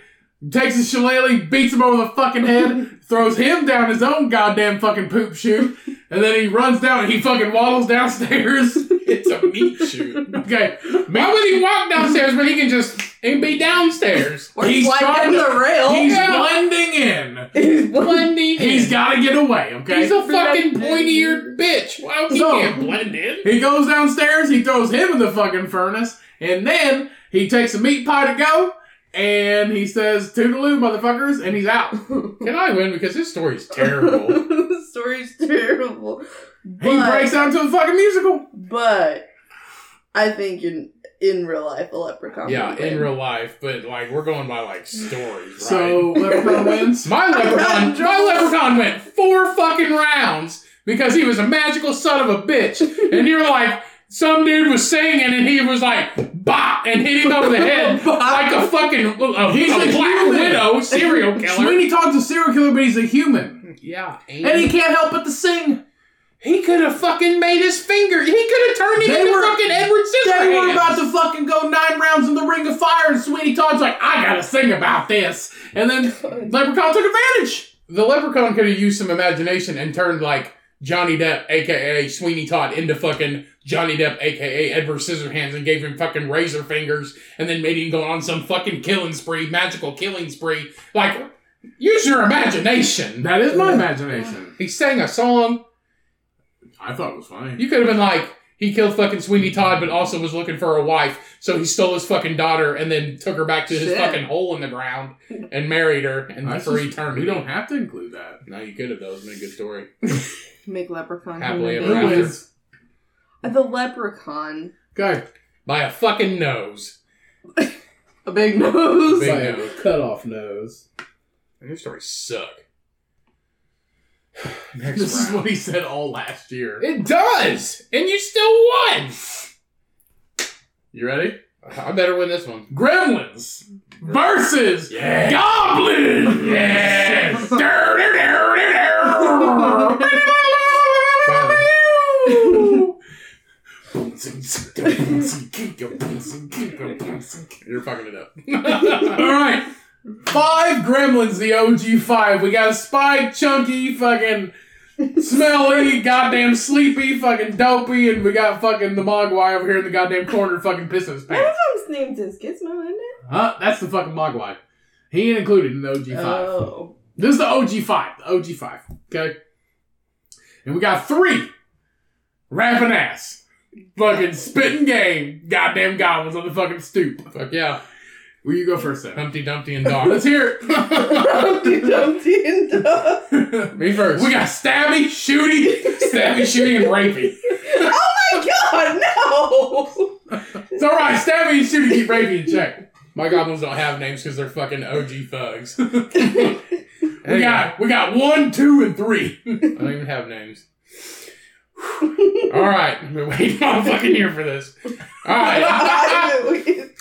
Speaker 3: takes his shillelagh, beats him over the fucking head, throws him down his own goddamn fucking poop chute, and then he runs down and he fucking waddles downstairs.
Speaker 1: (laughs) it's a meat shoot.
Speaker 3: Okay,
Speaker 1: Why would he walk downstairs when he can just and be downstairs?
Speaker 2: Or
Speaker 3: He's
Speaker 2: slide
Speaker 3: trying
Speaker 2: down
Speaker 3: to-
Speaker 2: the rail.
Speaker 3: He's
Speaker 1: Yeah.
Speaker 3: blending in.
Speaker 2: (laughs) He's
Speaker 1: Blending.
Speaker 3: He's got to get away, okay?
Speaker 1: He's a fucking pointy-eared bitch. Why he
Speaker 3: So-
Speaker 1: can't blend in?
Speaker 3: he goes downstairs, he throws him in the fucking furnace, and then he takes a meat pie to go, and he says, Toodaloo, motherfuckers, and he's out.
Speaker 1: Can I win because his story's terrible?
Speaker 2: (laughs) the story's terrible.
Speaker 3: (laughs) He
Speaker 2: But-
Speaker 3: breaks out to a fucking musical.
Speaker 2: But I think in in real life, the leprechaun.
Speaker 1: yeah,
Speaker 2: would
Speaker 1: in
Speaker 2: win.
Speaker 1: real life, but like we're going by like stories. Right?
Speaker 3: So, (laughs) Leprechaun wins.
Speaker 1: My leprechaun,
Speaker 2: Round
Speaker 1: my leprechaun went four fucking rounds because he was a magical son of a
Speaker 3: (laughs)
Speaker 1: bitch. And you're like, some dude was singing and he was like, bop, and hit him over the
Speaker 3: (laughs)
Speaker 1: head
Speaker 2: Bop.
Speaker 1: like a fucking a,
Speaker 3: He's
Speaker 1: a
Speaker 3: a
Speaker 1: black
Speaker 3: human. (laughs)
Speaker 1: widow serial killer.
Speaker 3: Sweeney Todd's a serial killer, but he's a human.
Speaker 1: Yeah, and,
Speaker 3: And he
Speaker 1: he,
Speaker 3: can't help but to sing.
Speaker 1: could have fucking made his finger. He could have turned
Speaker 3: They
Speaker 1: into
Speaker 3: were-
Speaker 1: fucking Edward Scissorhands.
Speaker 3: They were about to fucking go nine rounds in the ring of fire, and Sweeney Todd's like, I gotta sing about this. And then Leprechaun took advantage.
Speaker 1: the leprechaun could have used some imagination and turned like Johnny Depp, aka Sweeney Todd, into fucking Johnny Depp, aka Edward Scissorhands, and gave him fucking razor fingers, and then made him go on some fucking killing spree, magical killing spree. Like, use your imagination.
Speaker 3: That is my imagination.
Speaker 1: He sang a song.
Speaker 3: I thought it was funny.
Speaker 1: You could have been like, he killed fucking Sweeney Todd, but also was looking for a wife, so he stole his fucking daughter and then took her back to his
Speaker 2: Shit.
Speaker 1: fucking hole in the ground and married her, and
Speaker 3: That's
Speaker 1: for
Speaker 3: just-
Speaker 1: eternity.
Speaker 3: We don't have to include that.
Speaker 1: No, you could have. That was a good story.
Speaker 2: (laughs) Make leprechaun.
Speaker 1: Happily
Speaker 2: human
Speaker 1: ever
Speaker 2: beings.
Speaker 1: after.
Speaker 3: Anyways,
Speaker 2: The leprechaun.
Speaker 3: Okay.
Speaker 1: By a fucking nose.
Speaker 2: A big nose. (laughs)
Speaker 1: Big-
Speaker 3: Like,
Speaker 1: nose.
Speaker 3: cut off nose.
Speaker 1: Your stories
Speaker 3: (sighs)
Speaker 1: suck.
Speaker 3: This is what he said all last year.
Speaker 1: It does! And you still won! You ready?
Speaker 3: I better win this one.
Speaker 1: Gremlins versus
Speaker 3: Yeah.
Speaker 1: Goblins.
Speaker 3: Yes. You're fucking it up.
Speaker 1: All right, five Gremlins, the OG five. We got Spike, Chunky, fucking Smelly, goddamn Sleepy, fucking Dopey, and we got fucking the Mogwai over here in the goddamn corner, fucking pissing his pants.
Speaker 2: Everyone's named is Gizmo, isn't it?
Speaker 1: Huh? That's the fucking Mogwai. He ain't included in the OG five.
Speaker 2: Oh.
Speaker 1: This is the OG five. The OG five. Okay. And we got three rapping ass. Fucking spitting game. Goddamn goblins on the fucking stoop.
Speaker 3: Fuck yeah.
Speaker 1: Will you go first then?
Speaker 3: Humpty Dumpty and
Speaker 1: Let's
Speaker 3: Dog.
Speaker 1: hear
Speaker 2: Humpty Dumpty and (laughs) Dog.
Speaker 1: it.
Speaker 3: (laughs) Me first.
Speaker 1: we got stabby, shooty, stabby, shooty, and rapey.
Speaker 2: Oh my god, no!
Speaker 1: It's alright, stabby and shooty keep rapey in check.
Speaker 3: My goblins don't have names because they're fucking OG thugs. (laughs)
Speaker 1: We got we got one, two, and
Speaker 3: (laughs)
Speaker 1: three.
Speaker 3: I don't even have names. (laughs) All right, I've been waiting all fucking year for this. All
Speaker 2: (laughs)
Speaker 3: right,
Speaker 1: (laughs)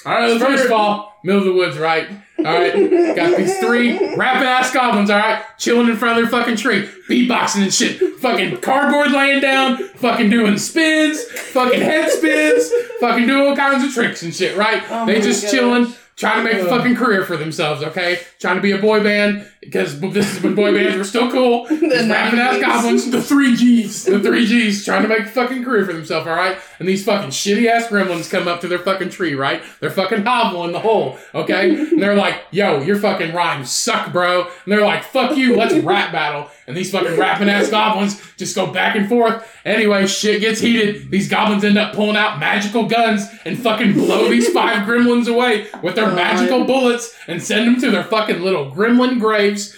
Speaker 3: all right. Let's first of all, middle of the woods, right? All right, got these
Speaker 2: (laughs)
Speaker 3: three rapid ass goblins. All right, chilling in front of their fucking tree, beatboxing and shit. Fucking cardboard laying down, fucking doing spins, fucking head spins, fucking doing all kinds of tricks and shit. Right?
Speaker 2: Oh
Speaker 3: they
Speaker 2: my
Speaker 3: just
Speaker 2: gosh.
Speaker 3: chilling. Trying to make a fucking career for themselves, okay? Trying to be a boy band because this is when boy bands were still
Speaker 2: (laughs)
Speaker 3: cool. These rapping ass
Speaker 2: 90s.
Speaker 3: goblins, the three G's, the three G's, trying to make a fucking career for themselves, all right? And these fucking shitty ass gremlins come up to their fucking tree, right? They're fucking hobbling the hole, okay? And they're like, "Yo, your fucking rhymes suck, bro." And they're like, "Fuck you, let's rap battle." And these fucking rapping ass goblins just go back and forth. Anyway, shit gets heated. These goblins end up pulling out magical guns and fucking blow these five gremlins away with their
Speaker 2: God.
Speaker 3: magical bullets and send them to their fucking little gremlin graves.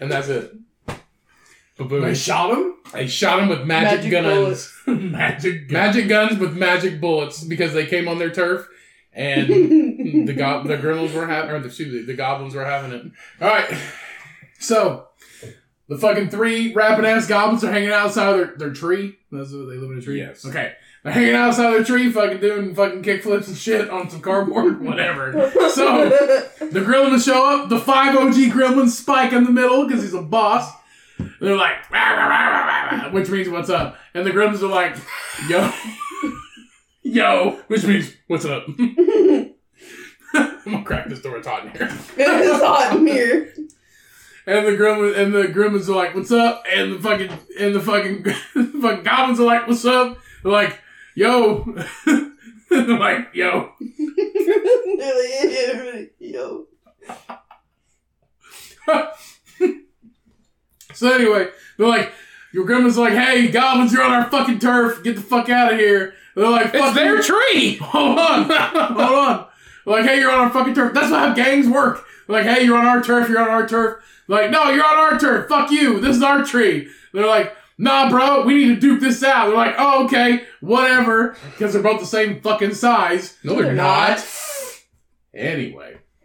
Speaker 3: And that's it.
Speaker 1: They
Speaker 3: Ba-boom.
Speaker 1: shot him.
Speaker 3: They shot him with magic,
Speaker 2: Magic
Speaker 3: guns.
Speaker 2: bullets.
Speaker 1: Magic gun.
Speaker 3: (laughs) Magic guns with magic bullets because they came on their turf
Speaker 2: (laughs)
Speaker 3: and the go- the gremlins were having, or the, excuse me, the goblins were having it.
Speaker 1: All right. So the fucking three rapping ass goblins are hanging outside of their, their tree. That's what they live in a tree.
Speaker 3: Yes.
Speaker 1: Okay. They're hanging outside their tree, fucking doing fucking kickflips and shit on some cardboard, (laughs) whatever. So the gremlins show up. The five OG gremlins spike in the middle because he's a boss. They're like, "Rah, rah, rah, rah, rah, rah," which means what's up, and the gremlins are like, yo, (laughs) yo,
Speaker 3: Which means, what's up? I'm gonna crack this door, it's hot in here.
Speaker 2: it is hot in here. (laughs)
Speaker 1: And the gremlin and the gremlins are like, "What's up?" And the fucking and the fucking, (laughs) the fucking goblins are like, "What's up?" They're like, "Yo," (laughs) they're like, "Yo."
Speaker 2: Yo.
Speaker 1: So anyway, they're like, "Your gremlins are like, hey, goblins, you're on our fucking turf. Get the fuck out of here." They're like,
Speaker 3: It's
Speaker 1: "Fuck
Speaker 3: their
Speaker 1: you."
Speaker 3: tree!
Speaker 1: (laughs) Hold on, hold on. They're like, hey, you're on our fucking turf. That's not how gangs work. They're like, hey, you're on our turf. You're on our turf. They're like, no, you're on our turf. Fuck you. This is our tree. They're like, nah, bro, we need to duke this out. They're like, oh, okay, whatever, because they're both the same fucking size.
Speaker 3: No, they're
Speaker 1: not. Anyway, (laughs)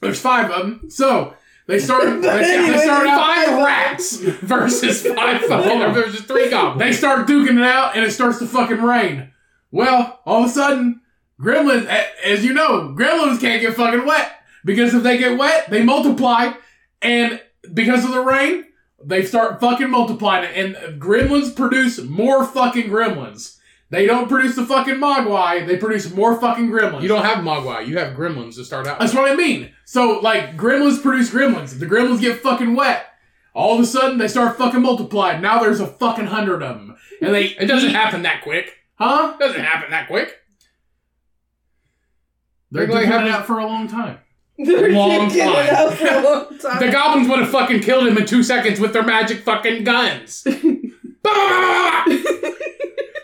Speaker 1: there's five of them. So they
Speaker 3: (laughs)
Speaker 1: start. They, they start out.
Speaker 3: Five rats versus five (laughs) fucking, or versus three goblins.
Speaker 1: They start duking it out, and it starts to fucking rain. Well, all of a sudden, gremlins, a- as you know, gremlins can't get fucking wet because if they get wet, they multiply, and because of the rain, they start fucking multiplying. And gremlins produce more fucking gremlins. They don't produce the fucking mogwai. They produce more fucking gremlins.
Speaker 3: You don't have Mogwai, you have gremlins to start out with.
Speaker 1: That's what I mean. So like gremlins produce gremlins. If the gremlins get fucking wet, all of a sudden they start fucking multiplying. Now there's a fucking hundred of them, and they
Speaker 3: It doesn't happen that quick.
Speaker 1: huh?
Speaker 3: It doesn't happen that quick.
Speaker 1: They're
Speaker 3: They're like
Speaker 1: doing
Speaker 3: having-
Speaker 1: it out for a long time.
Speaker 2: (laughs) They're
Speaker 3: Long
Speaker 2: kicking
Speaker 3: time.
Speaker 2: it out for a
Speaker 1: (laughs)
Speaker 2: long
Speaker 3: The
Speaker 2: time.
Speaker 3: goblins would have fucking killed him in two seconds with their magic
Speaker 1: (laughs)
Speaker 3: fucking guns. Bah, bah, bah, bah, bah.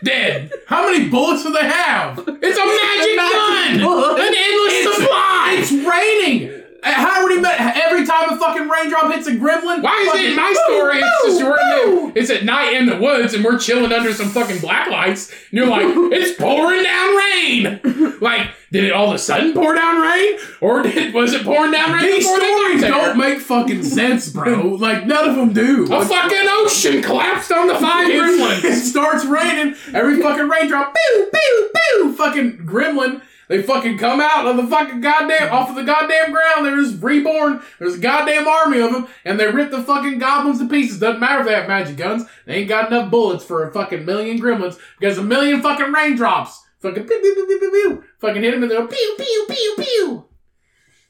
Speaker 3: Dead.
Speaker 1: How many bullets do they have?
Speaker 3: It's a magic
Speaker 2: Magic
Speaker 3: gun!
Speaker 1: Oh.
Speaker 2: bullet.
Speaker 3: An endless
Speaker 1: It's-
Speaker 3: supply!
Speaker 1: It's raining. Uh, How would he met every time a fucking raindrop hits a gremlin?
Speaker 3: Why is it
Speaker 1: fucking-
Speaker 3: in my story? It's just we're in
Speaker 1: woo.
Speaker 3: the, it's at night in the woods and we're chilling under some fucking black lights and
Speaker 1: (laughs)
Speaker 3: you're like, it's pouring down rain. Like, did it all of a sudden pour down rain? Or did was it pouring down rain?
Speaker 1: These
Speaker 3: before they got
Speaker 1: stories
Speaker 3: there?
Speaker 1: don't make fucking sense, bro. Like none of them do.
Speaker 3: A fucking ocean collapsed on the five
Speaker 1: It, (laughs) it
Speaker 3: gremlins.
Speaker 1: starts raining. Every fucking raindrop, pew, pew, pew. Fucking gremlin. They fucking come out of the fucking goddamn off of the goddamn ground. They're just reborn. There's a goddamn army of them, and they rip the fucking goblins to pieces. Doesn't matter if they have magic guns. They ain't got enough bullets for a fucking million gremlins because a million fucking raindrops. Fucking pew pew pew pew pew. pew. Fucking hit them and they'll pew pew pew pew.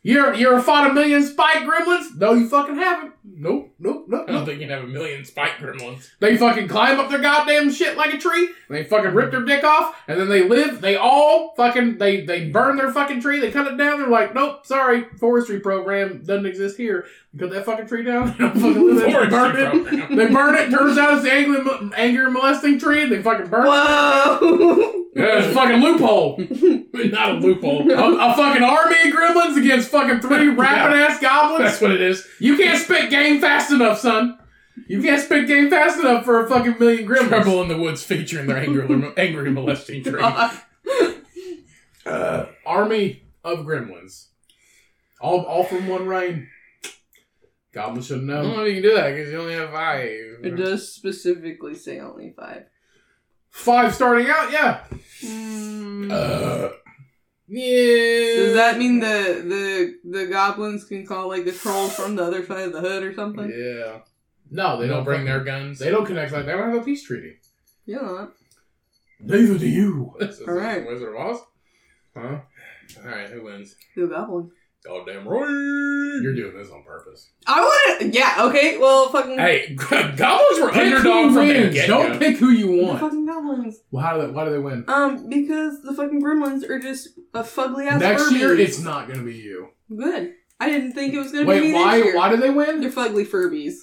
Speaker 1: You're you're fought a million spike gremlins? No, you fucking haven't. Nope, nope, nope.
Speaker 3: I
Speaker 1: nope.
Speaker 3: don't think you can have a million spike gremlins.
Speaker 1: They fucking climb up their goddamn shit like a tree, and they fucking rip their dick off, and then they live. They all fucking they they burn their fucking tree. They cut it down. They're like, nope, sorry, forestry program doesn't exist here. You cut that fucking tree down. (laughs) Don't fucking live there. They burn it.
Speaker 3: program. (laughs)
Speaker 1: They burn it. Turns out it's the angry, anger molesting tree. And they fucking burn it.
Speaker 2: (laughs) Whoa!
Speaker 1: Yeah, it's a fucking loophole.
Speaker 3: (laughs) Not a (laughs) loophole. Oh,
Speaker 1: a, a fucking army of gremlins against fucking three rapping ass goblins.
Speaker 3: oh, That's what it is.
Speaker 1: You can't spit game fast enough, son. You can't spit game fast enough for a fucking million gremlins.
Speaker 3: Trouble in the woods featuring their angry, (laughs) angry molesting (laughs) tree.
Speaker 1: uh, army of gremlins. All, all from one rain. Goblin should
Speaker 3: I
Speaker 1: know.
Speaker 3: don't know if you can do that because you only have five.
Speaker 2: it does specifically say only five.
Speaker 1: Five starting out, yeah. Hmm. Uh,
Speaker 2: Mm.
Speaker 1: yeah.
Speaker 2: Does that mean the the the goblins can call like the trolls from the other side of the hood or something?
Speaker 1: Yeah. No,
Speaker 3: They (laughs) don't bring their guns.
Speaker 1: They don't connect like that. They don't have a peace treaty.
Speaker 2: Yeah.
Speaker 1: Neither do you.
Speaker 3: This is
Speaker 2: All right.
Speaker 3: Wizard of Oz? Huh? Alright, who wins?
Speaker 2: The goblin.
Speaker 3: Goddamn right.
Speaker 1: You're doing this on purpose.
Speaker 2: I wanna. Yeah. Okay. Well, fucking.
Speaker 3: Hey, (laughs) goblins were
Speaker 1: Pick
Speaker 3: underdog
Speaker 1: who
Speaker 3: from the
Speaker 1: wins.
Speaker 3: get
Speaker 1: Don't pick who you
Speaker 2: the
Speaker 1: want.
Speaker 2: fucking goblins.
Speaker 1: Well, how do they, why do they win?
Speaker 2: Um, because the fucking gremlins are just a fugly ass.
Speaker 1: Next year,
Speaker 2: Furbies.
Speaker 1: it's not going to be you.
Speaker 2: good. I didn't think it was gonna be
Speaker 1: Wait,
Speaker 2: this
Speaker 1: why?
Speaker 2: year.
Speaker 1: Why do they win?
Speaker 2: They're fugly Furbies.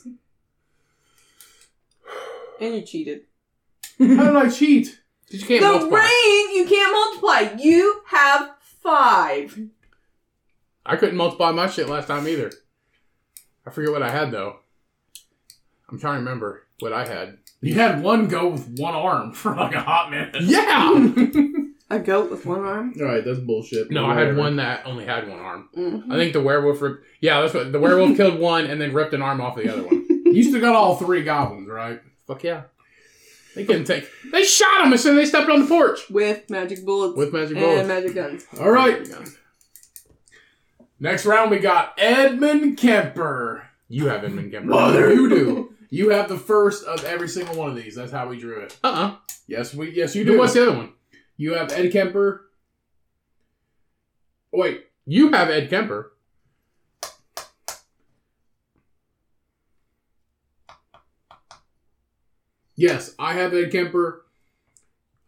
Speaker 2: And you cheated.
Speaker 1: How did I (laughs) cheat?
Speaker 3: Did you can't
Speaker 2: the
Speaker 3: multiply.
Speaker 2: rain. You can't multiply. You have five.
Speaker 3: I couldn't multiply my shit last time either. I forget what I had though. I'm trying to remember what I had.
Speaker 1: You had one go with one arm (laughs) for like a hot minute. (laughs)
Speaker 3: Yeah.
Speaker 2: A goat with one arm.
Speaker 1: All right, that's bullshit.
Speaker 3: no, I had one that only had one arm. (laughs)
Speaker 2: Mhm.
Speaker 3: I think the werewolf ripped. Yeah, that's what the (laughs) werewolf killed one and then ripped an arm off the other (laughs) one.
Speaker 1: You still got all three goblins, right?
Speaker 3: Fuck yeah. They couldn't take. They shot him as soon as they stepped on the porch
Speaker 2: With magic bullets.
Speaker 3: with magic
Speaker 2: and
Speaker 3: bullets.
Speaker 2: magic guns.
Speaker 1: All right. Next round, we got Edmund Kemper.
Speaker 3: You have Inman Kemper.
Speaker 1: You do. You have the first of every single one of these. That's how we drew it.
Speaker 3: Uh uh
Speaker 1: Yes, we. Yes, you
Speaker 3: You do.
Speaker 1: do.
Speaker 3: What's the other one?
Speaker 1: You have Ed Kemper. Wait,
Speaker 3: You have Ed Kemper.
Speaker 1: Yes, I have Ed Kemper.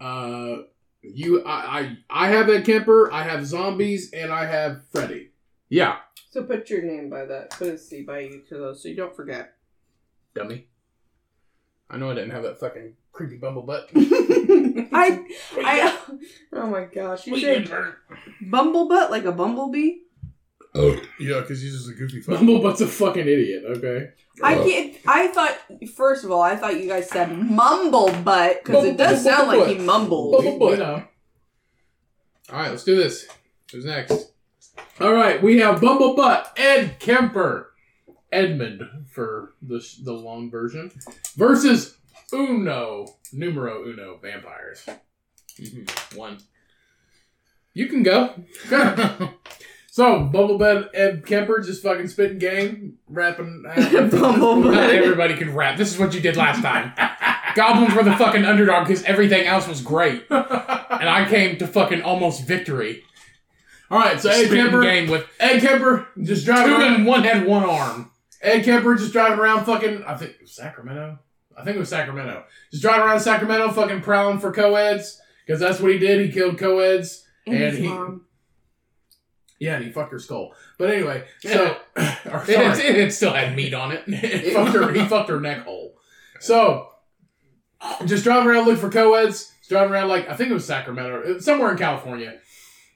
Speaker 1: Uh, you, I, I, I have Ed Kemper. I have zombies, and I have Freddy.
Speaker 3: Yeah.
Speaker 2: So put your name by that. Put a C by each of those so you don't
Speaker 3: (laughs)
Speaker 2: forget.
Speaker 3: Dummy. I know I didn't have that fucking creepy bumble butt.
Speaker 2: I, I, oh my gosh! You said
Speaker 3: Mm-hmm.
Speaker 2: bumble butt like a bumblebee.
Speaker 3: Oh, yeah, because he's just a goofy
Speaker 1: Bumblebutt's a fucking idiot. Okay.
Speaker 2: I can't. I thought first of all, I thought you guys said mumble butt because it does sound like he mumbled.
Speaker 1: Bumblebutt.
Speaker 3: We know. All right, let's do this. Who's next?
Speaker 1: All right, we have Bumblebutt, Ed Kemper, Edmund for the sh- the long version, versus Uno, numero uno, vampires.
Speaker 3: One.
Speaker 1: You can go. so Bumblebutt, Ed Kemper, just fucking spitting game, rapping.
Speaker 2: Bumble
Speaker 3: Not
Speaker 2: butt.
Speaker 3: everybody can rap. This is what you did last time. Goblins were the fucking underdog because everything else was great, and I came to fucking almost victory.
Speaker 1: All right, so Ed
Speaker 3: Spitting
Speaker 1: Kemper,
Speaker 3: game with
Speaker 1: Ed Kemper just
Speaker 3: two
Speaker 1: driving around.
Speaker 3: and one had one arm.
Speaker 1: Ed Kemper just driving around fucking, I think, Sacramento? I think it was Sacramento. Just driving around Sacramento fucking prowling for co-eds. Because that's what he did. He killed co-eds. And
Speaker 2: And
Speaker 1: he-
Speaker 2: his mom.
Speaker 1: Yeah, and he fucked her skull. But anyway, so... (coughs) or,
Speaker 3: It,
Speaker 1: sorry.
Speaker 3: it- it still had meat on
Speaker 1: (laughs) He
Speaker 3: it. (laughs)
Speaker 1: fucked her, he fucked her neck hole. So, just driving around looking for co-eds. Just driving around like, I think it was Sacramento. Somewhere in California.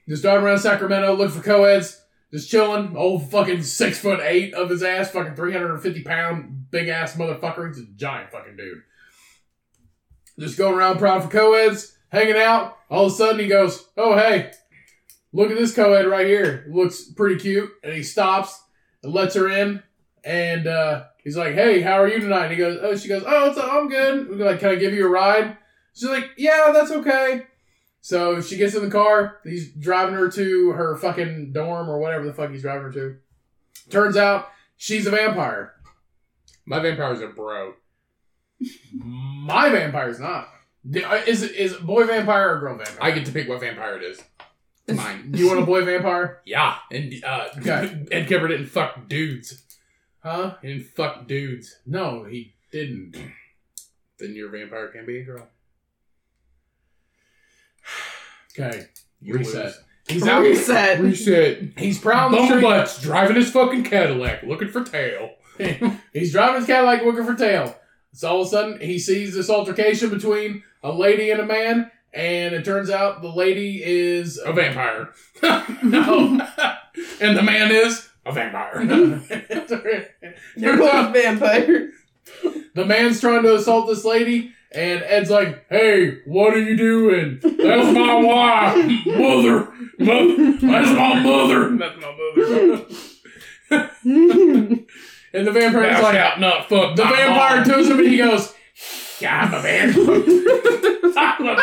Speaker 1: Just driving around Sacramento looking for co-eds. Just chilling. Old fucking six foot eight of his ass, fucking 350 pound, big ass motherfucker. He's a giant fucking dude. Just going around proud for co-eds, hanging out. All of a sudden he goes, Oh, hey, look at this co-ed right here. Looks pretty cute. And he stops and lets her in. And uh, he's like, Hey, how are you tonight? And he goes, Oh, she goes, Oh, it's, I'm good. We're like, Can I give you a ride? She's like, Yeah, that's okay. So she gets in the car. He's driving her to her fucking dorm or whatever the fuck he's driving her to. Turns out she's a vampire.
Speaker 3: My vampires are bro.
Speaker 1: My vampire's not. D- uh, Is is it boy vampire or girl vampire?
Speaker 3: I get to pick what vampire it is. It's Mine.
Speaker 1: You want a boy vampire?
Speaker 3: Yeah. And uh,
Speaker 1: Okay.
Speaker 3: (laughs) Ed Kemper didn't fuck dudes.
Speaker 1: Huh?
Speaker 3: He didn't fuck dudes.
Speaker 1: No, he didn't.
Speaker 3: Then your vampire can be a girl.
Speaker 1: Okay,
Speaker 3: You
Speaker 1: Reset.
Speaker 3: lose.
Speaker 1: he's out.
Speaker 2: Reset.
Speaker 3: Reset.
Speaker 1: He's proud.
Speaker 3: Bumblebutts driving his fucking Cadillac, looking for tail.
Speaker 1: He's driving his Cadillac looking for tail. So all of a sudden, he sees this altercation between a lady and a man, and it turns out the lady is (laughs)
Speaker 3: A vampire. (laughs) no. and the man is a vampire.
Speaker 2: You're both vampires.
Speaker 1: the man's trying to assault this lady, and Ed's like, "Hey, what are you doing? (laughs) That's my wife, mother, mother. That's my mother."
Speaker 3: That's my mother.
Speaker 1: And the vampire's
Speaker 3: Thou
Speaker 1: like,
Speaker 3: shalt not fuck
Speaker 1: "The
Speaker 3: my
Speaker 1: vampire
Speaker 3: mom.
Speaker 1: turns him and he goes,
Speaker 3: I'm a vampire. (laughs) I'm a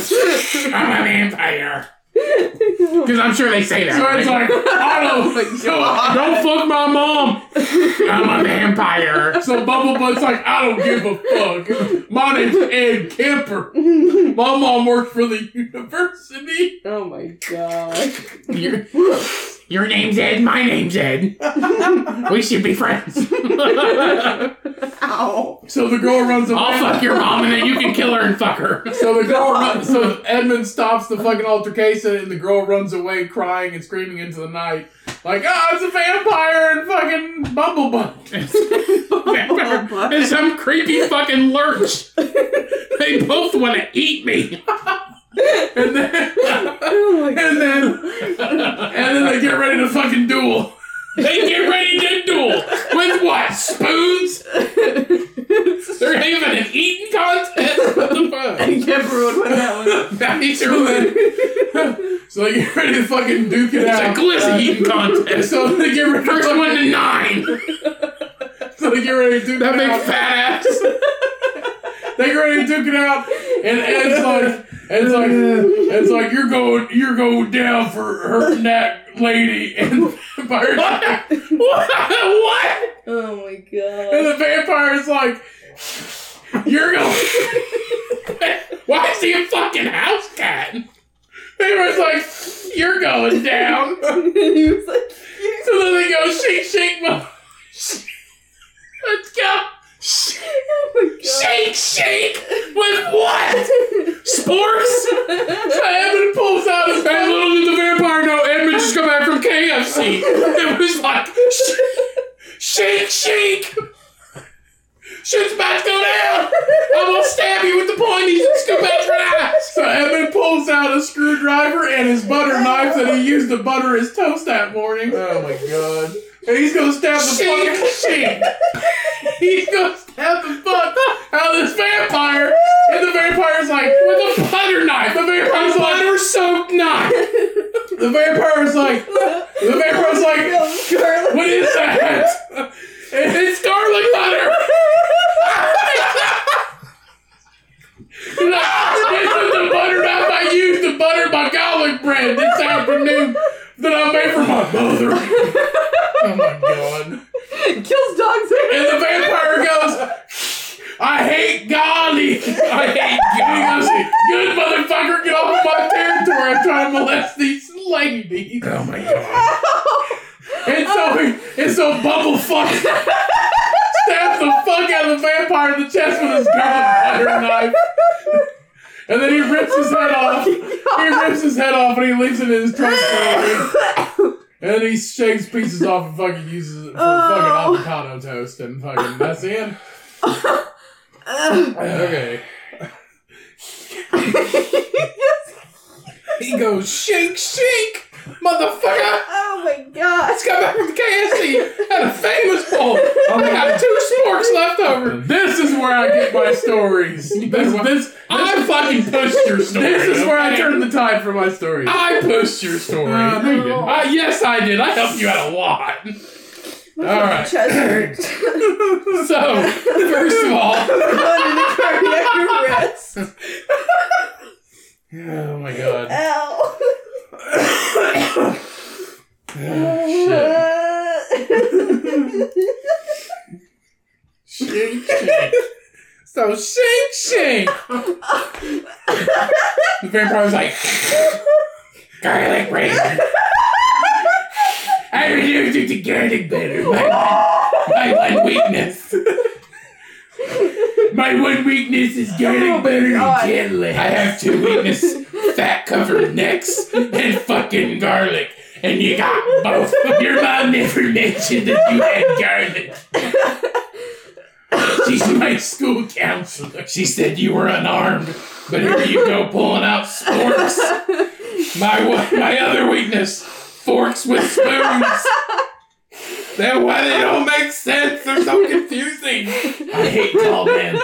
Speaker 3: vampire. I'm a vampire. Because I'm sure they say that.
Speaker 1: So it's like,
Speaker 3: Otto,
Speaker 1: "Don't- don't fuck my mom."
Speaker 3: I'm a vampire. (laughs)
Speaker 1: So Bumblebutt's like, I don't give a fuck. My name's Ed Kemper. My mom worked for the (laughs) university.
Speaker 2: oh my god.
Speaker 3: Your, your name's Ed, my name's Ed. We should be friends. I'll
Speaker 2: Ow.
Speaker 1: So the girl runs away.
Speaker 3: fuck your mom and then you can kill her and fuck her.
Speaker 1: So
Speaker 3: (laughs)
Speaker 1: the girl runs. So Edmund stops the fucking altercation, and the girl runs away, crying and screaming into the night, like, "Ah, it's a vampire and fucking Bumblebutt."
Speaker 3: (laughs) and some creepy fucking lurch. They both want to eat me.
Speaker 1: And then,
Speaker 2: Oh my
Speaker 1: and then, and then they get ready to fucking duel. (laughs)
Speaker 3: They get ready to duel with what? Spoons? They're having an eating contest? What the fuck?
Speaker 2: I can't ruin what that was.
Speaker 3: That's true.
Speaker 1: So they get ready to fucking duke it
Speaker 3: It's
Speaker 1: out.
Speaker 3: a glizzy eating
Speaker 1: And
Speaker 3: contest.
Speaker 1: (laughs) so they get ready.
Speaker 3: First one to nine.
Speaker 1: (laughs) So they get ready to duke
Speaker 3: That
Speaker 1: it
Speaker 3: big
Speaker 1: out.
Speaker 3: fat ass.
Speaker 1: They get ready to duke it out, and Ed's like,
Speaker 3: (laughs)
Speaker 1: Ed's like, Ed's like, you're going, you're going down for hurting that lady, and the vampire's like,
Speaker 3: What? What?
Speaker 2: Oh my
Speaker 1: and
Speaker 2: god.
Speaker 1: the vampire's like, you're going. (laughs)
Speaker 3: Why is he a fucking house cat?
Speaker 1: Vampire's like, you're going down.
Speaker 2: (laughs) he was like,
Speaker 1: So then they go, shake, shake, mother.
Speaker 3: Let's go.
Speaker 2: oh my god.
Speaker 3: Shake, shake. With what? Sports?
Speaker 1: So Edmund pulls out his
Speaker 3: (laughs) And
Speaker 1: bag.
Speaker 3: little did the vampire know Edmund just come back from KFC. It was like, sh- shake, shake. Shit's about to go down. I'm going to stab you with the pointy. Just come back for that.
Speaker 1: So Edmund pulls out a screwdriver and his butter knife that he used to butter his toast that morning.
Speaker 3: Oh my god.
Speaker 1: And he's gonna stab the
Speaker 3: Shake,
Speaker 1: fucking
Speaker 3: shake.
Speaker 1: (laughs) He's gonna stab the fuck out of this vampire, and the vampire's like,
Speaker 3: With a butter knife.
Speaker 1: The
Speaker 3: A
Speaker 1: vampire's like,
Speaker 3: butter soaked knife.
Speaker 1: the vampire's like, the vampire's like, what is that? And it's
Speaker 3: It's garlic butter.
Speaker 1: this is the butter knife I used to butter my garlic bread this afternoon that I made for my mother. Oh my god.
Speaker 2: It kills dogs.
Speaker 1: And the vampire goes, I hate garlic. I hate garlic. Good motherfucker, get off of my territory. I'm trying to molest these ladies.
Speaker 3: Oh my god.
Speaker 1: And so he, and so Bubble fuck stabs the fuck out of the vampire in the chest with his garlic butter knife. And then he rips his head off. He rips his head off and he leaves it in his trunk for a week. And then he shakes pieces off and fucking uses it for
Speaker 2: Oh.
Speaker 1: fucking avocado toast and fucking that's the end.
Speaker 2: Ugh.
Speaker 1: Okay.
Speaker 3: He goes, shake, shake. My
Speaker 1: motherfucker!
Speaker 2: (laughs) Oh my god.
Speaker 1: Just got back from KFC. Had a famous bowl. I got two sporks left over.
Speaker 3: This is where I get my
Speaker 1: (laughs)
Speaker 3: stories. This, this,
Speaker 1: I fucking pushed your story.
Speaker 3: this is where I
Speaker 1: okay?
Speaker 3: turn the tide for my stories.
Speaker 1: I pushed your story.
Speaker 3: Uh, no, you didn't.
Speaker 1: Uh, yes, I did. I helped you out a lot.
Speaker 2: All
Speaker 3: right.
Speaker 1: (laughs)
Speaker 2: Chest hurts.
Speaker 1: So, first of all,
Speaker 2: Under the cardiac arrest.
Speaker 1: oh my (laughs) god.
Speaker 2: Ow.
Speaker 1: Shit. Shink, shink. So, shink, shink. the vampire was like, garlic razor. I reduced it to garlic butter. My one, my one weakness. My one weakness is garlic butter
Speaker 2: God.
Speaker 1: and cantaloupes. I have two weaknesses fat covered necks and fucking garlic. And you got both. Your mom never mentioned that you had garlic. She's my school counselor. She said you were unarmed, but here you go pulling out sporks. My one- my other weakness, forks with spoons. That why they don't make sense. They're so confusing. I hate tall men.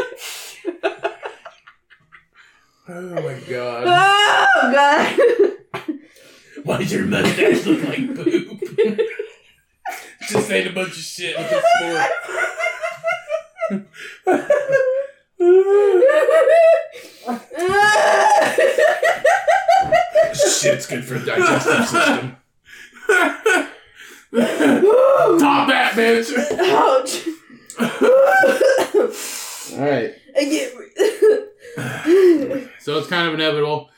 Speaker 1: Oh my god.
Speaker 2: (laughs) Oh god.
Speaker 1: Why does your mustache look like poop? Just ate a bunch of shit with a fork. Shit's good for the digestive system. Top that, bitch.
Speaker 2: Ouch.
Speaker 1: All right.
Speaker 2: (laughs) I get.
Speaker 1: (laughs)
Speaker 3: so it's kind of inevitable.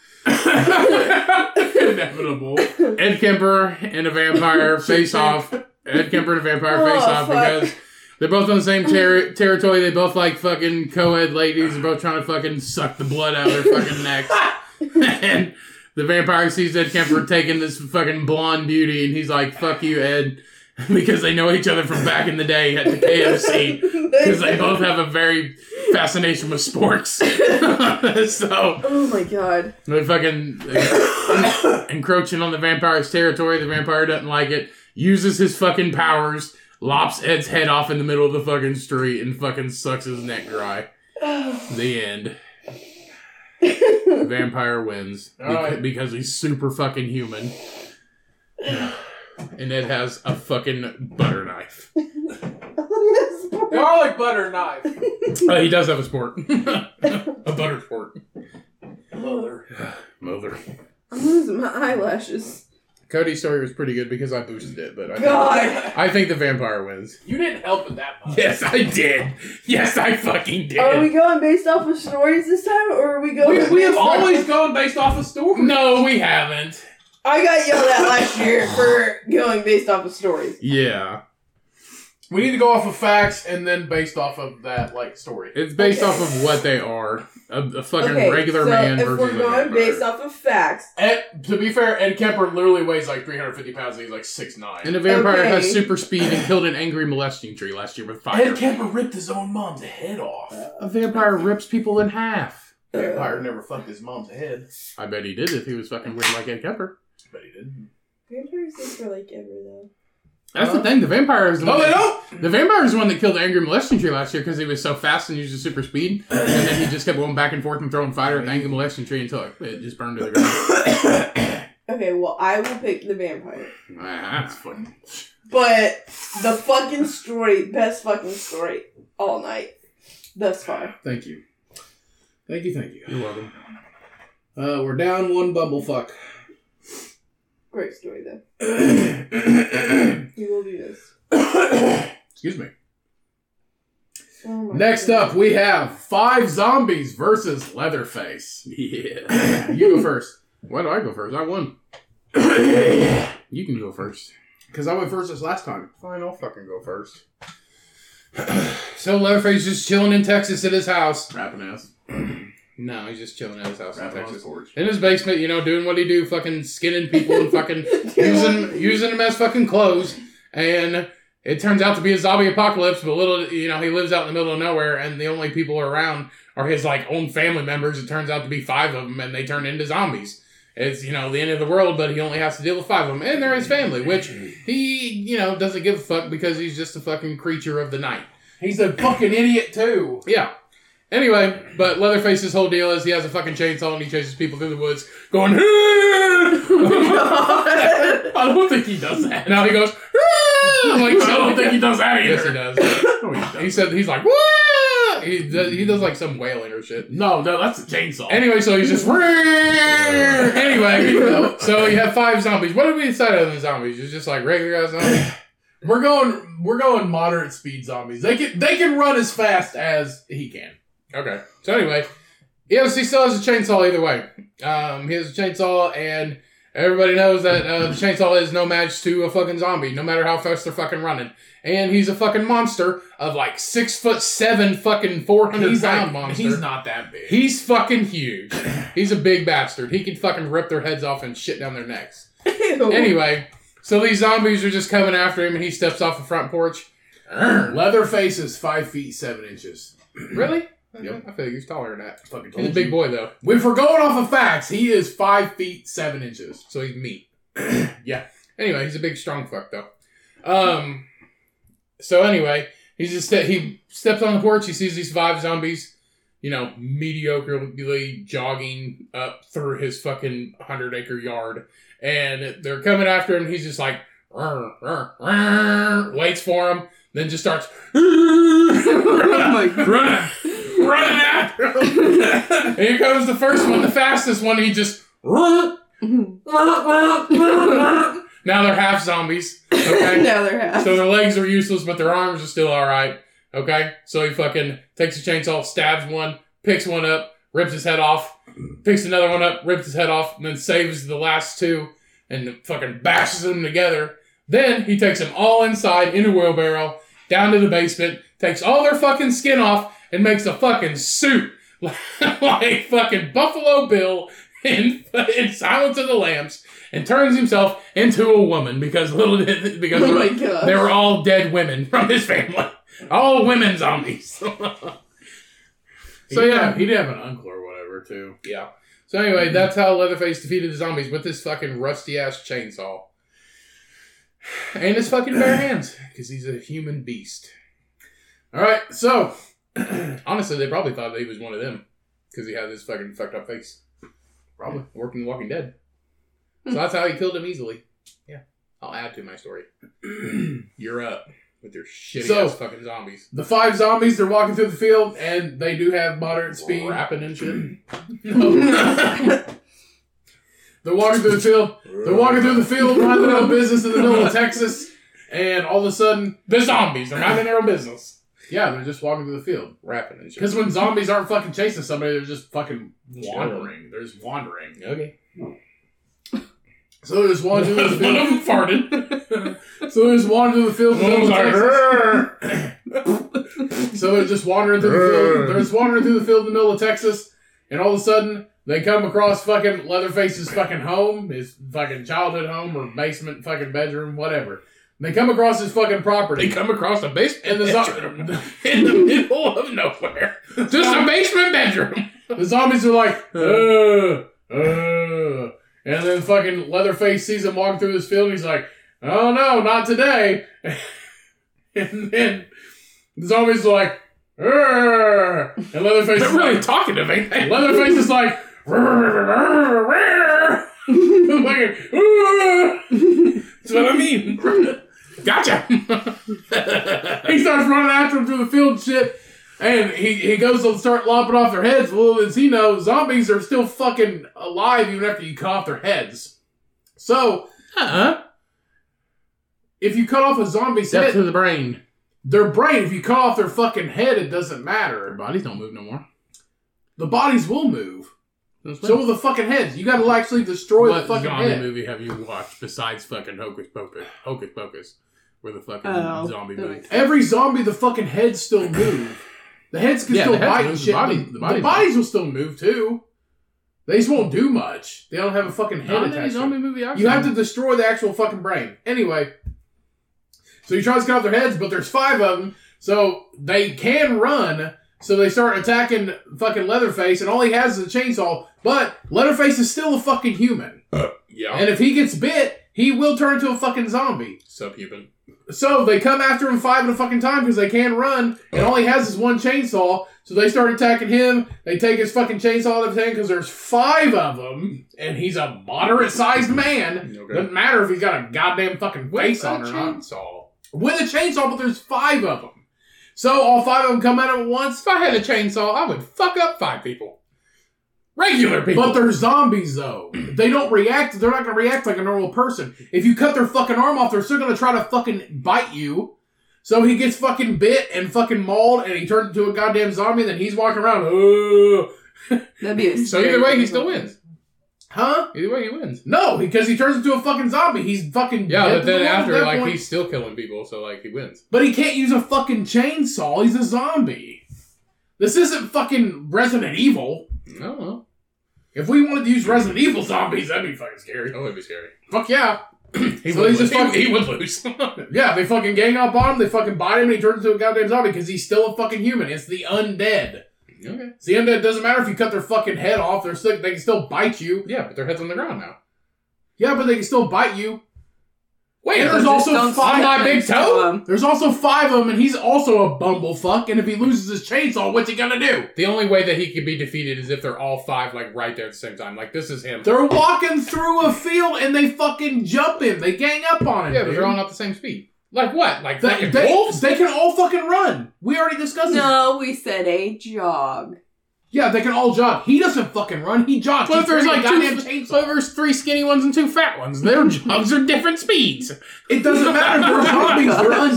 Speaker 1: Inevitable.
Speaker 3: Ed Kemper and a
Speaker 1: (laughs)
Speaker 3: vampire face off. Ed Kemper and a vampire
Speaker 2: Oh,
Speaker 3: face off
Speaker 2: fuck.
Speaker 3: because they're both on the same ter- territory. They both like fucking co-ed ladies. They're both trying to fucking suck the blood out of their fucking necks. and the vampire sees Ed Kemper taking this fucking blonde beauty, and he's like, "Fuck you, Ed," (laughs) because they know each other from back in the day at the
Speaker 2: (laughs)
Speaker 3: KFC. Because they both have a very fascination with sports. (laughs) so.
Speaker 2: Oh my god. (sighs)
Speaker 3: They're fucking (coughs) uh, encroaching on the vampire's territory. The vampire doesn't like it. Uses his fucking powers. Lops Ed's head off in the middle of the fucking street and fucking sucks his neck dry. The end. vampire wins
Speaker 1: All right.
Speaker 3: beca- because he's super fucking human. And Ed has a fucking butter knife.
Speaker 1: Garlic butter knife.
Speaker 3: Oh, he does have a sport. (laughs)
Speaker 1: A butter fork.
Speaker 6: Mother.
Speaker 3: (sighs) Mother.
Speaker 2: I'm losing my eyelashes.
Speaker 3: Cody's story was pretty good because I boosted it, but I think,
Speaker 2: God.
Speaker 3: I think the vampire wins.
Speaker 1: You didn't help with that much.
Speaker 3: Yes, I did. Yes, I fucking did.
Speaker 2: Are we going based off of stories this time, or are we going?
Speaker 1: We, we have always gone based off of story.
Speaker 3: no, we haven't.
Speaker 2: (laughs) I got yelled at last year for going based off of stories.
Speaker 3: Yeah.
Speaker 1: We need to go off of facts and then based off of that like story.
Speaker 3: It's based
Speaker 2: Okay.
Speaker 3: off of what they are. A, a fucking
Speaker 2: okay,
Speaker 3: regular
Speaker 2: so
Speaker 3: man
Speaker 2: if
Speaker 3: versus
Speaker 2: we're
Speaker 3: a
Speaker 2: going
Speaker 3: vampire.
Speaker 2: based off of facts,
Speaker 1: Ed, to be fair, Ed Kemper literally weighs like 350 pounds and he's like 6'9.
Speaker 3: And a vampire
Speaker 2: Okay.
Speaker 3: has super speed and killed an angry molesting tree last year with fire.
Speaker 1: Ed Kemper ripped his own mom's head off.
Speaker 3: a vampire rips people in half.
Speaker 1: Vampire never fucked his mom's head.
Speaker 3: I bet he did if he was fucking weird like Ed Kemper.
Speaker 1: But he
Speaker 3: (coughs)
Speaker 2: (coughs)
Speaker 1: didn't.
Speaker 2: vampires live for like ever though.
Speaker 3: That's
Speaker 1: Huh?
Speaker 3: the thing. The vampire is the
Speaker 1: No,
Speaker 3: one
Speaker 1: they
Speaker 3: that-
Speaker 1: don't!
Speaker 3: The vampire is the one that killed the angry molesting tree last year because he was so fast and used his super speed, and then he just kept going back and forth and throwing fire at the angry molesting tree until it, it just burned to the (laughs) ground.
Speaker 2: Okay, well I will pick the vampire,
Speaker 3: ah, That's funny.
Speaker 2: but the fucking story, best fucking story all night thus far.
Speaker 1: Thank you. Thank you, thank you.
Speaker 3: You're welcome.
Speaker 1: Uh, we're down one bumblefuck.
Speaker 2: Great story though.
Speaker 1: (coughs) Excuse
Speaker 2: You will do this.
Speaker 1: me.
Speaker 2: Oh my
Speaker 1: Next
Speaker 2: (laughs) goodness.
Speaker 1: up, we have five zombies versus Leatherface.
Speaker 3: Yeah.
Speaker 1: (coughs) You go first.
Speaker 3: Why do I go first? I won. You can go first.
Speaker 1: Because I went first this last time.
Speaker 3: Fine, I'll fucking go first. so Leatherface just chilling in Texas at his house.
Speaker 1: Rapping ass.
Speaker 3: No, he's just chilling at his house in
Speaker 1: Rapping on the
Speaker 3: Texas.
Speaker 1: porch.
Speaker 3: In his basement, you know, doing what he do, fucking skinning people and fucking
Speaker 2: (laughs)
Speaker 3: using using them as fucking clothes. And it turns out to be a zombie apocalypse, but little you know, he lives out in the middle of nowhere and the only people around are his like own family members. It turns out to be five of them and they turn into zombies. it's you know the end of the world, but he only has to deal with five of them, and they're his family, which he you know doesn't give a fuck because he's just a fucking creature of the night.
Speaker 1: He's a fucking idiot too.
Speaker 3: Yeah. Anyway, but Leatherface's whole deal is he has a fucking chainsaw and he chases people through the woods, going. (laughs) I don't think he does that. Now he goes. (laughs) I'm like,
Speaker 1: (laughs) I don't think he does that
Speaker 3: Yes, he
Speaker 1: either. (laughs)
Speaker 3: does.
Speaker 1: No, Oh, he doesn't.
Speaker 3: He said he's like. "Wah!" He does, he does like some wailing or shit.
Speaker 1: No, no, that's a chainsaw.
Speaker 3: Anyway, so he's just anyway. So you have five zombies. What did we decide on the zombies? It's just like regular ass zombies.
Speaker 1: (sighs) we're going, we're going moderate speed zombies. They can, they can run as fast as he can.
Speaker 3: Okay. So anyway, yes, he still has a chainsaw either way. Um, he has a chainsaw, and everybody knows that uh, the chainsaw is no match to a fucking zombie, no matter how fast they're fucking running. And he's a fucking monster of like six foot seven, fucking four hundred
Speaker 1: He's
Speaker 3: pound
Speaker 1: not,
Speaker 3: monster.
Speaker 1: he's not that big.
Speaker 3: He's fucking huge. He's a big bastard. He can fucking rip their heads off and shit down their necks. Anyway, so these zombies are just coming after him, and he steps off the front porch.
Speaker 1: (clears throat) Leatherface is five feet seven (clears throat) inches.
Speaker 3: Really?
Speaker 1: Yep.
Speaker 3: I think he's taller than that.
Speaker 1: Fucking
Speaker 3: He's a
Speaker 1: told
Speaker 3: big
Speaker 1: you.
Speaker 3: boy though,
Speaker 1: If we're going off of facts, he is five feet seven inches.
Speaker 3: so
Speaker 1: (clears throat)
Speaker 3: he's meat.
Speaker 1: Yeah.
Speaker 3: Anyway, he's a big strong fuck though. Um. So anyway, he's just he steps on the porch. He sees these five zombies, you know, mediocrely jogging up through his fucking hundred acre yard, and they're coming after him. He's just like, "Rrr, rrr, rrr," waits for him, then just starts (laughs) running,
Speaker 2: Oh my God.
Speaker 3: running, running after him. (laughs) Here comes the first one, the fastest one. He just. (laughs) "Rrr,
Speaker 2: now
Speaker 3: Now they're half zombies.
Speaker 2: (laughs)
Speaker 3: Okay.
Speaker 2: they're half.
Speaker 3: So their legs are useless, but their arms are still all right. Okay. So he fucking takes a chainsaw, stabs one, picks one up, rips his head off, picks another one up, rips his head off, and then saves the last two and fucking bashes them together. Then he takes them all inside in a wheelbarrow down to the basement, takes all their fucking skin off, and makes a fucking suit (laughs) like fucking Buffalo Bill in, (laughs) in Silence of the Lambs, and turns himself into a woman because little did-
Speaker 2: (laughs)
Speaker 3: because
Speaker 2: oh my god.
Speaker 3: they were all dead women from his family. All women zombies. (laughs)
Speaker 1: So
Speaker 3: He-
Speaker 1: yeah, he'd have an uncle or whatever too.
Speaker 3: yeah. So anyway, that's how Leatherface defeated the zombies with this fucking rusty ass chainsaw. And his fucking bare hands, because he's a human beast.
Speaker 1: All right, so
Speaker 3: Honestly, they probably thought that he was one of them, because he had this fucking fucked up face. Probably. Working The Walking Dead. So
Speaker 2: Hmm.
Speaker 3: that's how he killed him easily. Yeah. I'll add to my story. (clears throat) You're up with your shitty
Speaker 1: So-
Speaker 3: ass fucking zombies.
Speaker 1: the five zombies they're walking through the field, and they do have moderate speed.
Speaker 3: Rapping and shit.
Speaker 2: (laughs)
Speaker 1: No. they're walking through the field. They're walking through the field, minding their own business in the middle of Texas, and all of a sudden,
Speaker 3: The zombies are not in their own business.
Speaker 1: yeah, they're just walking through the field.
Speaker 3: Rapping and shit.
Speaker 1: Because when zombies aren't fucking chasing somebody, they're just fucking wandering. They're just wandering.
Speaker 3: Okay.
Speaker 1: So there's one
Speaker 3: (laughs) One
Speaker 1: through
Speaker 3: of
Speaker 1: the field.
Speaker 3: (laughs) them farted.
Speaker 1: So there's one through the field. in the
Speaker 3: One of
Speaker 1: middle
Speaker 3: was
Speaker 1: of
Speaker 3: like,
Speaker 1: Texas.
Speaker 3: "Rrr."
Speaker 1: So they're just wandering through the field. They're just wandering through the field in the middle of Texas, and all of a sudden they come across fucking Leatherface's fucking home, his fucking childhood home or basement fucking bedroom, whatever. And they come across his fucking
Speaker 3: they
Speaker 1: property.
Speaker 3: come across a basement
Speaker 1: And the zo-
Speaker 3: bedroom (laughs) in the middle of nowhere. Just a basement bedroom.
Speaker 1: (laughs) The zombies are like, uh, uh. And then fucking Leatherface sees him walking through this field and he's like, oh no, not today. (laughs) and then the zombies are like, uh. and Leatherface
Speaker 3: (laughs) They're
Speaker 1: is
Speaker 3: really
Speaker 1: like,
Speaker 3: talkative, ain't they?
Speaker 1: Leatherface is like,
Speaker 3: That's
Speaker 1: like, "Ooh."
Speaker 3: what I mean. Gotcha.
Speaker 1: he starts running after him through the field and shit. And he, he goes to start lopping off their heads. Little as he knows, zombies are still fucking alive even after you cut off their heads. So,
Speaker 3: uh-huh.
Speaker 1: if you cut off a zombie's
Speaker 3: Death
Speaker 1: head,
Speaker 3: to the brain.
Speaker 1: their brain, if you cut off their fucking head, it doesn't matter.
Speaker 3: Bodies don't move no more.
Speaker 1: The bodies will move. So will the fucking heads. You gotta actually destroy
Speaker 3: what
Speaker 1: the fucking
Speaker 3: zombie
Speaker 1: head.
Speaker 3: movie have you watched besides fucking Hocus Pocus? Hocus Pocus, where the fucking
Speaker 2: Oh,
Speaker 3: zombie
Speaker 2: that
Speaker 3: movie.
Speaker 2: makes
Speaker 1: Every zombie, the fucking heads still
Speaker 3: (coughs)
Speaker 1: move. The heads can
Speaker 3: Yeah,
Speaker 1: still
Speaker 3: the heads
Speaker 1: bite
Speaker 3: move,
Speaker 1: and
Speaker 3: the
Speaker 1: shit.
Speaker 3: body-
Speaker 1: the,
Speaker 3: the
Speaker 1: the
Speaker 3: body
Speaker 1: bodies will still move too. They just won't do much. They don't have a fucking head
Speaker 3: Not in any
Speaker 1: attached. to
Speaker 3: zombie
Speaker 1: them.
Speaker 3: movie I've
Speaker 1: You have to
Speaker 3: seen.
Speaker 1: destroy the actual fucking brain. Anyway, so he tries to cut off their heads, but there's five of them, so they can run. So they start attacking fucking Leatherface, and all he has is a chainsaw. But Leatherface is still a fucking human,
Speaker 3: Yeah.
Speaker 1: and if he gets bit, he will turn into a fucking zombie.
Speaker 3: Subhuman.
Speaker 1: So they come after him five at a fucking time because they can run, and all he has is one chainsaw. So they start attacking him. They take his fucking chainsaw out of his hand because there's five of them, and he's a moderate sized man.
Speaker 3: Okay.
Speaker 1: Doesn't matter if he's got a goddamn fucking face
Speaker 3: With a
Speaker 1: on or not.
Speaker 3: chainsaw.
Speaker 1: With a chainsaw, but there's five of them. So all five of them come at him at once.
Speaker 3: If I had a chainsaw, I would fuck up five people. Regular people.
Speaker 1: But they're zombies, (clears throat) though. They don't react. They're not going to react like a normal person. If you cut their fucking arm off, they're still going to try to fucking bite you. So he gets fucking bit and fucking mauled, and he turns into a goddamn zombie. And then he's walking around, "Ugh."
Speaker 2: That'd be a
Speaker 3: so either way, he still wins.
Speaker 1: huh?
Speaker 3: Either way, he wins.
Speaker 1: No, because he turns into a fucking zombie. He's fucking
Speaker 3: Yeah,
Speaker 1: dead
Speaker 3: but
Speaker 1: to the
Speaker 3: then
Speaker 1: world at
Speaker 3: after,
Speaker 1: that
Speaker 3: like,
Speaker 1: point.
Speaker 3: he's still killing people, so like he wins.
Speaker 1: but he can't use a fucking chainsaw. He's a zombie. This isn't fucking Resident Evil.
Speaker 3: No, no,
Speaker 1: If we wanted to use Resident Evil zombies, that'd be fucking scary.
Speaker 3: that would be scary.
Speaker 1: Fuck yeah.
Speaker 3: He,
Speaker 1: So
Speaker 3: would,
Speaker 1: he's
Speaker 3: lose.
Speaker 1: just fucking-
Speaker 3: (laughs) he, he would lose.
Speaker 1: Yeah, they fucking gang up on him. They fucking bite him, and he turns into a goddamn zombie because he's still a fucking human. It's the undead.
Speaker 3: okay.
Speaker 1: It's the undead. Doesn't matter if you cut their fucking head off. They're still they can still bite you.
Speaker 3: Yeah, but their head's on the ground now.
Speaker 1: Yeah, but they can still bite you.
Speaker 3: Wait,
Speaker 1: And
Speaker 3: there's
Speaker 1: there's
Speaker 3: all.
Speaker 1: also
Speaker 2: don't
Speaker 1: five.
Speaker 2: stop
Speaker 3: my big
Speaker 2: them.
Speaker 3: toe?
Speaker 2: Um,
Speaker 1: There's also five of them, and he's also a bumblefuck. And if he loses his chainsaw, what's he gonna do?
Speaker 3: The only way that he could be defeated is if they're all five, like right there at the same time. Like this is him.
Speaker 1: They're walking through a field and they fucking jump him. They gang up on him.
Speaker 3: yeah, but
Speaker 1: dude.
Speaker 3: they're all not the same speed. Like what? Like
Speaker 1: They,
Speaker 3: fucking
Speaker 1: they,
Speaker 3: wolves?
Speaker 1: they can all fucking run. We already discussed this.
Speaker 2: no, we said a jog. (laughs)
Speaker 1: Yeah, they can all jog. He doesn't fucking run. He jogs.
Speaker 3: What
Speaker 1: He
Speaker 3: if there's
Speaker 1: carries
Speaker 3: like
Speaker 1: a goddamn
Speaker 3: two?
Speaker 1: chainsaw.
Speaker 3: What if there's three skinny ones and two fat ones? (laughs) Their jogs are different speeds.
Speaker 1: It doesn't matter.
Speaker 3: (laughs)
Speaker 1: They're zombies.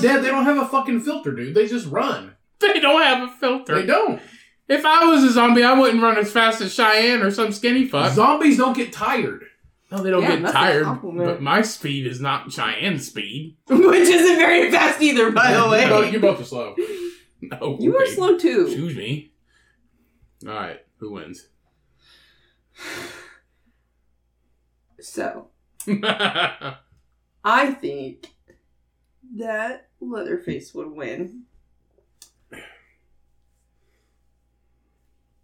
Speaker 1: They're undead. They don't have a fucking filter, dude. They just run.
Speaker 3: They don't have a filter.
Speaker 1: They don't.
Speaker 3: If I was a zombie, I wouldn't run as fast as Cheyenne or some skinny fuck.
Speaker 1: Zombies don't get tired.
Speaker 3: No, they don't
Speaker 2: Yeah,
Speaker 3: get
Speaker 2: that's a
Speaker 3: tired.
Speaker 2: compliment.
Speaker 3: But my speed is not Cheyenne's speed.
Speaker 2: Which isn't very fast either, by the
Speaker 1: You both-
Speaker 2: way.
Speaker 1: you both are slow.
Speaker 3: (laughs) No,
Speaker 2: You are
Speaker 3: way.
Speaker 2: slow too.
Speaker 3: Excuse me. All right, who wins? (laughs)
Speaker 2: So
Speaker 3: yeah,
Speaker 2: I think that Leatherface would win.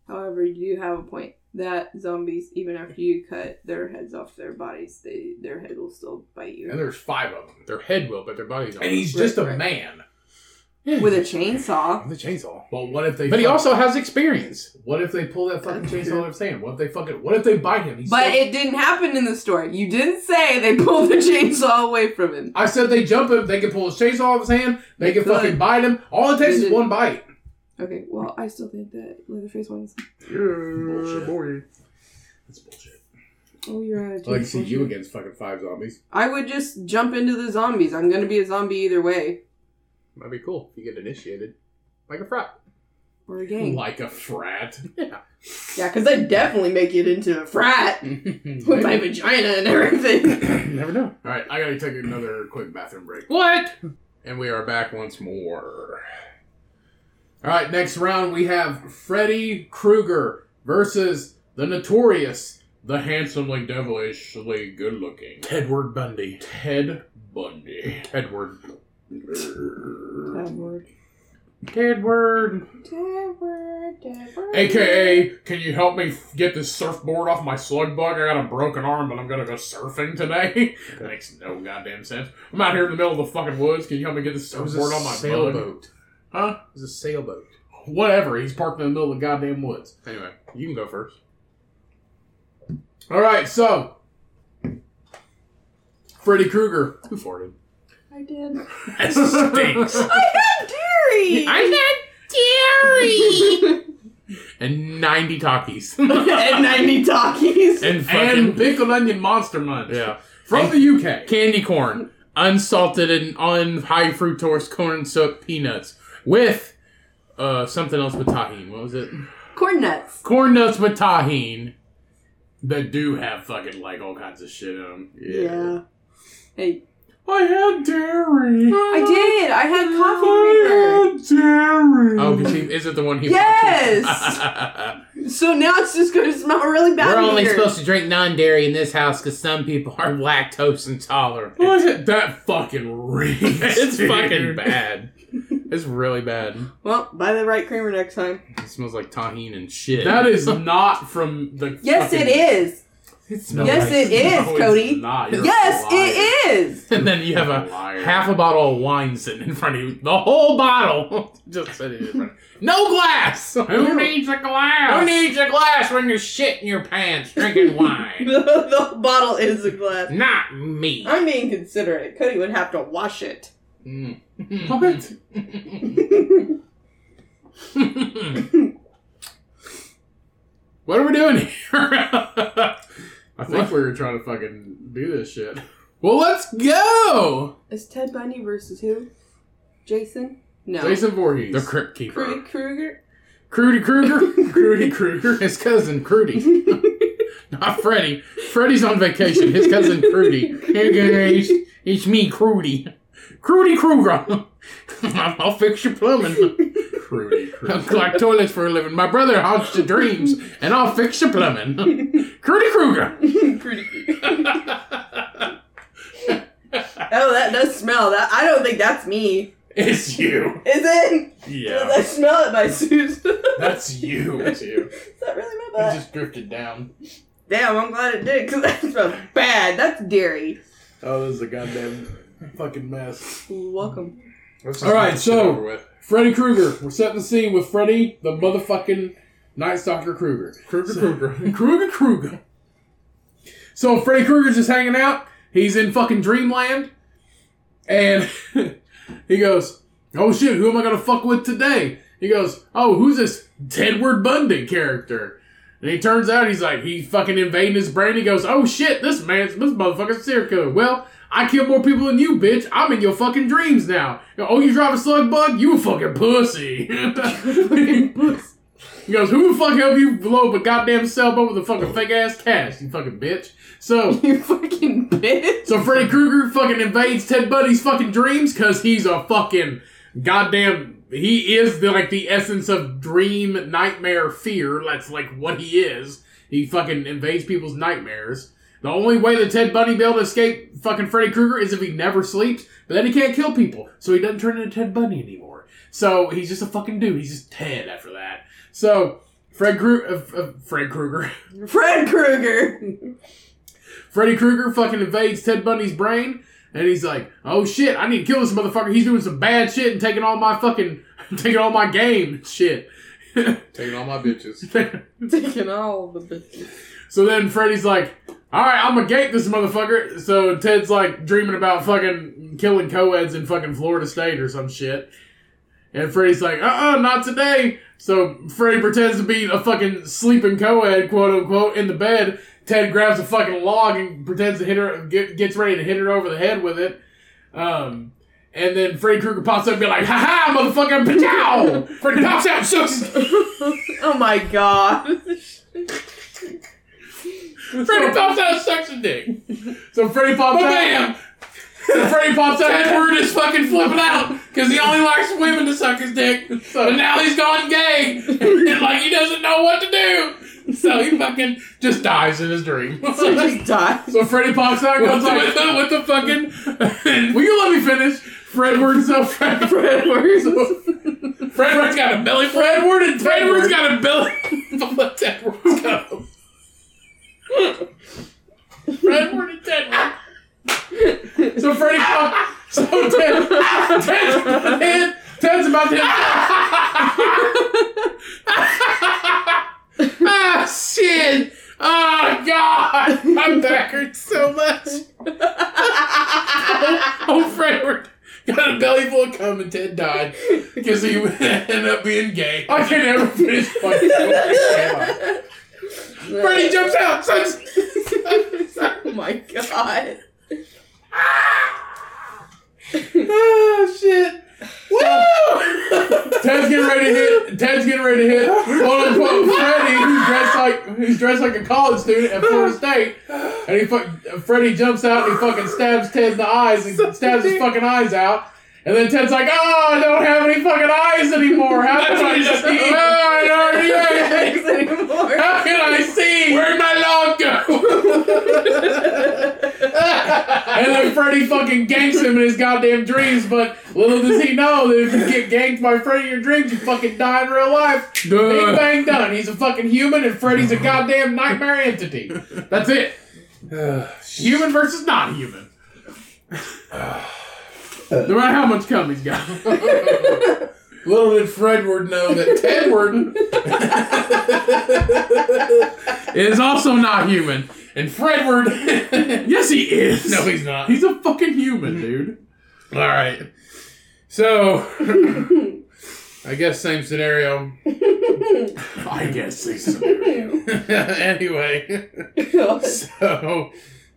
Speaker 2: However, you do have a point that zombies, even after you cut their heads off their bodies, they their head will still bite
Speaker 1: And
Speaker 2: you
Speaker 1: there's five of them.
Speaker 3: their head will, but their body don't.
Speaker 1: And he's
Speaker 2: Right,
Speaker 1: just a
Speaker 2: right.
Speaker 1: man.
Speaker 2: with a chainsaw.
Speaker 3: the chainsaw.
Speaker 1: Well, what if they?
Speaker 3: But he
Speaker 1: fuck-
Speaker 3: also has experience.
Speaker 1: What if they pull that
Speaker 3: (laughs)
Speaker 1: fucking
Speaker 2: That's
Speaker 1: chainsaw
Speaker 2: true.
Speaker 1: out of his hand? What if they fucking? What if they bite him? He's
Speaker 2: But
Speaker 1: still-
Speaker 2: it didn't happen in the story. You didn't say they pulled the chainsaw away from him.
Speaker 1: I said they jump him. They can pull his chainsaw off his hand. They can
Speaker 2: Good.
Speaker 1: fucking bite him. All it takes
Speaker 2: They
Speaker 1: is
Speaker 2: didn't.
Speaker 1: one bite.
Speaker 2: Okay, well, I still think that Leatherface wins.
Speaker 1: Bullshit. That's bullshit.
Speaker 2: Oh, you're out of
Speaker 1: I like to see you against fucking five zombies.
Speaker 2: I would just jump into the zombies. I'm gonna be a zombie either way.
Speaker 3: Might be cool if you get initiated, like a frat.
Speaker 2: Or a gang.
Speaker 1: Like a
Speaker 2: (laughs)
Speaker 1: frat.
Speaker 2: Yeah, because I definitely make it into a frat with my vagina and
Speaker 3: (laughs)
Speaker 2: everything.
Speaker 3: Never know.
Speaker 1: All right, I gotta take another quick bathroom break.
Speaker 3: What? And we are back once more.
Speaker 1: All right, next round we have Freddy Krueger versus the notorious, the handsomely devilishly good-looking
Speaker 3: Tedward Bundy.
Speaker 1: Ted Bundy.
Speaker 3: Edward.
Speaker 2: Tadward.
Speaker 3: Tedward.
Speaker 2: Tadward, Tadward.
Speaker 1: AKA, can you help me f- get this surfboard off my slug bug? I got a broken arm, but I'm gonna go surfing today. (laughs) that makes no goddamn sense. I'm out here in the middle of the fucking woods. Can you help me get this
Speaker 3: It was
Speaker 1: surfboard
Speaker 3: a
Speaker 1: on my bug?
Speaker 3: sailboat.
Speaker 1: Huh?
Speaker 3: It was a sailboat.
Speaker 1: Whatever. He's parked in the middle of the goddamn woods.
Speaker 3: Anyway, you can go
Speaker 1: (laughs)
Speaker 3: first.
Speaker 1: All right, so Freddy Krueger.
Speaker 3: Who farted?
Speaker 2: I did.
Speaker 3: That stinks.
Speaker 2: I had dairy!
Speaker 3: I had dairy and ninety talkies
Speaker 2: (laughs) and 90 talkies.
Speaker 3: and
Speaker 1: and
Speaker 3: fucking
Speaker 1: pickled onion monster munch.
Speaker 3: yeah,
Speaker 1: From
Speaker 3: And-
Speaker 1: the UK.
Speaker 3: candy corn, unsalted and on high fructose corn syrup peanuts with uh something else with tahine. What was it?
Speaker 2: Corn nuts.
Speaker 3: Corn nuts with tahine.
Speaker 1: That do have fucking like all kinds of shit in them.
Speaker 2: Hey,
Speaker 1: I had dairy.
Speaker 2: I did. I had coffee
Speaker 1: I had dairy.
Speaker 3: Oh, 'cause he- is it the one he? (laughs)
Speaker 2: Yes! maker. So now it's just going to smell really bad.
Speaker 3: We're only
Speaker 2: here.
Speaker 3: supposed to drink non-dairy in this house because some people
Speaker 1: (laughs)
Speaker 3: are lactose intolerant.
Speaker 1: Look at that fucking reeks.
Speaker 3: (laughs) it's
Speaker 1: dude.
Speaker 3: fucking bad.
Speaker 1: It's really bad.
Speaker 2: Well, buy the right creamer next time.
Speaker 1: It smells like tahine and shit. (laughs)
Speaker 3: That is not from the.
Speaker 2: Yes, it
Speaker 3: fucking-
Speaker 2: is.
Speaker 1: It smells
Speaker 2: Yes,
Speaker 1: like-
Speaker 2: it is,
Speaker 3: No, it's
Speaker 2: Cody.
Speaker 3: not. You're a
Speaker 2: Yes,
Speaker 3: liar.
Speaker 2: it is. (laughs)
Speaker 1: And then you have a
Speaker 3: Liar.
Speaker 1: half a bottle of wine sitting in front of you. The whole bottle. (laughs) Just sitting in front. of you. No glass.
Speaker 3: Who
Speaker 1: needs a glass? Who needs a glass when you're shit in your pants drinking
Speaker 3: (laughs)
Speaker 1: wine?
Speaker 2: the bottle is a glass.
Speaker 1: Not me.
Speaker 2: I'm being considerate. Cody would have to wash it.
Speaker 1: Mm.
Speaker 3: What? (laughs) What are we doing here? (laughs) I think we were trying to fucking do this shit. Well, let's go.
Speaker 2: (laughs) Is Ted Bundy versus who? Jason? No.
Speaker 3: Jason Voorhees,
Speaker 1: the Crypt Keeper.
Speaker 2: Freddy Krueger?
Speaker 3: Crudy Kruger, Crudy Kruger.
Speaker 1: His cousin
Speaker 3: (laughs)
Speaker 1: Crudy. Not Freddy. Freddy's on vacation. His cousin Crudy. Hey guys, it's me, Crudy. Crudy Kruger. (laughs) I'll fix your plumbing.
Speaker 3: Crudy (laughs)
Speaker 1: I collect toilets for a living. My brother haunts your dreams, and I'll fix your
Speaker 3: (laughs)
Speaker 1: plumbing. Crudy Kruger.
Speaker 2: Freddy Krueger. Oh, that does smell. That I don't think that's me.
Speaker 3: It's you.
Speaker 2: Is it?
Speaker 3: Yeah,
Speaker 2: I smell it by (laughs) Susan.
Speaker 3: that's you. It's you.
Speaker 2: Is that really my
Speaker 3: It
Speaker 2: butt?
Speaker 3: just drifted down.
Speaker 2: Damn, I'm glad it did because that smells bad. That's dairy.
Speaker 3: Oh, this is a goddamn fucking mess.
Speaker 2: Welcome. (laughs)
Speaker 3: All right, so- Freddy Krueger. We're setting the scene with Freddy, the motherfucking Night Stalker Krueger.
Speaker 1: Kruger (laughs)
Speaker 3: So-
Speaker 1: Kruger.
Speaker 3: Kruger Kruger. So Freddy Krueger's just hanging out. He's in fucking dreamland.
Speaker 1: (laughs)
Speaker 3: And he goes, Oh shit, who am I gonna fuck with today? He goes, Oh, who's this Tedward Bundy character? And he turns out he's like, he's fucking invading his brain. He goes, Oh shit, this man's this motherfucker's serial killer. Well, I kill more people than you, bitch. I'm in your fucking dreams now. Oh, you drive a slug bug? You a fucking (laughs) pussy. He goes, Who the fuck help you blow up a goddamn sailboat with a fucking fake ass cash, you fucking bitch? So
Speaker 2: You fucking bitch.
Speaker 3: so Freddy Krueger fucking invades Ted Bundy's fucking dreams because he's a fucking goddamn he is the like the essence of dream nightmare fear. That's like what he is. He fucking invades people's nightmares. The only way that Ted Bundy be able to escape fucking Freddy Krueger is if he never sleeps, but then he can't kill people, so he doesn't turn into Ted Bundy anymore. So he's just a fucking dude. He's just Ted after that. So Fred Kru- uh, uh, Fred Krueger,
Speaker 2: Fred Krueger. (laughs)
Speaker 3: Freddy Krueger fucking invades Ted Bundy's brain, and he's like, "Oh shit, I need to kill this motherfucker. He's doing some bad shit and taking all my fucking, (laughs) taking all my game and shit." (laughs)
Speaker 1: Taking all my bitches.
Speaker 2: Taking all the bitches.
Speaker 3: So then Freddy's like, "All right, I'm gonna gate this motherfucker." So Ted's like dreaming about fucking killing co-eds in fucking Florida State or some shit, and Freddy's like, "Uh, uh not today." So Freddy pretends to be a fucking sleeping co-ed, quote unquote, in the bed. Ted grabs a fucking log and (laughs) pretends to hit her, get, gets ready to hit her over the head with it. Um, and then Freddy Krueger pops up and be like, "Ha ha, motherfucker, pachow!" Freddy pops out, shoots.
Speaker 2: (laughs) Oh my god.
Speaker 3: Freddy pops out, sucks a dick. (laughs) So Freddy pops out.
Speaker 1: Bam!
Speaker 3: So Freddy pops out.
Speaker 1: Edward is fucking flipping out because he only likes women to suck his dick. But now he's gone gay. And like he doesn't know what to do. So he fucking just dies in his
Speaker 3: (laughs)
Speaker 1: dream.
Speaker 2: (laughs) So I just died.
Speaker 3: So Freddy pops out and
Speaker 1: With
Speaker 3: goes
Speaker 1: the,
Speaker 3: like,
Speaker 1: with
Speaker 3: (laughs)
Speaker 1: the, with the fucking
Speaker 3: "Will you let me finish?" Fredward, so Fred,
Speaker 1: (laughs)
Speaker 2: (laughs)
Speaker 3: Fredward,
Speaker 1: Fredward's got a belly full.
Speaker 3: Fredward, and
Speaker 1: Fredward's
Speaker 3: Tedward.
Speaker 1: got a belly. (laughs) Tedward's got a.
Speaker 3: Fredward and Tedward. So Freddy pops. So Ted, Ted's, Ted, Ted's about to.
Speaker 1: Ah shit! Oh god! My back hurts so much. oh, Fredward got a belly full of cum and Ted died because he ended up being gay.
Speaker 3: I can never finish. Fucking
Speaker 2: (laughs)
Speaker 3: story.
Speaker 1: Freddy jumps out. Sucks.
Speaker 2: (laughs) Oh my god. (laughs)
Speaker 1: oh shit! Woo!
Speaker 3: Ted's getting ready to hit. Ted's getting ready to hit. "Quote unquote Freddy, who's dressed like who's dressed like a college student at Florida State, and he fu- Freddy jumps out and he fucking stabs Ted in the eyes and stabs his fucking eyes out. And then Ted's like, "Oh, I don't have any fucking eyes anymore. How
Speaker 1: That's
Speaker 3: can
Speaker 1: what
Speaker 3: I
Speaker 1: he
Speaker 3: just
Speaker 1: said.
Speaker 3: eat? I don't have any eyes.
Speaker 2: Thanks anymore.
Speaker 3: How can I see?
Speaker 1: Where'd my log go? And then Freddy fucking ganks him in his goddamn dreams, but little does he know that if you get ganked by Freddy in your dreams, you fucking die in real life. Big
Speaker 3: Duh.
Speaker 1: bang done. He's a fucking human and
Speaker 3: (laughs)
Speaker 1: Freddy's a goddamn nightmare entity. That's
Speaker 3: (sighs)
Speaker 1: it. Human versus not human. No matter how much cum he's got.
Speaker 7: (laughs) Little did Fredward know that Tedward.
Speaker 1: It is also not human.
Speaker 3: And Fredward.
Speaker 1: (laughs) Yes, he is.
Speaker 3: no, he's not.
Speaker 1: He's a fucking human, dude.
Speaker 3: All right. So, (laughs) I guess same scenario. (laughs)
Speaker 1: I guess he's a
Speaker 3: anyway, (laughs) so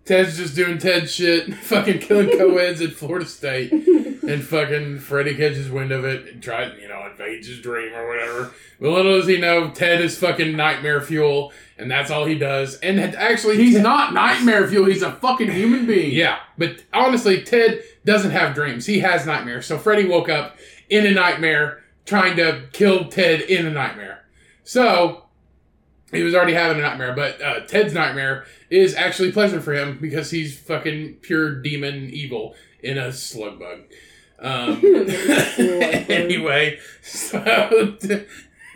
Speaker 3: Ted's just doing Ted shit, (laughs) fucking
Speaker 1: (laughs)
Speaker 3: killing co-eds at Florida State, and fucking Freddy catches wind of it and tries, you know, invades his dream or whatever. But little does he know, Ted is fucking nightmare fuel, and that's all he does. And had- actually,
Speaker 1: He's
Speaker 3: Ted-
Speaker 1: not nightmare fuel. He's a fucking human being.
Speaker 3: Yeah, but honestly, Ted doesn't have dreams. He has nightmares. So Freddy woke up in a nightmare trying to kill Ted in a nightmare. So he was already having a nightmare, but uh, Ted's nightmare is actually pleasure for him because he's fucking pure demon evil in a slug bug. Um, (laughs) anyway, so (laughs)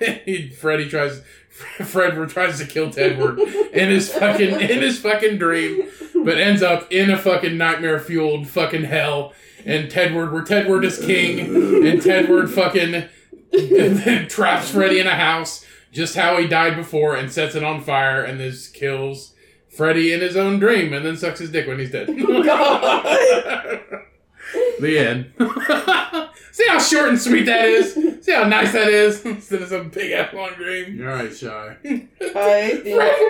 Speaker 3: Freddy tries. (laughs) Fredward tries to kill Tedward in his fucking in his fucking dream, but ends up in a fucking nightmare fueled fucking hell. And Tedward, where Tedward is king, and Tedward fucking (laughs) traps Freddy in a house, just how he died before, and sets it on fire, and this kills Freddy in his own dream, and then sucks his dick when he's dead. (laughs) the end. (laughs) See how short and sweet that is. See how nice that is (laughs) instead of some big ass long dream.
Speaker 1: All right,
Speaker 3: (laughs)
Speaker 1: shy.
Speaker 2: I (laughs)
Speaker 3: Freddy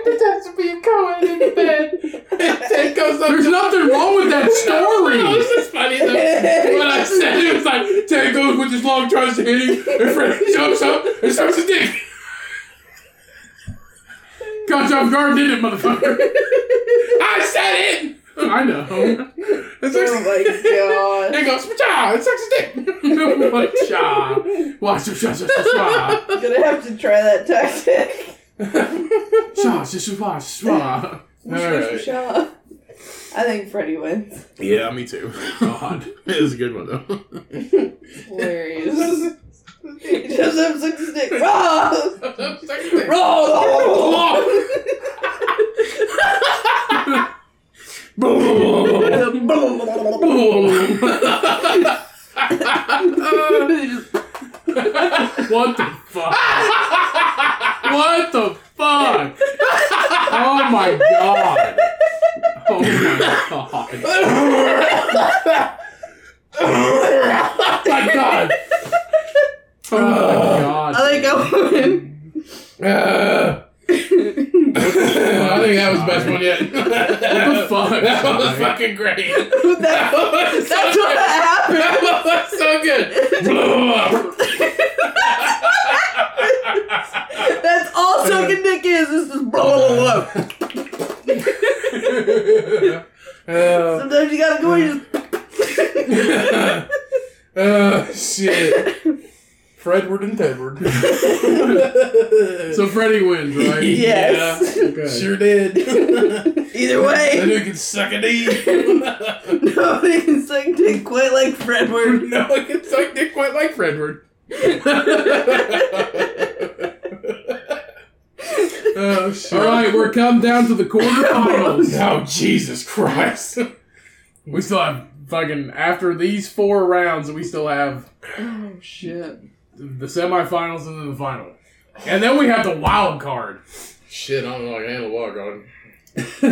Speaker 3: pretends to be a co-ed in the bed. (laughs) And Ted goes up
Speaker 1: There's
Speaker 3: to
Speaker 1: nothing wrong
Speaker 3: (laughs)
Speaker 1: with that story.
Speaker 3: No, this is funny though. What I said,
Speaker 2: (laughs)
Speaker 3: it was like Ted goes with his long tries to hit him, and Freddy jumps up and sucks his dick.
Speaker 1: Caught you off guard, did it, motherfucker?
Speaker 3: I said it.
Speaker 1: I know.
Speaker 3: It sucks,
Speaker 2: Oh
Speaker 3: and it goes, "Pacha!" It sucks his dick.
Speaker 1: what cha? Watch him, cha, cha, cha, cha.
Speaker 2: my god. Gonna have to try that tactic.
Speaker 1: Cha, cha, cha, cha, cha.
Speaker 3: Alright.
Speaker 2: I think Freddy wins.
Speaker 3: Yeah, me too.
Speaker 1: God.
Speaker 3: (laughs) It was a good one though.
Speaker 2: Hilarious. he does have six sticks. Roll!
Speaker 1: Oh
Speaker 3: Sucks his dick.
Speaker 2: Roll!
Speaker 1: What the fuck? what the fuck? Oh my god. Oh my god.
Speaker 3: My God.
Speaker 1: Oh my god.
Speaker 2: I think I win.
Speaker 3: Uh, I think that was the best one (laughs) yet.
Speaker 1: What the fuck?
Speaker 3: That was fucking great.
Speaker 2: That- that's what
Speaker 1: (laughs)
Speaker 2: happened.
Speaker 3: That was so good.
Speaker 2: That's all sucking dick is. This is blah, blah, blah, blah.
Speaker 3: (laughs) Uh,
Speaker 2: Sometimes you gotta go and just.
Speaker 3: uh, shit. Fredward and Tedward. (laughs)
Speaker 1: So Freddy wins, right?
Speaker 2: Yes.
Speaker 1: Okay.
Speaker 3: Sure (laughs) did.
Speaker 2: Either
Speaker 3: That
Speaker 2: way,
Speaker 3: dude can suck a D.
Speaker 2: (laughs) nobody can suck dick quite like
Speaker 3: (laughs)
Speaker 2: Fredward.
Speaker 3: no one can suck dick quite like Fredward. (laughs) oh shit!
Speaker 1: All right, we're come down to the (laughs) quarterfinals.
Speaker 3: Oh Jesus Christ!
Speaker 1: we still have fucking after these four rounds, we still have
Speaker 2: Oh, shit.
Speaker 1: the semifinals and then the final, and then we have the wild card.
Speaker 3: shit, I don't know. I can handle wild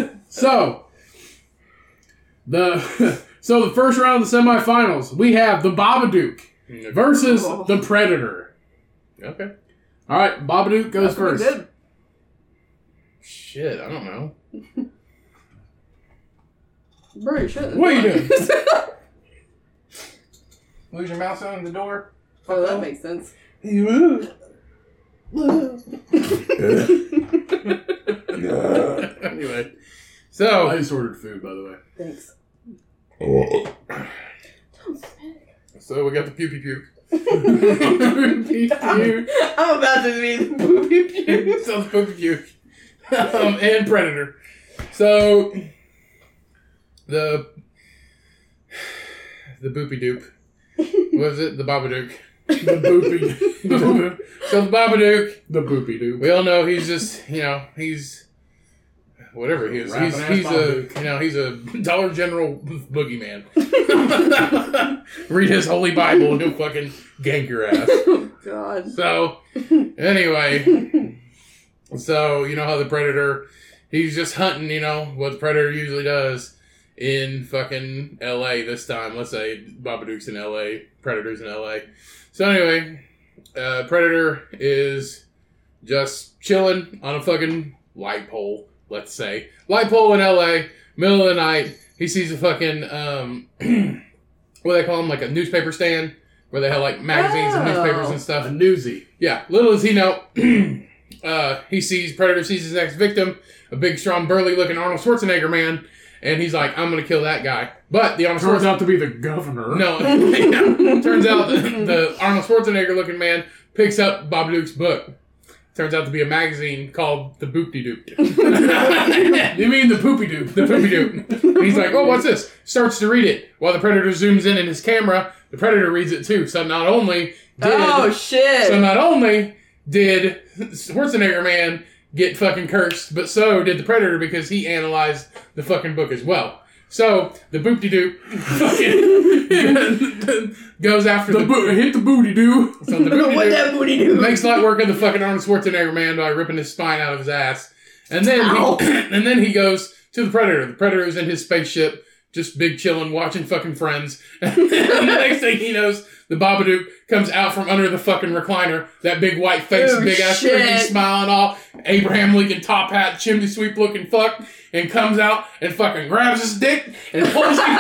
Speaker 3: card.
Speaker 1: So the (laughs) so the first round of the semifinals, we have the Babadook versus the Predator.
Speaker 3: Okay.
Speaker 1: All right, Babadook goes
Speaker 2: Pretty
Speaker 1: first.
Speaker 2: good.
Speaker 3: Shit, I don't know.
Speaker 2: Bro, you should.
Speaker 1: What are you
Speaker 2: (laughs)
Speaker 1: doing?
Speaker 2: Oh,
Speaker 3: Lose your
Speaker 1: (laughs)
Speaker 3: mouse out in the door.
Speaker 2: Oh, that makes sense.
Speaker 3: (laughs) anyway,
Speaker 1: I
Speaker 3: so
Speaker 1: just ordered food, by the way.
Speaker 2: Thanks.
Speaker 3: so we got the pew pew
Speaker 1: (laughs)
Speaker 3: (laughs) pew.
Speaker 1: You-
Speaker 2: (laughs) I'm about to be the booby pew.
Speaker 3: so the Puka Puke. um, and Predator. So the the boopy doop. What is it? The Babadook.
Speaker 1: The boopy,
Speaker 3: (laughs) The Boop- so the Babadook,
Speaker 1: the boopy doop.
Speaker 3: we all know he's just, you know, he's whatever he is. He's,
Speaker 1: Rapping
Speaker 3: he's
Speaker 1: ass
Speaker 3: a,
Speaker 1: Babadook.
Speaker 3: you know, he's a Dollar General boogeyman. (laughs) Read his holy Bible and he'll fucking gank your ass.
Speaker 2: oh (laughs) God.
Speaker 3: So, anyway, so you know how the predator, he's just hunting. You know what the predator usually does in fucking L.A. This time, let's say Babadook's in L.A., Predator's in L.A. So anyway, uh, Predator is just chilling on a fucking light pole. Let's say light pole in L.A. Middle of the night, he sees a fucking um, (clears throat) what do they call them? Like a newspaper stand where they have like magazines and newspapers and stuff.
Speaker 1: A newsie.
Speaker 3: Yeah, little as he know, (clears throat) uh, he sees Predator sees his next victim, a big, strong, burly looking Arnold Schwarzenegger man, and he's like, "I'm gonna kill that guy." But the Arnold
Speaker 1: Turns
Speaker 3: Schwarzenegger
Speaker 1: out to be the governor.
Speaker 3: (laughs) no, yeah, turns out the, the Arnold Schwarzenegger looking man picks up Bob Duke's book. Turns out to be a magazine called The Boopty Doop.
Speaker 1: You mean the poopy doop?
Speaker 3: the Boopty Doop. He's like, "Oh, what's this?" Starts to read it while the Predator zooms in in his camera. The Predator reads it too. So not only did
Speaker 2: Oh shit.
Speaker 3: so not only did Schwarzenegger man get fucking cursed, but so did the Predator because he analyzed the fucking book as well. So the boopty doop (laughs) fucking (laughs) goes after the,
Speaker 1: The bo- hit the booty doo.
Speaker 3: so (laughs) the boopty
Speaker 2: what
Speaker 3: doop
Speaker 2: that booty (laughs) do?
Speaker 3: makes light work of the fucking Arnold Schwarzenegger man by ripping his spine out of his ass, and then
Speaker 2: Ow.
Speaker 3: he, (clears throat) and then he goes to the Predator. The Predator's in his spaceship, just big chilling, watching fucking Friends. (laughs) and the next thing he knows, the Babadook comes out from under the fucking recliner. That big white face,
Speaker 2: Oh,
Speaker 3: big ass
Speaker 2: shit.
Speaker 3: creepy smile and all, Abraham Lincoln top hat, chimney sweep looking fuck, and comes out and fucking grabs his dick and pulls him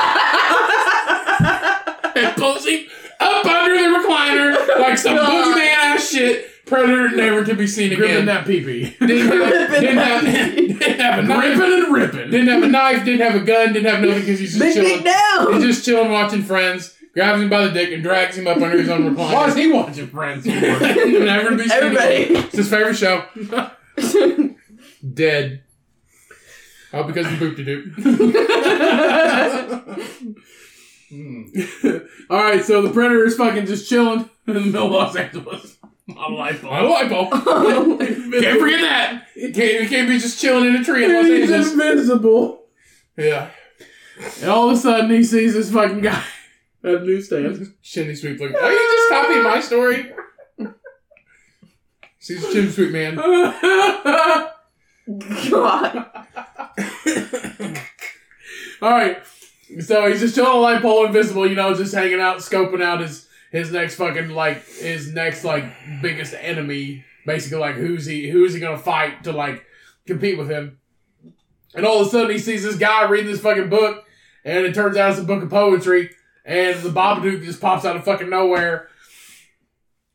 Speaker 3: (laughs) and pulls him up under the recliner like
Speaker 2: (laughs)
Speaker 3: some
Speaker 2: God.
Speaker 3: boogeyman ass shit. Predator never to be seen
Speaker 1: Gripping
Speaker 3: again.
Speaker 1: that pee pee.
Speaker 3: Didn't have,
Speaker 2: Gripping
Speaker 3: didn't, have,
Speaker 2: that-
Speaker 3: didn't have a
Speaker 1: (laughs)
Speaker 3: knife.
Speaker 1: Ripping and ripping.
Speaker 3: Didn't have a knife. Didn't have a gun. Didn't have nothing because he's just
Speaker 2: Big
Speaker 3: chilling.
Speaker 2: dick down.
Speaker 3: He's just chilling, watching Friends. Grabs him by the dick and drags him up under
Speaker 1: (laughs)
Speaker 3: his own recliner.
Speaker 1: Why is he watching
Speaker 3: (laughs)
Speaker 1: Friends? for?
Speaker 3: never to be seen again.
Speaker 2: Everybody.
Speaker 3: It's his favorite show. Dead. Oh, because he booped a (laughs)
Speaker 2: (laughs)
Speaker 3: doop.
Speaker 1: All right, so the predator is fucking just chilling in the middle of Los Angeles. My life
Speaker 3: My light bulb.
Speaker 2: (laughs) Oh
Speaker 3: Can't forget that. It can't, it can't be just chilling in a tree in Los
Speaker 1: He's
Speaker 3: Angeles.
Speaker 1: invisible.
Speaker 3: Yeah.
Speaker 1: And all of a sudden, he sees this fucking guy (laughs) at a newsstand.
Speaker 3: Chimney sweep looking. Why you just copying my story? She's a chimney sweep
Speaker 1: (laughs)
Speaker 3: man.
Speaker 1: all
Speaker 2: God.
Speaker 1: right, so he's just chilling on a light pole, invisible. You know, just hanging out, scoping out his his next fucking like his next like biggest enemy. Basically, like who's he? Who's he gonna fight to like compete with him? And all of a sudden, he sees this guy reading this fucking book, and it turns out it's a book of poetry. And the Babadook just pops out of fucking nowhere,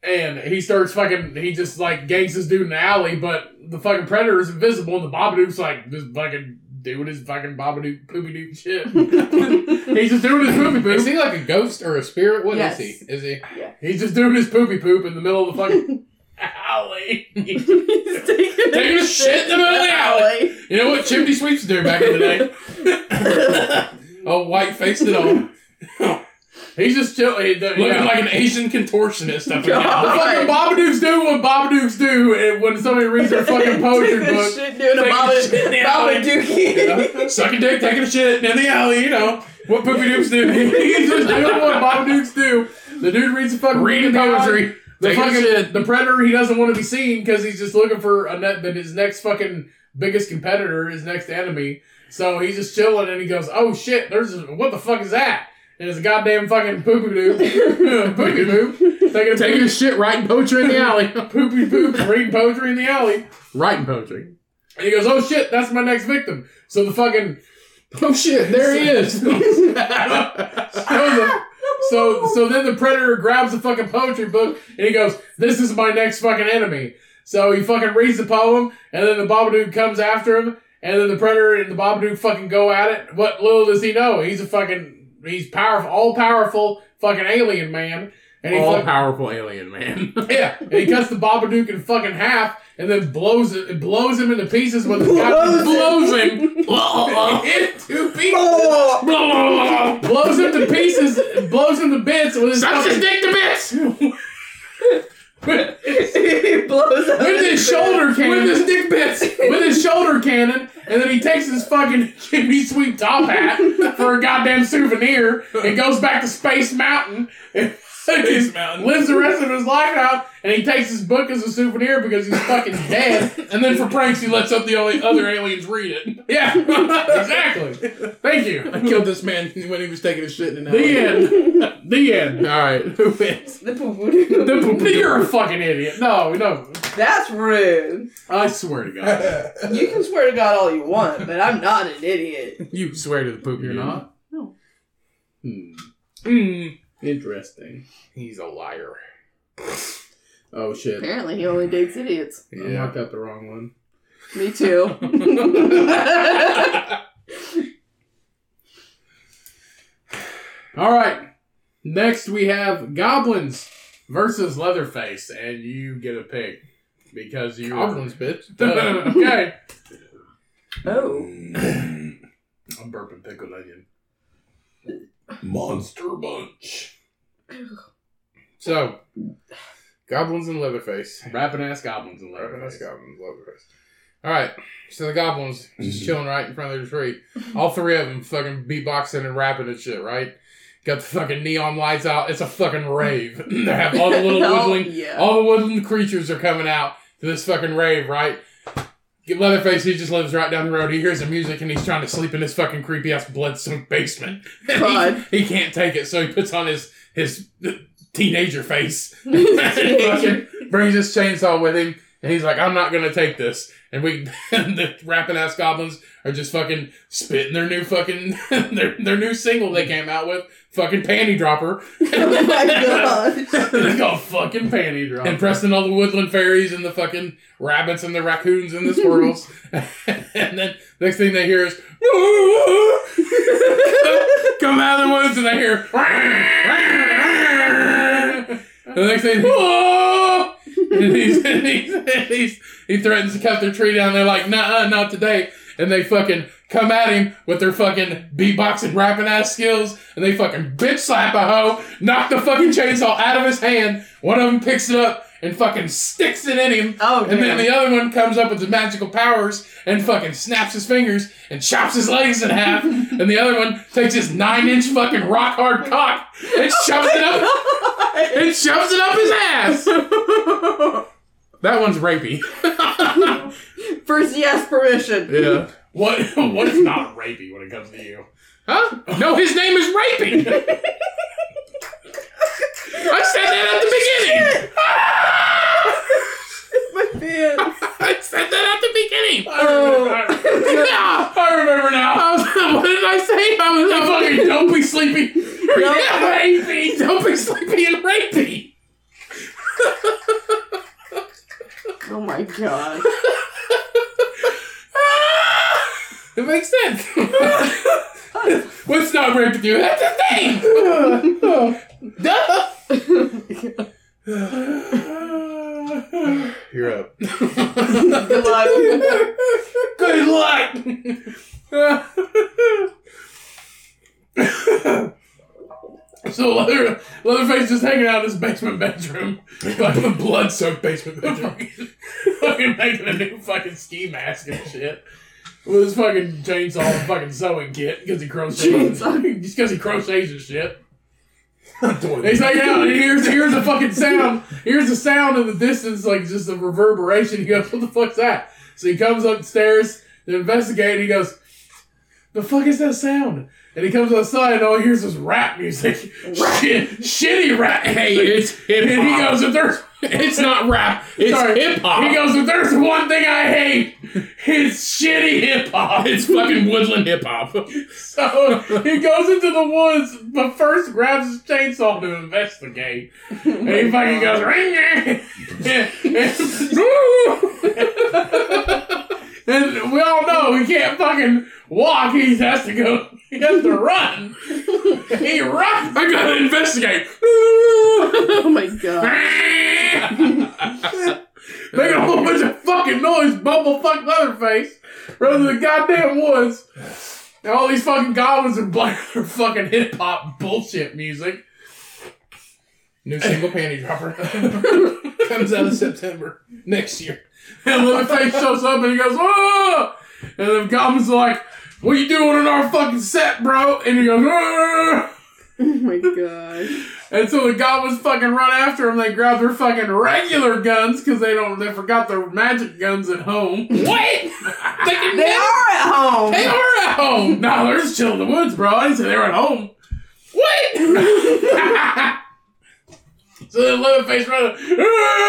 Speaker 1: and he starts fucking. He just like gangs this dude in the alley, but the fucking predator is invisible, and the Babadook's like this fucking doing his fucking Babadook poopy doop shit. (laughs)
Speaker 2: (laughs)
Speaker 1: He's just doing his poopy
Speaker 3: Is
Speaker 1: poop.
Speaker 3: he like a ghost or a spirit? What is
Speaker 2: Yes.
Speaker 3: he? Is he?
Speaker 1: He's just doing his poopy poop in the middle of the fucking
Speaker 3: (laughs)
Speaker 1: alley.
Speaker 2: He's taking,
Speaker 3: Taking a shit in the middle of the alley. You know what chimney sweeps do back in the day? Oh, white faced it all.
Speaker 1: (laughs) He's just chilling. He-
Speaker 3: Looking
Speaker 1: yeah.
Speaker 3: like an Asian contortionist up in the
Speaker 1: The
Speaker 3: alley.
Speaker 1: (laughs) fucking Babadooks do what Babadooks do and when somebody reads their
Speaker 3: (laughs)
Speaker 1: fucking poetry
Speaker 2: Taking a
Speaker 1: book.
Speaker 2: shit doing a
Speaker 3: Taking a
Speaker 2: Baba,
Speaker 3: shit in the
Speaker 2: Baba
Speaker 3: alley.
Speaker 2: Dookie.
Speaker 3: Sucking dick, taking a shit in the alley, you know. What poopy doops
Speaker 1: (laughs) He's just doing
Speaker 3: do.
Speaker 1: what Babadooks do. The dude reads the fucking
Speaker 3: Reading
Speaker 1: book about
Speaker 3: poetry.
Speaker 1: The
Speaker 3: taking a
Speaker 1: fucking
Speaker 3: shit.
Speaker 1: the predator he doesn't want to be seen because he's just looking for a net that his next fucking biggest competitor, his next enemy. So he's just chilling and he goes, "Oh shit, there's a, what the fuck is that?" And it's a goddamn fucking poopy (laughs) doop, poopy doop, taking a
Speaker 3: Taking a shit, writing poetry in the
Speaker 1: (laughs)
Speaker 3: alley.
Speaker 1: poopy poop, reading poetry in the alley.
Speaker 3: Writing poetry.
Speaker 1: And he goes, "Oh shit, that's my next victim." So the fucking
Speaker 3: Oh shit, there he (laughs)
Speaker 1: (laughs)
Speaker 3: is.
Speaker 1: so, the- so so then the predator grabs the fucking poetry book and he goes, "This is my next fucking enemy." So he fucking reads the poem, and then the Babadook comes after him, and then the predator and the Babadook fucking go at it. What little does he know? He's a fucking he's powerful, all powerful fucking alien man, and he
Speaker 3: All
Speaker 1: fucking-
Speaker 3: powerful alien man.
Speaker 1: yeah, and he (laughs) cuts the Babadook in fucking half, and then blows it, blows him into pieces with his
Speaker 2: Blows
Speaker 1: goddamn
Speaker 2: him.
Speaker 1: blows him
Speaker 8: thing.
Speaker 3: (laughs)
Speaker 1: (laughs)
Speaker 3: Hit two (laughs) people.
Speaker 2: (laughs) Oh,
Speaker 1: blows him to pieces, blows him to bits with his
Speaker 8: Sucks his
Speaker 1: fucking,
Speaker 8: dick to bits.
Speaker 2: it blows
Speaker 1: (laughs)
Speaker 2: up.
Speaker 1: with his shoulder cannon,
Speaker 8: With his dick bits.
Speaker 1: with his shoulder cannon, and then he takes his fucking Jimmy Sweet top hat for a goddamn souvenir and goes back to Space Mountain and fucking (laughs)
Speaker 3: Space Mountain.
Speaker 1: lives the rest of his life out. And he takes his book as a souvenir because he's fucking dead. And then for pranks, he lets up the only other aliens read it. Yeah, (laughs) exactly. Thank you.
Speaker 3: I killed this man (laughs) when he was taking a shit in an
Speaker 1: The
Speaker 3: alley.
Speaker 1: end. The end.
Speaker 3: All
Speaker 1: (laughs)
Speaker 3: right, who wins?
Speaker 2: The poo-poo.
Speaker 1: The poop- You're a fucking idiot. No, no.
Speaker 2: That's rude.
Speaker 1: I swear to God.
Speaker 2: You can swear to God all you want, but I'm not an idiot.
Speaker 3: you swear to the poop,
Speaker 1: You're
Speaker 3: you
Speaker 1: not? Hmm.
Speaker 8: Mm.
Speaker 1: Interesting.
Speaker 8: He's a liar.
Speaker 1: Oh shit.
Speaker 2: Apparently, he only dates idiots.
Speaker 1: I marked out the wrong one.
Speaker 2: Me
Speaker 3: (laughs)
Speaker 2: too. Oh.
Speaker 1: All right. Next we have goblins versus Leatherface, and you get a pick because you.
Speaker 3: Goblins, bitch.
Speaker 1: Uh, (laughs) okay.
Speaker 2: oh.
Speaker 1: I'm burping pickled onion.
Speaker 3: Monster Bunch. So, goblins and Leatherface.
Speaker 1: Rapping ass goblins and
Speaker 3: That's
Speaker 1: Leatherface.
Speaker 3: goblins, Leatherface. All right, so the goblins
Speaker 1: Mhm.
Speaker 3: just chilling right in front of their tree. All three of them fucking beatboxing and rapping and shit, right? Got the fucking neon lights out. It's a fucking rave. (clears throat) they have all the
Speaker 2: (laughs)
Speaker 3: little
Speaker 2: Oh,
Speaker 3: woodland,
Speaker 2: yeah.
Speaker 3: all the woodland creatures are coming out to this fucking rave, right? Get Leatherface, he just lives right down the road. He hears the music and he's trying to sleep in his fucking creepy ass blood soaked basement. (laughs)
Speaker 2: God. (laughs)
Speaker 3: he, he can't take it, so he puts on his his teenager
Speaker 2: (laughs)
Speaker 3: face (laughs)
Speaker 2: Teenager.
Speaker 3: fucking brings his chainsaw with him, and he's like, "I'm not gonna take this." And we, (laughs) the rapping ass goblins are just fucking spitting their new fucking (laughs) their their new single they came out with, fucking panty dropper. (laughs)
Speaker 2: oh my gosh.
Speaker 1: They go fucking panty drop.
Speaker 3: And Preston, all the woodland fairies and the fucking rabbits and the raccoons and the squirrels. (laughs) and then next thing they hear is (laughs) come out of the woods and they hear (laughs) and the next thing Whoa! (laughs) and he's, and he's, and he's, he threatens to cut their tree down. They're like, nah, uh, not today. And they fucking come at him with their fucking beatboxing, rapping ass skills, and they fucking bitch slap a hoe, knock the fucking chainsaw out of his hand. One of them picks it up and fucking sticks it in him.
Speaker 2: (laughs) Oh,
Speaker 3: and then
Speaker 2: damn.
Speaker 3: the other one comes up with his magical powers and fucking snaps his fingers and chops his legs in half. and the other one takes his nine inch fucking rock hard cock and shoves it up and shoves it up his ass. That one's rapey.
Speaker 2: (laughs) First, yes, permission.
Speaker 3: Yeah.
Speaker 1: What what is not rapey when it comes to you?
Speaker 3: Huh? No, his name is Rapey. I said that at the beginning.
Speaker 2: (laughs) My pants.
Speaker 3: I said that at the beginning.
Speaker 2: Oh.
Speaker 1: (laughs)
Speaker 3: Yeah.
Speaker 1: I remember now.
Speaker 3: I was, what did I say? I was I
Speaker 1: Fucking don't be sleepy.
Speaker 3: fucking rapey. Don't be sleepy and rapey.
Speaker 2: oh my god.
Speaker 3: It makes
Speaker 1: (laughs)
Speaker 3: sense. What's not rapey? you? That's his name. (laughs) Oh.
Speaker 1: (laughs)
Speaker 3: Duh.
Speaker 8: You're
Speaker 1: (laughs)
Speaker 8: up.
Speaker 2: Good luck.
Speaker 3: Good luck.
Speaker 1: So Leather, Leatherface is hanging out in his basement bedroom, fucking blood soaked basement bedroom, fucking making a new fucking ski mask and shit with his fucking chainsaw and fucking sewing kit because he crochets,
Speaker 2: Chainsaw.
Speaker 1: just because he crochets and shit. He's hanging out and he hears, he hears a fucking sound. He hears a sound in the distance, like just a reverberation. (laughs) He goes, "What the fuck's that?" So he comes upstairs to investigate. And he goes, "The fuck is that sound?" And he comes outside and all he hears is rap music, (laughs) Shit, shitty rap.
Speaker 3: Hey,
Speaker 1: music.
Speaker 3: it's
Speaker 1: (laughs)
Speaker 3: hip
Speaker 1: and he
Speaker 3: hop.
Speaker 1: goes, "If there's,"
Speaker 3: (laughs) It's not rap. It's
Speaker 1: Sorry.
Speaker 3: hip hop.
Speaker 1: he goes, "If there's one thing I hate, it's shitty hip
Speaker 3: (laughs)
Speaker 1: hop."
Speaker 3: It's fucking woodland hip hop.
Speaker 1: So he goes into the woods, but first grabs his chainsaw to investigate. And he
Speaker 2: (laughs)
Speaker 1: fucking goes, ring And we all know he can't fucking walk, he has to go, he has to run. He runs.
Speaker 3: I gotta investigate.
Speaker 2: oh my god.
Speaker 7: making a whole bunch of fucking noise, bumblefuck Leatherface, running through the goddamn woods. And all these fucking goblins are playing (laughs) their fucking hip hop bullshit music.
Speaker 3: New single panty dropper comes out in September next year.
Speaker 7: And Leatherface shows up and he goes, oh! And the goblins are like, what you doing on our fucking set, bro? And he goes, oh!
Speaker 2: Oh my gosh.
Speaker 7: And so the goblins fucking run after him. They grab their fucking regular guns because they don't. They forgot their magic guns at (laughs) home. What? they, can,
Speaker 2: They are at home.
Speaker 7: (laughs) they are at home. No, they're just chilling in the woods, bro. I didn't say they were at home. (laughs) What? so the leatherface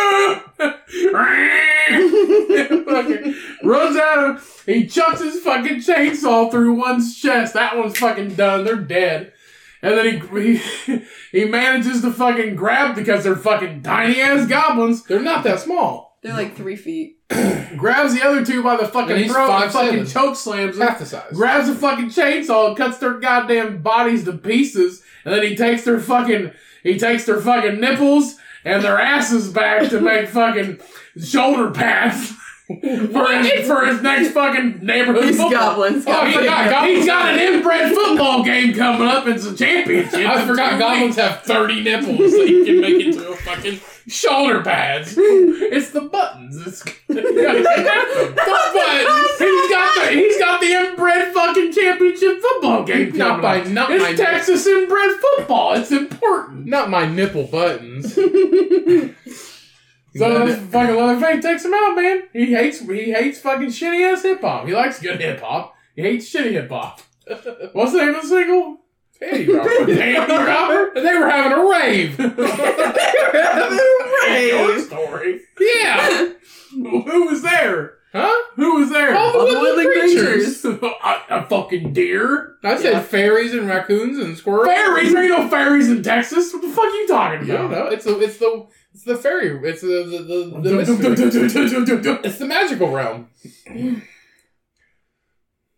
Speaker 7: (laughs) running. fucking runs at him. He chucks his fucking chainsaw through one's chest. That one's fucking done. They're dead. And then he he, he manages to fucking grab because they're fucking tiny ass goblins.
Speaker 3: They're not that small.
Speaker 2: (laughs) They're like three feet.
Speaker 7: Grabs the other two by the fucking
Speaker 3: And he's
Speaker 7: throat
Speaker 3: five
Speaker 7: and fucking
Speaker 3: seven.
Speaker 7: choke slams them.
Speaker 3: Half the size.
Speaker 7: Grabs a fucking chainsaw and cuts their goddamn bodies to pieces. And then he takes their fucking he takes their fucking nipples and their asses back to
Speaker 3: (laughs)
Speaker 7: make fucking shoulder pads. For his, for his next fucking neighborhood
Speaker 2: These
Speaker 7: football.
Speaker 2: goblins.
Speaker 3: Oh,
Speaker 7: He's
Speaker 3: he
Speaker 7: got,
Speaker 3: got-
Speaker 2: (laughs)
Speaker 7: he's got an inbred football game coming up. It's a championship.
Speaker 3: I forgot goblins have 30 nipples that you can make into a fucking
Speaker 7: shoulder pads. It's the buttons. It's (laughs) the buttons. He's got the he's got the inbred fucking championship football game.
Speaker 3: Not
Speaker 7: coming
Speaker 3: by-
Speaker 7: up.
Speaker 3: not
Speaker 7: it's
Speaker 3: by-
Speaker 7: Texas inbred football. It's important.
Speaker 3: not my nipple
Speaker 7: (laughs)
Speaker 3: buttons.
Speaker 7: So this fucking Leatherface takes him out, man. He hates he hates fucking shitty ass hip hop. He likes good hip hop. He hates shitty
Speaker 3: (laughs)
Speaker 7: hip hop. What's the name of the single?
Speaker 3: Panty (laughs) dropper.
Speaker 7: Damn Robert.
Speaker 3: They were having a (laughs) rave.
Speaker 2: (laughs)
Speaker 7: Your story.
Speaker 3: Yeah.
Speaker 7: (laughs) Who was there?
Speaker 3: Huh?
Speaker 7: Who was there?
Speaker 3: All the woodland creatures.
Speaker 7: (laughs) a, a fucking deer.
Speaker 3: I said fairies and raccoons and squirrels.
Speaker 7: Fairies? There ain't no fairies in Texas. What the fuck are you talking
Speaker 3: Yeah,
Speaker 7: about?
Speaker 3: no, it's the it's the it's the fairy. It's the the the, the mystery.
Speaker 7: Dum-dum-dum-dum-dum-dum-dum-dum.
Speaker 3: It's the magical realm.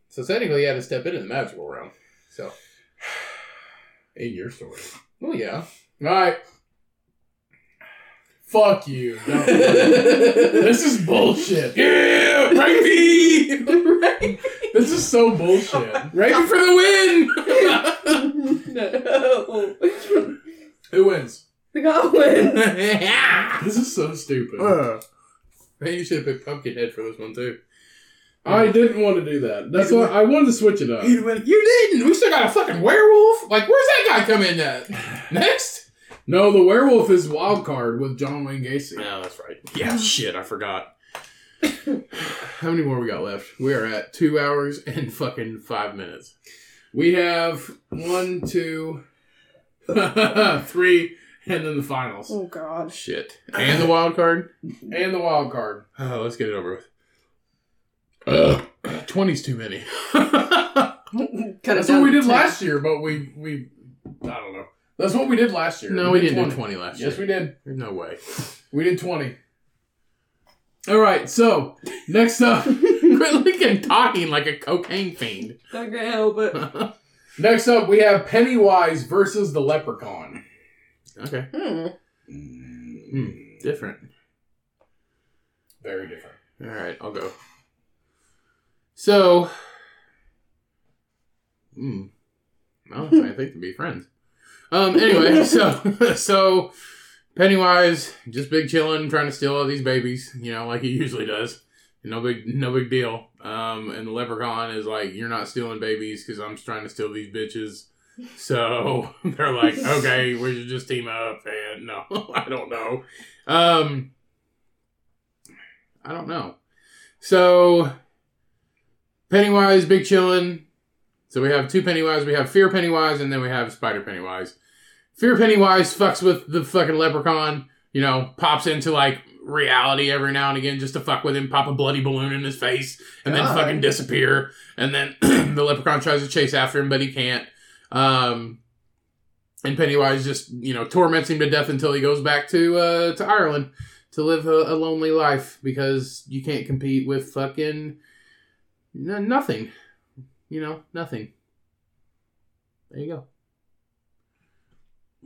Speaker 3: so technically, you had to step into the magical realm. So,
Speaker 7: (sighs)
Speaker 3: in your story, well, Oh, yeah,
Speaker 7: All right. Fuck you. (laughs) No. this is bullshit. Yeah,
Speaker 3: (laughs)
Speaker 7: rapey.
Speaker 2: (laughs)
Speaker 7: This is so bullshit.
Speaker 3: raping for the win.
Speaker 2: no.
Speaker 7: Who (laughs) wins?
Speaker 2: The goblins.
Speaker 7: This is so stupid.
Speaker 3: Man, you should have picked Pumpkinhead for this one too.
Speaker 1: I didn't want to do that. That's why I wanted to switch it up.
Speaker 3: You didn't. We still got a fucking werewolf. Like, where's that guy come in at?
Speaker 1: (sighs)
Speaker 3: Next.
Speaker 1: No, the werewolf is wild card with John Wayne Gacy.
Speaker 3: No, that's right. Yeah, shit, I forgot.
Speaker 1: (sighs) How many more we got left? We are at two hours and fucking five minutes. We have one, two, (laughs) three, and then the finals.
Speaker 2: oh god.
Speaker 3: Shit.
Speaker 1: And the wild card.
Speaker 7: And the wild card.
Speaker 3: (sighs) Oh, let's get it over with. Ugh. 20's too many.
Speaker 2: Cut it
Speaker 7: That's what
Speaker 2: down
Speaker 7: we
Speaker 2: to
Speaker 7: did
Speaker 2: ten.
Speaker 7: last year, but we we I don't know. That's what we did last year.
Speaker 3: No, we didn't
Speaker 7: 20.
Speaker 3: do 20 last
Speaker 7: Yes,
Speaker 3: year.
Speaker 7: we did.
Speaker 3: There's no way.
Speaker 7: We did twenty.
Speaker 1: All right, so next up,
Speaker 3: (laughs) Quit looking talking like a cocaine fiend. (laughs)
Speaker 2: Not gonna help it.
Speaker 7: Next up, we have Pennywise versus the Leprechaun.
Speaker 3: Okay.
Speaker 2: Hmm.
Speaker 3: Hmm. Different.
Speaker 7: Very different.
Speaker 3: All right, I'll go. So, hmm, well, I think to be friends. Um. Anyway, (laughs) so so Pennywise just big chilling, trying to steal all these babies, you know, like he usually does. No big, no big deal. Um, and the leprechaun is like, "You're not stealing babies because I'm just trying to steal these bitches." So (laughs) they're like, "Okay, we should just team up." And (laughs) no, I don't know. Um, I don't know. So Pennywise, Big Chillin. So we have two Pennywise. We have Fear Pennywise, and then we have Spider Pennywise. Fear Pennywise fucks with the fucking leprechaun. You know, pops into like reality every now and again just to fuck with him, pop a bloody balloon in his face, and then
Speaker 5: God.
Speaker 3: fucking disappear. And then (clears throat) the leprechaun tries to chase after him, but he can't. Um, and Pennywise just you know torments him to death until he goes back to uh, to Ireland to live a, a lonely life because you can't compete with fucking n- nothing. You know, nothing.
Speaker 7: (coughs)
Speaker 3: There you go.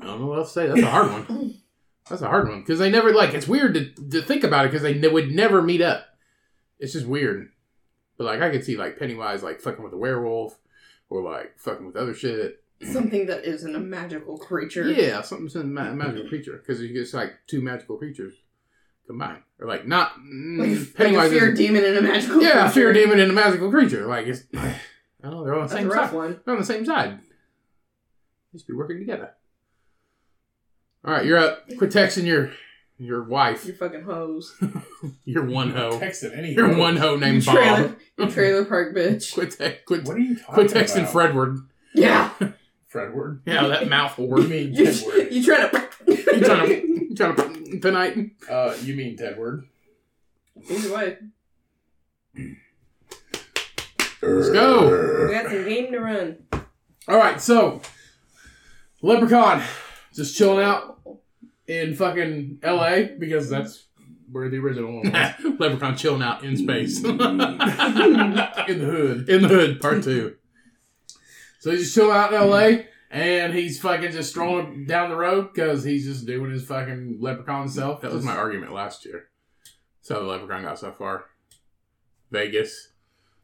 Speaker 3: I don't know what else to say. That's a hard one. That's a hard one because they never like. It's weird to, to think about it because they ne- would never meet up. It's just weird. But like, I could see like Pennywise like fucking with a werewolf, or like fucking with other shit.
Speaker 2: Something that isn't a magical creature.
Speaker 3: Yeah, something some ma- magical creature because you get like two magical creatures combined, or like not
Speaker 2: (laughs) Like,
Speaker 3: mm,
Speaker 2: a- like a
Speaker 3: Pennywise.
Speaker 2: fear
Speaker 3: is,
Speaker 2: demon and a magical
Speaker 3: yeah, a fear
Speaker 2: creature.
Speaker 3: demon and a magical creature. Like it's, (sighs) I don't know, they're on the
Speaker 2: That's
Speaker 3: same
Speaker 2: a rough
Speaker 3: side.
Speaker 2: one.
Speaker 3: They're on the same side. They should be working together. All right, you're up. Quit texting your your wife.
Speaker 2: You fucking hoes.
Speaker 3: Your one hoe.
Speaker 7: Texting any.
Speaker 3: Your one hoe
Speaker 2: You
Speaker 3: named Bob.
Speaker 2: trailer, you trailer park bitch.
Speaker 3: Quit, te- quit,
Speaker 7: What are you talking
Speaker 3: quit texting
Speaker 7: about?
Speaker 3: Fredward.
Speaker 2: Yeah.
Speaker 3: (laughs)
Speaker 7: Fredward.
Speaker 3: Yeah, that mouth (laughs)
Speaker 7: You
Speaker 3: word.
Speaker 7: mean
Speaker 2: You,
Speaker 7: Tedward?
Speaker 2: you trying to. (laughs)
Speaker 3: You trying to, you trying to tonight?
Speaker 7: Uh, you mean Tedward?
Speaker 2: Either way,
Speaker 3: Let's go.
Speaker 2: we got some game to run.
Speaker 3: (laughs) All right, so Leprechaun just chilling out in fucking L.A. because that's where the original one was. (laughs) Leprechaun chilling out in space (laughs) in
Speaker 2: Oh,
Speaker 3: the hood. In the hood, part two. So he's just chilling out in L.A. and he's fucking just strolling down the road because he's just doing his fucking leprechaun self. That was my argument last year. So the leprechaun got so far. Vegas,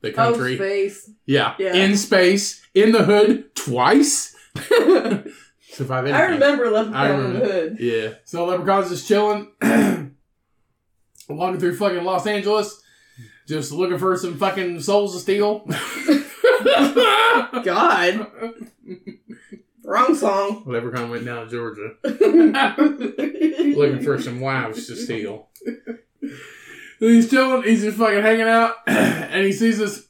Speaker 3: the country.
Speaker 2: Oh, space.
Speaker 3: (laughs) Yeah.
Speaker 2: Yeah.
Speaker 3: In space, in the hood, twice.
Speaker 2: I
Speaker 3: Survive anything.
Speaker 2: remember
Speaker 3: I
Speaker 2: Leprechaun in the
Speaker 3: remember.
Speaker 2: Hood.
Speaker 3: Yeah. So Leprechaun's just chilling, (clears throat) walking through fucking Los Angeles, just looking for some fucking souls to (laughs) steal.
Speaker 2: God.
Speaker 3: (laughs)
Speaker 2: Wrong song. (laughs)
Speaker 3: Leprechaun went down to Georgia (laughs)
Speaker 2: Looking
Speaker 3: looking for some wives to steal. he's chilling, he's just fucking hanging out, (clears throat) and he sees this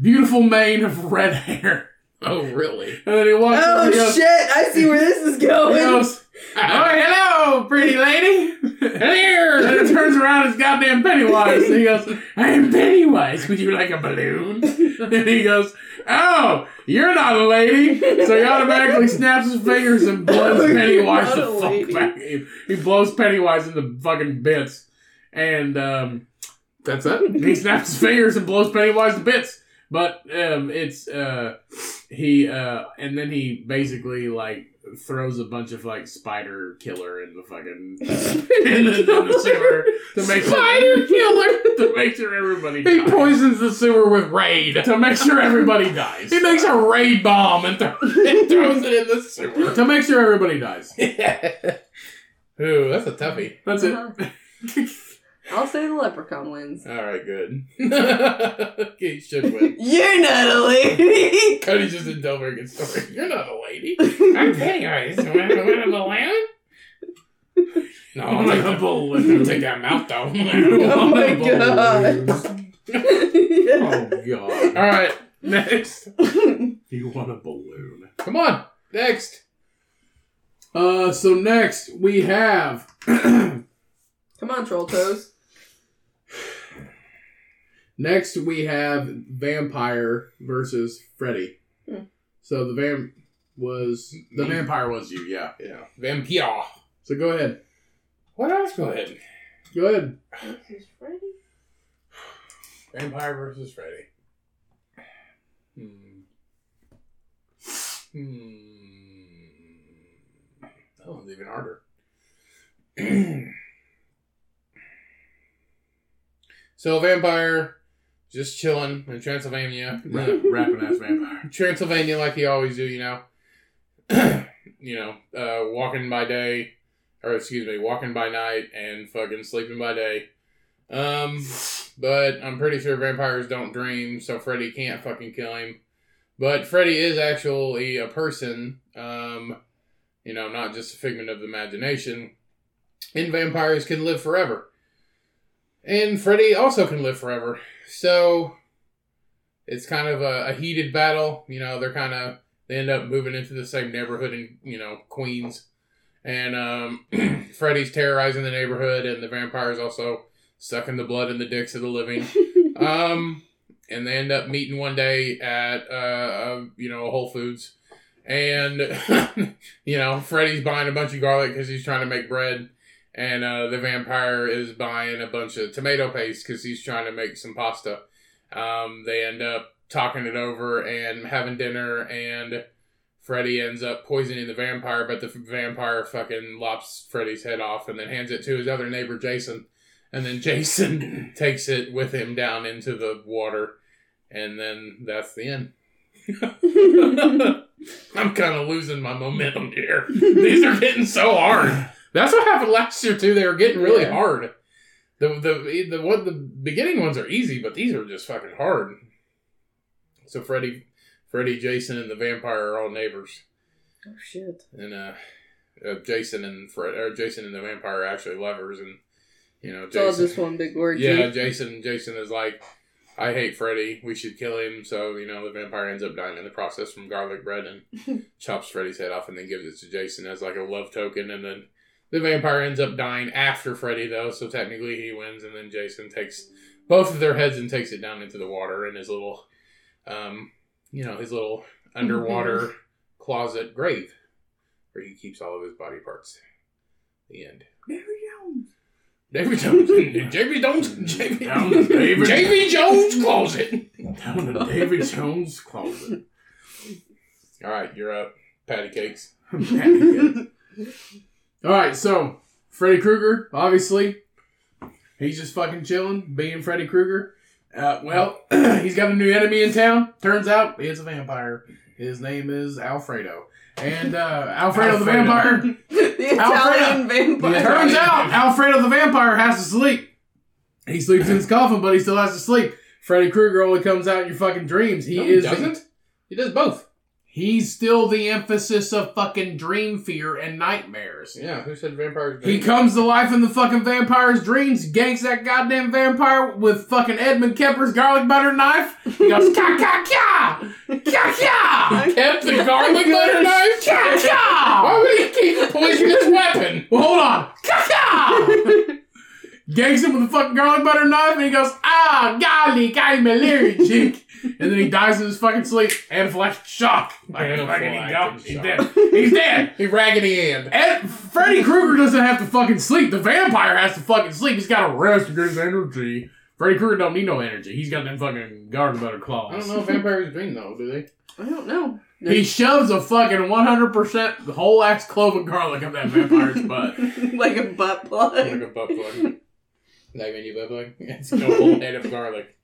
Speaker 3: beautiful mane of red hair. Oh, really? And then he walks over (laughs)
Speaker 2: Oh
Speaker 3: and goes,
Speaker 2: shit! I see where this is
Speaker 3: He
Speaker 2: going.
Speaker 3: goes, (laughs) "Oh, hello, pretty lady. Here. And it turns around, it's goddamn Pennywise. He goes, I'm Pennywise. Would you like a balloon? (laughs) And he goes, Oh, you're not a lady. So he
Speaker 2: (laughs)
Speaker 3: automatically snaps his fingers and (laughs) blows
Speaker 2: You're
Speaker 3: Pennywise
Speaker 2: not
Speaker 3: the
Speaker 2: a
Speaker 3: fuck
Speaker 2: lady.
Speaker 3: back. He, he blows Pennywise into fucking bits. And um, that's it. He snaps his fingers and blows Pennywise to bits. But um, it's uh, he uh, and then he basically like throws a bunch of like spider killer in the fucking in the, in the
Speaker 2: Uh-huh.
Speaker 3: sewer to make spider killer to make sure everybody
Speaker 7: He
Speaker 3: dies.
Speaker 7: poisons the sewer with raid.
Speaker 3: to make sure everybody dies
Speaker 7: He makes a raid bomb and, thro- and throws it in the sewer.
Speaker 3: to make sure everybody dies. (laughs)
Speaker 7: Ooh, that's a toughie.
Speaker 3: That's (laughs) it.
Speaker 2: I'll say the Leprechaun wins.
Speaker 7: All right,
Speaker 3: (laughs)
Speaker 7: (laughs) good. he should win.
Speaker 2: You're not a lady.
Speaker 7: Cody just didn't tell very good story. You're not a lady. I'm Pennywise. I'm not a balloon.
Speaker 3: Oh
Speaker 7: No, I'm like a balloon. Take that
Speaker 3: (laughs)
Speaker 7: mouth though. (laughs)
Speaker 2: Oh my
Speaker 3: Balloons.
Speaker 2: god.
Speaker 3: Oh god.
Speaker 7: All right,
Speaker 3: (laughs)
Speaker 7: next.
Speaker 3: You want a balloon?
Speaker 7: Come on, next.
Speaker 3: Uh, so next we have
Speaker 2: (laughs) Come on, troll toes.
Speaker 3: next we have vampire versus Freddy.
Speaker 2: Hmm.
Speaker 3: So the vamp was the vampire was you, yeah.
Speaker 7: Yeah, vampire.
Speaker 3: So go ahead,
Speaker 7: What else? Go ahead.
Speaker 3: go ahead.
Speaker 7: Vampire versus Freddy. Hmm. Hmm. That one's even harder.
Speaker 3: (clears throat) So vampire, just chilling in Transylvania,
Speaker 7: Rapping ass
Speaker 2: (laughs)
Speaker 7: vampire.
Speaker 3: Transylvania like you always do, you know. (clears throat) you know, uh, walking by day, or excuse me, walking by night and fucking sleeping by day. Um, but I'm pretty sure vampires don't dream, so Freddy can't fucking kill him. But Freddy is actually a person, um, you know, not just a figment of the imagination. And vampires can live forever. And Freddy also can live forever. So, it's kind of a, a heated battle. You know, they're kind of they end up moving into the same neighborhood in you know Queens, and um, (clears throat) Freddy's terrorizing the neighborhood, and the vampires also sucking the blood and the dicks of the living. um, and they end up meeting one day at uh, uh you know a Whole Foods. And (laughs) you know, Freddy's buying a bunch of garlic because he's trying to make bread, and uh, the vampire is buying a bunch of tomato paste because he's trying to make some pasta. Um, they end up talking it over and having dinner, and Freddy ends up poisoning the vampire, but the f- vampire fucking lops Freddy's head off and then hands it to his other neighbor, Jason. And then Jason takes it with him down into the water. And then that's the end. (laughs) I'm kind of losing my momentum here.
Speaker 2: Oh,
Speaker 3: These are getting so hard. That's what happened last year, too. They were getting really
Speaker 2: Yeah.
Speaker 3: hard. The, the, the, what, the beginning ones are easy, but these are just fucking hard. So Freddy Freddy, Jason, and the vampire are all neighbors,
Speaker 2: Oh shit.
Speaker 3: and uh, uh Jason and Fred, or Jason and the vampire are actually lovers, and you know,
Speaker 2: It's all
Speaker 3: Jason,
Speaker 2: just one big orgy.
Speaker 3: yeah, Jason, Jason is like, I hate Freddy, we should kill him. So you know, the vampire ends up dying in the process from garlic bread, and chops Freddy's head off, and then gives it to Jason as like a love token, and then. The vampire ends up dying after Freddy, though, so technically he wins, and then Jason takes both of their heads and takes it down into the water in his little, um, you know, his little underwater closet grave where he keeps all of his body parts. The end. David Jones. David Jones. David
Speaker 1: Down
Speaker 3: Jones.
Speaker 1: to David-
Speaker 3: Davy Jones closet.
Speaker 1: Down to David Jones' closet.
Speaker 3: (laughs) All right, you're up. Patty cakes.
Speaker 1: All right, so Freddy Krueger, obviously, he's just fucking chilling, being Freddy Krueger. Uh, well, (clears throat) he's got a new enemy in town. Turns out it's a vampire. His name is Alfredo, and uh, Alfredo the
Speaker 3: Alfredo. (laughs)
Speaker 1: vampire.
Speaker 2: the Italian vampire.
Speaker 1: Turns out Alfredo the vampire has to sleep. He sleeps in his coffin, but he still has to sleep. Freddy Krueger only comes out in your fucking dreams. He
Speaker 3: No, he
Speaker 1: is the-
Speaker 3: doesn't. He does both.
Speaker 1: he's still the emphasis of fucking dream fear and nightmares.
Speaker 3: Yeah. Who said vampires?
Speaker 1: He comes to life in the fucking vampire's dreams, ganks that goddamn vampire with fucking Edmund Kemper's garlic butter knife. He goes, ka ka ka! Ka ka!
Speaker 3: (laughs) kept the garlic butter knife.
Speaker 1: Ka
Speaker 3: Why
Speaker 1: ka!
Speaker 3: would he keep
Speaker 2: (laughs)
Speaker 3: poisoning his weapon?
Speaker 1: Well, hold on. Ka ka! Ganks him with the fucking garlic butter knife and he goes, ah, golly, I'm allergic. and then he dies in his fucking sleep. Anaphylactic shock. Like, fucking, he got-
Speaker 3: Anaphylactic
Speaker 1: he's
Speaker 3: shock.
Speaker 1: dead. He's dead.
Speaker 3: He raggedy and.
Speaker 1: And Freddy Krueger doesn't have to fucking sleep. The vampire has to fucking sleep. He's got to rest and get his energy. Freddy Krueger don't need no energy. He's got them fucking garden butter claws.
Speaker 3: I don't know if vampires dream though, do they?
Speaker 2: I don't know.
Speaker 1: He shoves a fucking 100% whole ass clove of garlic up that (laughs) vampire's butt.
Speaker 2: (laughs) like a butt plug.
Speaker 3: (laughs) Like a butt plug. Like when you butt plug, (laughs) it's a whole head of garlic.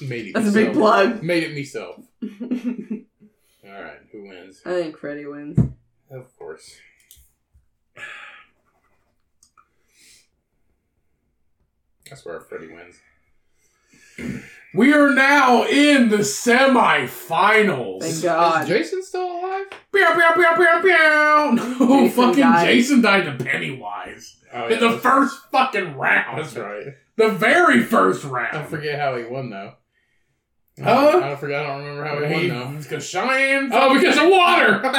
Speaker 3: Made it.
Speaker 2: That's a big
Speaker 3: myself.
Speaker 2: plug.
Speaker 3: Made it myself. All right, who wins?
Speaker 2: I think Freddy wins.
Speaker 3: Of course. That's where Freddy wins.
Speaker 1: We are now in the semifinals.
Speaker 2: Thank
Speaker 3: Is
Speaker 2: God.
Speaker 3: Jason still alive?
Speaker 1: Pew, pew, pew, pew, pew. No,
Speaker 2: Jason
Speaker 1: fucking
Speaker 2: died.
Speaker 1: Jason died to Pennywise.
Speaker 3: Oh,
Speaker 1: in the
Speaker 3: that's,
Speaker 1: first fucking round.
Speaker 3: that's right.
Speaker 1: The very first round.
Speaker 3: I forget how he won though.
Speaker 1: Huh?
Speaker 3: I, don't forget. I don't remember how he
Speaker 1: He-
Speaker 3: won though.
Speaker 1: Because Cheyenne
Speaker 3: Oh, because of
Speaker 1: (laughs)
Speaker 3: (laughs) water.
Speaker 1: Cheyenne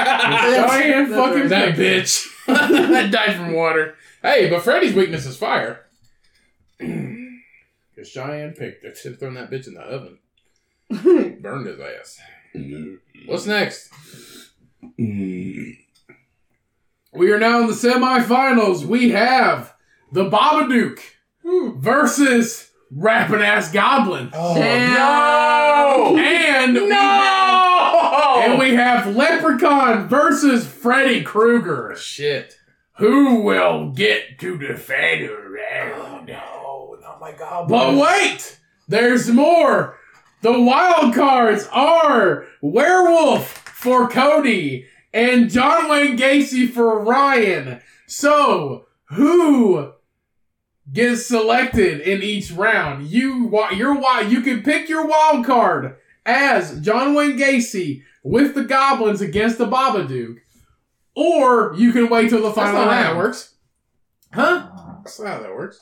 Speaker 2: That's
Speaker 1: fucking
Speaker 2: right.
Speaker 3: That bitch. (laughs) that died from water. Hey, but Freddy's weakness is fire. (clears throat) Because Cheyenne picked it. Should've thrown that bitch in the oven. Burned his ass. What's next?
Speaker 1: We are now in the semifinals. We have the Babadook versus Rapping Ass Goblin.
Speaker 2: Oh. Damn.
Speaker 1: And we have,
Speaker 3: Oh,
Speaker 1: and we have Leprechaun versus Freddy
Speaker 9: Oh,
Speaker 1: Krueger.
Speaker 3: Shit.
Speaker 1: Who will get to the final round?
Speaker 9: Oh, No, not my goblin.
Speaker 1: But wait, there's more. The wild cards are Werewolf for Cody and John Wayne Gacy for Ryan. So who gets selected in each round? You wa- your wild you can pick your wild card as John Wayne Gacy with the Goblins against the Babadook, or you can wait till the
Speaker 3: That's
Speaker 1: final
Speaker 3: not how that
Speaker 1: round.
Speaker 3: works.
Speaker 1: Huh?
Speaker 3: That's not how that works.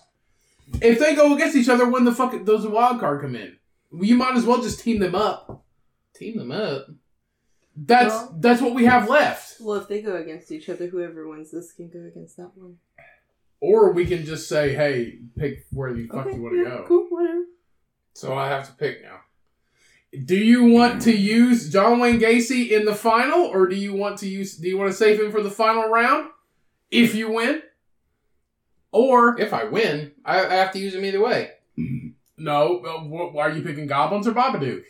Speaker 1: If they go against each other, when the fuck does the wild card come in? You might as well just team them up.
Speaker 3: Team them up.
Speaker 1: That's that's what we have left.
Speaker 2: Well, if they go against each other, whoever wins this can go against that one.
Speaker 1: Or we can just say, hey, pick where the fuck
Speaker 2: Okay,
Speaker 1: you want to
Speaker 2: yeah,
Speaker 1: go.
Speaker 2: Cool, whatever.
Speaker 3: So I have to pick now.
Speaker 1: Do you want to use John Wayne Gacy in the final, or do you want to use? Do you want to save him for the final round if you win? Or
Speaker 3: If I win, I, I have to use them
Speaker 1: (laughs)
Speaker 3: either way.
Speaker 1: no? uh, wh- Why are you picking goblins or Babadook?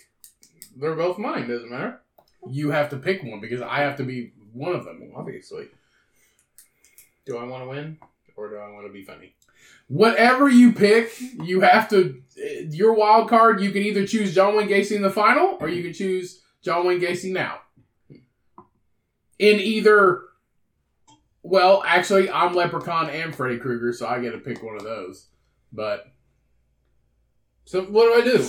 Speaker 3: They're both mine. Doesn't matter.
Speaker 1: you have to pick one because I have to be one of them, obviously.
Speaker 3: Do I want to win or do I want to be funny?
Speaker 1: Whatever you pick, you have to. Your wild card, you can either choose John Wayne Gacy in the final or you can choose John Wayne Gacy now. In either. Well, actually, I'm Leprechaun and Freddy Krueger, so I get to pick one of those. But. So, what do I do?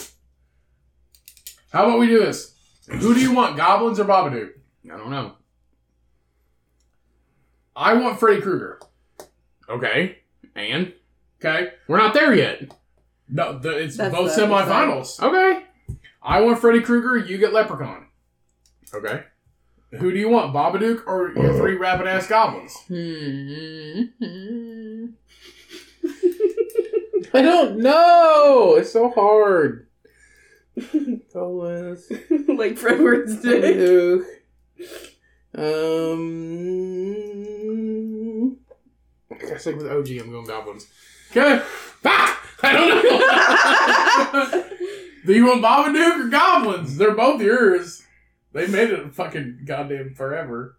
Speaker 1: How about we do this? Who do you want, goblins or Babadook?
Speaker 3: I don't know.
Speaker 1: I want Freddy Krueger.
Speaker 3: Okay. And
Speaker 1: Okay,
Speaker 3: we're not there yet.
Speaker 1: no, the, it's
Speaker 2: That's
Speaker 1: both
Speaker 2: the other side.
Speaker 1: semifinals.
Speaker 3: Okay.
Speaker 1: I want Freddy Krueger. You get Leprechaun.
Speaker 3: Okay.
Speaker 1: Who do you want, Babadook or your three rapid ass goblins?
Speaker 3: I don't know. It's so hard. Goblins.
Speaker 2: like Fredward's did.
Speaker 3: Duke. Um, I gotta stick with OG. I'm going goblins.
Speaker 1: Okay,
Speaker 3: Ah! I don't know.
Speaker 1: do you want Babadook or goblins? They're both yours. They made it fucking goddamn forever.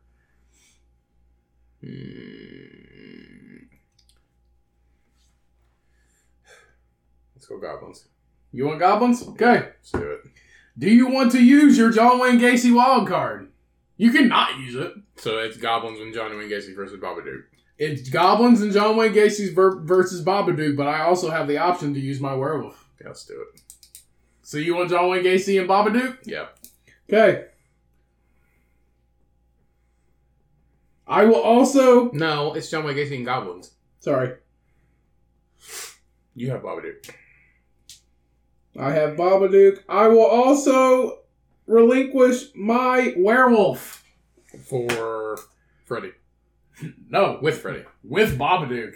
Speaker 3: Hmm. Let's go goblins.
Speaker 1: You want goblins? Okay.
Speaker 3: Let's do it.
Speaker 1: Do you want to use your John Wayne Gacy wild card? You cannot use it.
Speaker 3: So it's goblins when Johnny Wayne Gacy versus Babadook.
Speaker 1: It's goblins and John Wayne Gacy's ver- versus Babadook, but I also have the option to use my werewolf.
Speaker 3: Yeah, let's do it.
Speaker 1: So you want John Wayne Gacy and Babadook?
Speaker 3: Yeah.
Speaker 1: Okay. I will also.
Speaker 3: (laughs) No, it's John Wayne Gacy and goblins.
Speaker 1: Sorry,
Speaker 3: You have Babadook.
Speaker 1: I have Babadook. I will also relinquish my werewolf.
Speaker 3: For Freddy.
Speaker 1: No,
Speaker 3: With Freddy.
Speaker 1: with Babadook,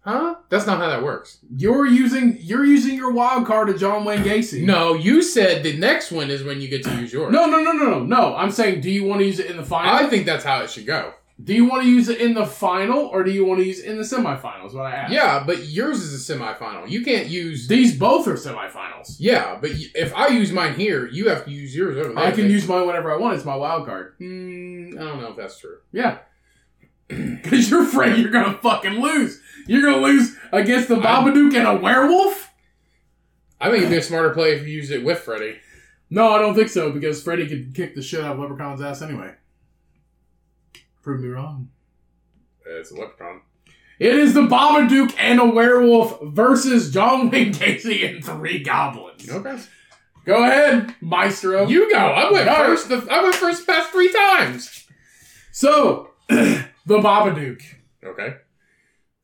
Speaker 3: Huh? That's not how that works.
Speaker 1: you're using you're using your wild card to John Wayne Gacy.
Speaker 3: No, you said the next one is when you get to use yours.
Speaker 1: no, no, no, no, no. no. I'm saying, do you want to use it in the final?
Speaker 3: I think that's how it should go.
Speaker 1: Do you want to use it in the final or do you want to use it in the semifinals? What I asked.
Speaker 3: Yeah, but yours is a semifinal. You can't use.
Speaker 1: These both are semifinals.
Speaker 3: Yeah, but y- if I use mine here, you have to use yours over there.
Speaker 1: I can use mine whenever I want. It's my wild card.
Speaker 3: Mm, I don't know if that's true.
Speaker 1: Yeah. (clears throat) Because you're afraid you're going to fucking lose. You're going to lose against the
Speaker 3: I'm-
Speaker 1: Babadook and a werewolf?
Speaker 3: I think it'd be a smarter play if you used it with Freddy.
Speaker 1: No, I don't think so because Freddy could kick the shit out of Leprechaun's ass anyway. Prove me wrong.
Speaker 3: Uh, It's a leprechaun.
Speaker 1: It is the Babadook and a werewolf versus John Wayne (laughs) Casey and three goblins.
Speaker 3: Okay.
Speaker 1: Go ahead, Maestro.
Speaker 3: You go. I went
Speaker 1: All right.
Speaker 3: first. The, I went first the past three times.
Speaker 1: So, (clears throat) the Babadook. (laughs)
Speaker 3: Okay.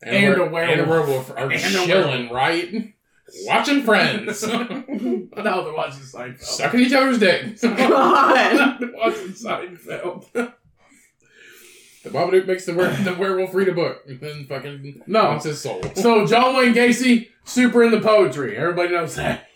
Speaker 1: And
Speaker 3: we're-
Speaker 1: a werewolf.
Speaker 3: And a werewolf are
Speaker 1: And a
Speaker 3: chilling, right? Watching Friends, (laughs)
Speaker 1: No, they're watching Seinfeld.
Speaker 3: sucking each other's dick. (laughs)
Speaker 2: God.
Speaker 1: They're watching Seinfeld.
Speaker 3: The Babadook makes the, were- the werewolf read a book and then fucking
Speaker 1: No.
Speaker 3: wants his soul.
Speaker 1: So John Wayne Gacy, super into poetry. Everybody knows (laughs) that.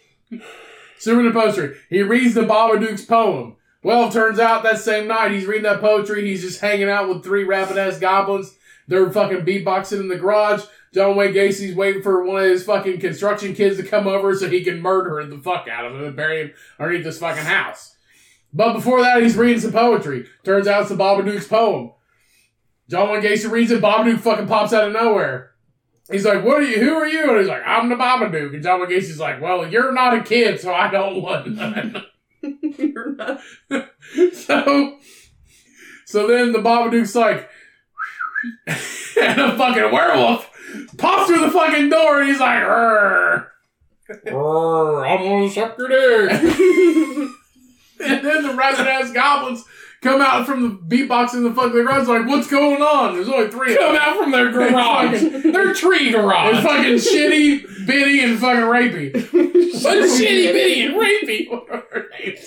Speaker 1: super into poetry. He reads the Babadook's poem. Well, it turns out that same night he's reading that poetry. He's just hanging out with three rapid ass goblins. They're fucking beatboxing in the garage. John Wayne Gacy's waiting for one of his fucking construction kids to come over so he can murder the fuck out of him and bury him underneath this fucking house. But before that, he's reading some poetry. Turns out it's the Babadook's poem. John Wayne Gacy reads it. Babadook fucking pops out of nowhere. He's like, "What are you? Who are you?" And he's like, "I'm the Babadook." And John Wayne Gacy's like, "Well, you're not a kid, so I don't want
Speaker 3: (laughs)
Speaker 1: none."
Speaker 2: You're not-
Speaker 1: so, so then the Babadook's like, (laughs) and a fucking werewolf pops through the fucking door, and he's like, "Rrr."
Speaker 3: Grrr, I'm gonna suck your dick.
Speaker 1: (laughs) and then the rabbit ass goblins come out from the beatbox in the fucking garage, like, "What's going on?" There's only three. of them.
Speaker 3: Come out
Speaker 1: (laughs)
Speaker 3: from their garage. their tree
Speaker 1: It's
Speaker 3: garage.
Speaker 1: fucking shitty, bitty, and fucking rapey.
Speaker 3: But shitty bitty and rapey.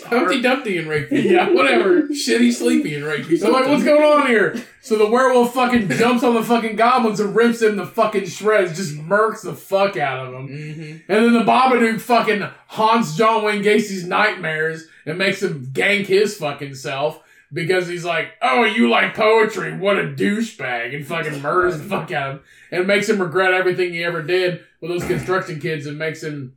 Speaker 3: Humpty Dumpty and rapey.
Speaker 1: Yeah, whatever.
Speaker 3: Shitty sleepy and rapey.
Speaker 1: So I'm like, what's going on here? So the werewolf fucking jumps on the fucking goblins and rips them to fucking shreds, just murks the fuck out of them.
Speaker 3: Mm-hmm.
Speaker 1: And then the Babadook fucking haunts John Wayne Gacy's nightmares and makes him gank his fucking self because he's like, oh, you like poetry, what a douchebag, and fucking murders the fuck out of him and makes him regret everything he ever did with those construction kids and makes him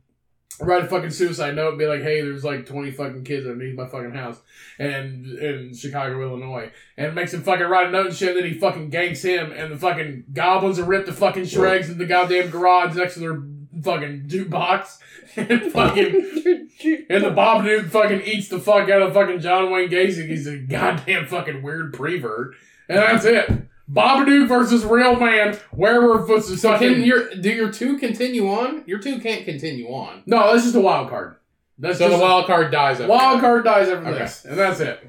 Speaker 1: write a fucking suicide note and be like, hey, there's like 20 fucking kids underneath my fucking house and in Chicago, Illinois. And makes him fucking write a note and shit, then he fucking ganks him and the fucking goblins are ripped to fucking shreds in the goddamn garage next to their fucking jukebox. (laughs) And fucking and the Bob dude fucking eats the fuck out of fucking John Wayne Gacy. He's a goddamn fucking weird prevert. And that's it. Babadook versus real man. Wherever puts the
Speaker 3: So can
Speaker 1: fucking
Speaker 3: your do your two continue on? Your two can't continue on.
Speaker 1: no, that's just a wild card. That's
Speaker 3: So the
Speaker 1: just a-
Speaker 3: wild card dies. after
Speaker 1: Wild
Speaker 3: that.
Speaker 1: card dies every
Speaker 3: Okay.
Speaker 1: this, and that's it.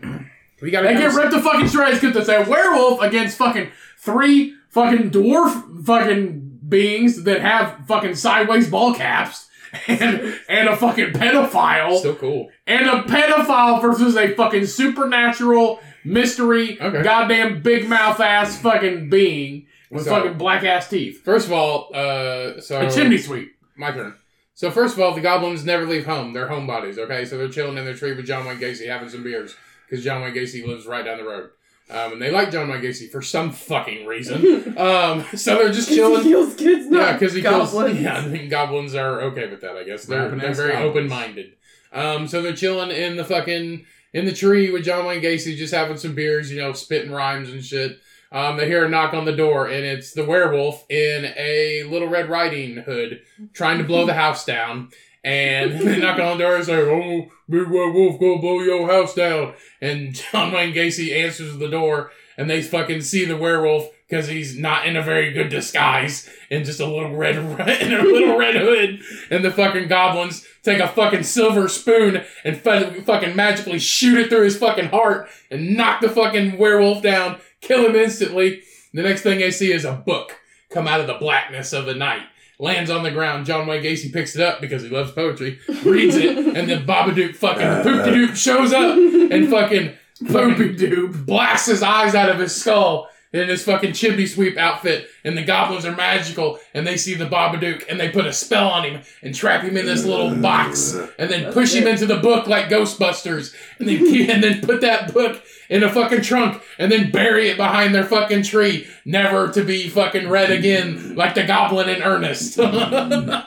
Speaker 3: We gotta
Speaker 1: They get
Speaker 3: kinda-
Speaker 1: ripped to fucking shreds because it's a werewolf against fucking three fucking dwarf fucking beings that have fucking sideways ball caps (laughs) and and a fucking pedophile
Speaker 3: Still cool.
Speaker 1: and a pedophile versus a fucking supernatural mystery
Speaker 3: Okay.
Speaker 1: goddamn big mouth ass fucking being with
Speaker 3: So-
Speaker 1: fucking black ass teeth.
Speaker 3: First of all, uh, so
Speaker 1: A chimney sweep.
Speaker 3: My turn. So first of all, the goblins never leave home. They're homebodies. Okay, so they're chilling in their tree with John Wayne Gacy, having some beers, because John Wayne Gacy lives right down the road, um, and they like John Wayne Gacy for some fucking
Speaker 2: (laughs)
Speaker 3: reason. um, so they're just chilling.
Speaker 2: kills kids, not
Speaker 3: Yeah, because he
Speaker 2: goblins.
Speaker 3: kills. (laughs) Yeah, I think goblins are okay with that. I guess they're,
Speaker 1: Rapping
Speaker 3: they're
Speaker 1: ass
Speaker 3: very
Speaker 1: goblins.
Speaker 3: open minded. Um, so they're chilling in the fucking in the tree with John Wayne Gacy, just having some beers, you know, spitting rhymes and shit. Um, they hear a knock on the door, and it's the werewolf in a Little Red Riding Hood trying to
Speaker 2: (laughs)
Speaker 3: blow the house down. And (laughs) they knock on the door and say, "Oh, big red wolf, go blow your house down." And John Wayne Gacy answers the door, and they fucking see the werewolf because he's not in a very good disguise and just a little red (laughs) in a little red hood, and the fucking goblins take a fucking silver spoon and fu- fucking magically shoot it through his fucking heart and knock the fucking werewolf down, kill him instantly. The next thing they see is a book come out of the blackness of the night. Lands on the ground. John Wayne Gacy picks it up because he loves poetry, reads it, and then Babadook fucking poop-de-doop shows up and fucking poopy dude blasts his eyes out of his skull in his fucking chimney sweep outfit, and the goblins are magical, and they see the Babadook, and they put a spell on him and trap him in this little box, and then
Speaker 2: That's
Speaker 3: push him
Speaker 2: it.
Speaker 3: into the book like Ghostbusters, and then (laughs) and then put that book in a fucking trunk, and then bury it behind their fucking tree, never to be fucking read again, like the Goblin in Ernest. (laughs) and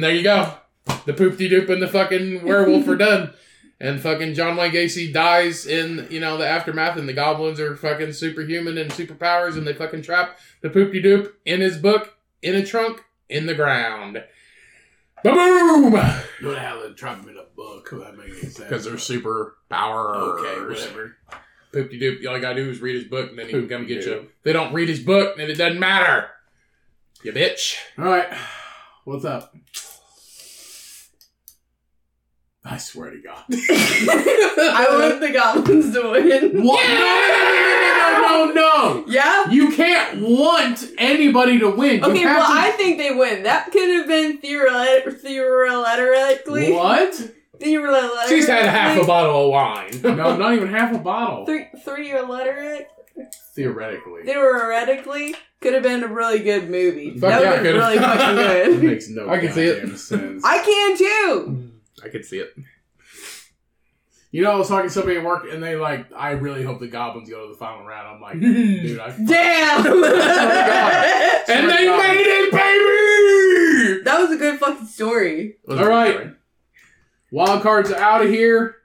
Speaker 3: there you go, the poop de doop and the fucking werewolf are done. And fucking John Wayne Gacy dies in, you know, the aftermath, and the goblins are fucking superhuman and superpowers, and they fucking trap the poop de doop in his book, in a trunk, in the ground. Boom!
Speaker 1: Don't have to trap him in a book. That makes any sense.
Speaker 3: Because they're super power.
Speaker 1: okay, whatever.
Speaker 3: Poop de doop. All you gotta do is read his book, and then he can come get you.
Speaker 1: Poop-de-doop.
Speaker 3: If they don't read his book, then it doesn't matter. You bitch.
Speaker 1: All right, what's up? I swear to God.
Speaker 2: I want the goblins to win.
Speaker 1: What? No, no, no, no,
Speaker 2: Yeah?
Speaker 1: no. You can't want anybody to win. You
Speaker 2: Okay,
Speaker 1: have
Speaker 2: well,
Speaker 1: to-
Speaker 2: I think they win. That could have been theoret- theoretically.
Speaker 1: What?
Speaker 2: Theoretically.
Speaker 3: She's had half a bottle of (laughs) wine.
Speaker 1: No, not even half a bottle.
Speaker 2: Three, three illiterate.
Speaker 1: Theoretically.
Speaker 2: Theoretically, could have been a really good movie.
Speaker 3: Fuck
Speaker 2: that
Speaker 3: yeah,
Speaker 2: would
Speaker 3: could've.
Speaker 2: really fucking
Speaker 1: It (laughs)
Speaker 2: good.
Speaker 1: makes no
Speaker 3: I can see it.
Speaker 1: goddamn (laughs) sense.
Speaker 2: I can too.
Speaker 3: I could see it.
Speaker 1: you know, I was talking to somebody at work, and they like, I really hope the goblins go to the final round. I'm (laughs) like, dude, I.
Speaker 2: Damn.
Speaker 1: God.
Speaker 3: And they made it, baby!
Speaker 2: that was a good fucking story.
Speaker 1: All right. Wild cards are out of here.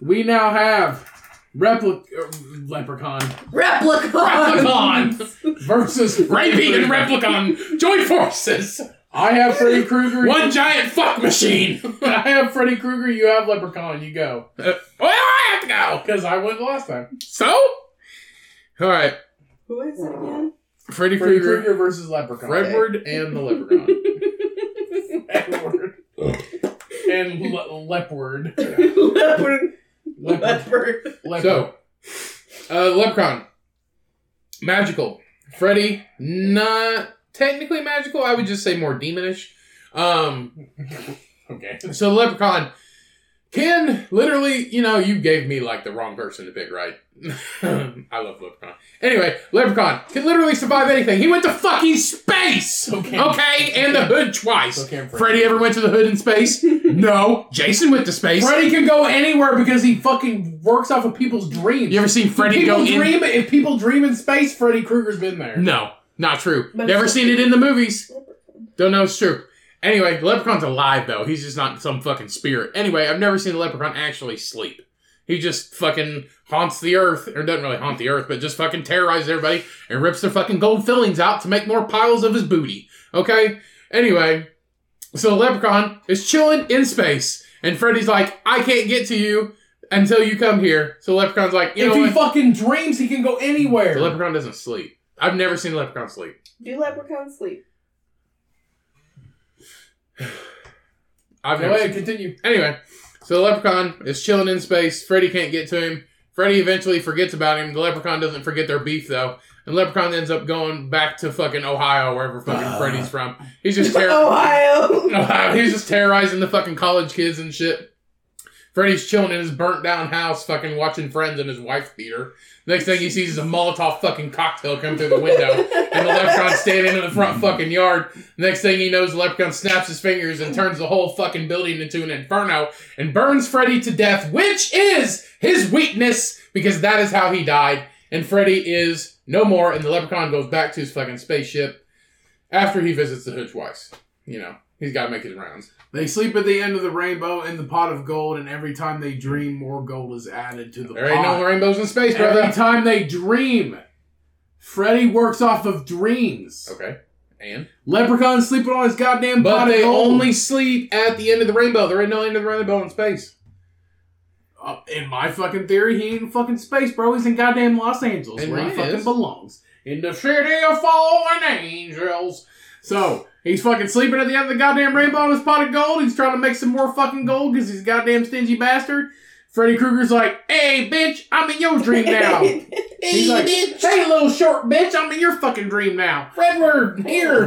Speaker 1: We now have replic- er, leprechaun (laughs)
Speaker 2: Replicon.
Speaker 3: Replicon!
Speaker 1: versus
Speaker 3: Raping and Replicon join forces!
Speaker 1: I have Freddy (laughs) Krueger.
Speaker 3: One giant fuck machine!
Speaker 1: I have Freddy Krueger. You have Leprechaun. You go
Speaker 3: Well, I have to go!
Speaker 1: because I won the last time.
Speaker 3: So? Alright.
Speaker 2: Who is it again?
Speaker 3: Freddy
Speaker 1: Freddy
Speaker 3: Krueger.
Speaker 1: Krueger versus Leprechaun. (laughs)
Speaker 3: Redward and the Leprechaun.
Speaker 1: Edward. and le-
Speaker 3: (laughs)
Speaker 1: Lepward.
Speaker 2: (laughs) Leopard.
Speaker 1: Leopard.
Speaker 2: Leopard.
Speaker 1: Leopard.
Speaker 3: So, uh, Leprechaun, magical. Freddy, not technically magical. I would just say more demonish. Um,
Speaker 1: (laughs) okay.
Speaker 3: so Leprechaun can literally, you know, you gave me like the wrong person to pick, right? (laughs) I love Leprechaun. Anyway, Leprechaun can literally survive anything. He went to fucking space.
Speaker 1: Okay.
Speaker 3: Okay, and the hood twice.
Speaker 1: So can
Speaker 3: Freddy ever went to the hood
Speaker 1: (laughs)
Speaker 3: in space? No. Jason went to space.
Speaker 1: Freddy can go anywhere because he fucking works off of people's dreams.
Speaker 3: You ever seen Freddy
Speaker 1: people
Speaker 3: go in?
Speaker 1: dream, If people dream in space, Freddy Krueger's been there.
Speaker 3: No, not true.
Speaker 5: But
Speaker 3: Never
Speaker 5: it's-
Speaker 3: seen it in the movies. Don't know it's true. Anyway, the leprechaun's alive though. He's just not some fucking spirit. Anyway, I've never seen a leprechaun actually sleep. He just fucking haunts the earth, or doesn't really haunt the earth, but just fucking terrorizes everybody and rips their fucking gold fillings out to make more piles of his booty. Okay? Anyway, so the leprechaun is chilling in space, and Freddy's like, I can't get to you until you come here. So the leprechaun's like, you
Speaker 1: if
Speaker 3: know
Speaker 1: he
Speaker 3: what?
Speaker 1: fucking dreams, he can go anywhere.
Speaker 3: the leprechaun doesn't sleep. I've never seen a leprechaun sleep.
Speaker 2: Do leprechauns sleep?
Speaker 3: I've
Speaker 1: Go
Speaker 3: never
Speaker 1: ahead,
Speaker 3: seen
Speaker 1: continue.
Speaker 3: Anyway, so the leprechaun is chilling in space. Freddy can't get to him. Freddy eventually forgets about him. The leprechaun doesn't forget their beef though, and leprechaun ends up going back to fucking Ohio, wherever fucking
Speaker 1: Ah.
Speaker 3: Freddy's from. He's
Speaker 2: (laughs)
Speaker 3: just
Speaker 1: (laughs)
Speaker 3: (laughs) terrorizing.
Speaker 2: Ohio.
Speaker 3: He's just terrorizing the fucking college kids and shit. Freddy's chilling in his burnt down house, fucking watching Friends and his wife beater. Next thing he sees is a Molotov fucking cocktail come through
Speaker 1: (laughs)
Speaker 3: the window, and the leprechaun standing in the front fucking yard. Next thing he knows, the leprechaun snaps his fingers and turns the whole fucking building into an inferno and burns Freddy to death, which is his weakness because that is how he died. And Freddy is no more, and the leprechaun goes back to his fucking spaceship after he visits the hood twice. You know, he's got to make his rounds.
Speaker 1: They sleep at the end of the rainbow in the pot of gold, and every time they dream, more gold is added to the
Speaker 3: There ain't
Speaker 1: pot.
Speaker 3: no rainbows in space,
Speaker 1: every
Speaker 3: brother.
Speaker 1: time they dream, Freddy works off of dreams.
Speaker 3: Okay. And
Speaker 1: Leprechaun's sleeping on his goddamn
Speaker 3: but
Speaker 1: pot of
Speaker 3: they
Speaker 1: gold.
Speaker 3: only sleep at the end of the rainbow. There ain't no end of the rainbow in space.
Speaker 1: Uh, in my fucking theory, he ain't in fucking space, bro. He's in goddamn Los Angeles,
Speaker 3: And
Speaker 1: where he
Speaker 3: mine
Speaker 1: fucking
Speaker 3: is.
Speaker 1: belongs. In the city of fallen angels. So, he's fucking sleeping at the end of the goddamn rainbow on his pot of gold. He's trying to make some more fucking gold because he's a goddamn stingy bastard. Freddy Krueger's like, hey, bitch, I'm in your dream
Speaker 3: (laughs)
Speaker 1: (laughs) now. he's like, hey, little short bitch, I'm in your fucking dream now.
Speaker 3: Redward here.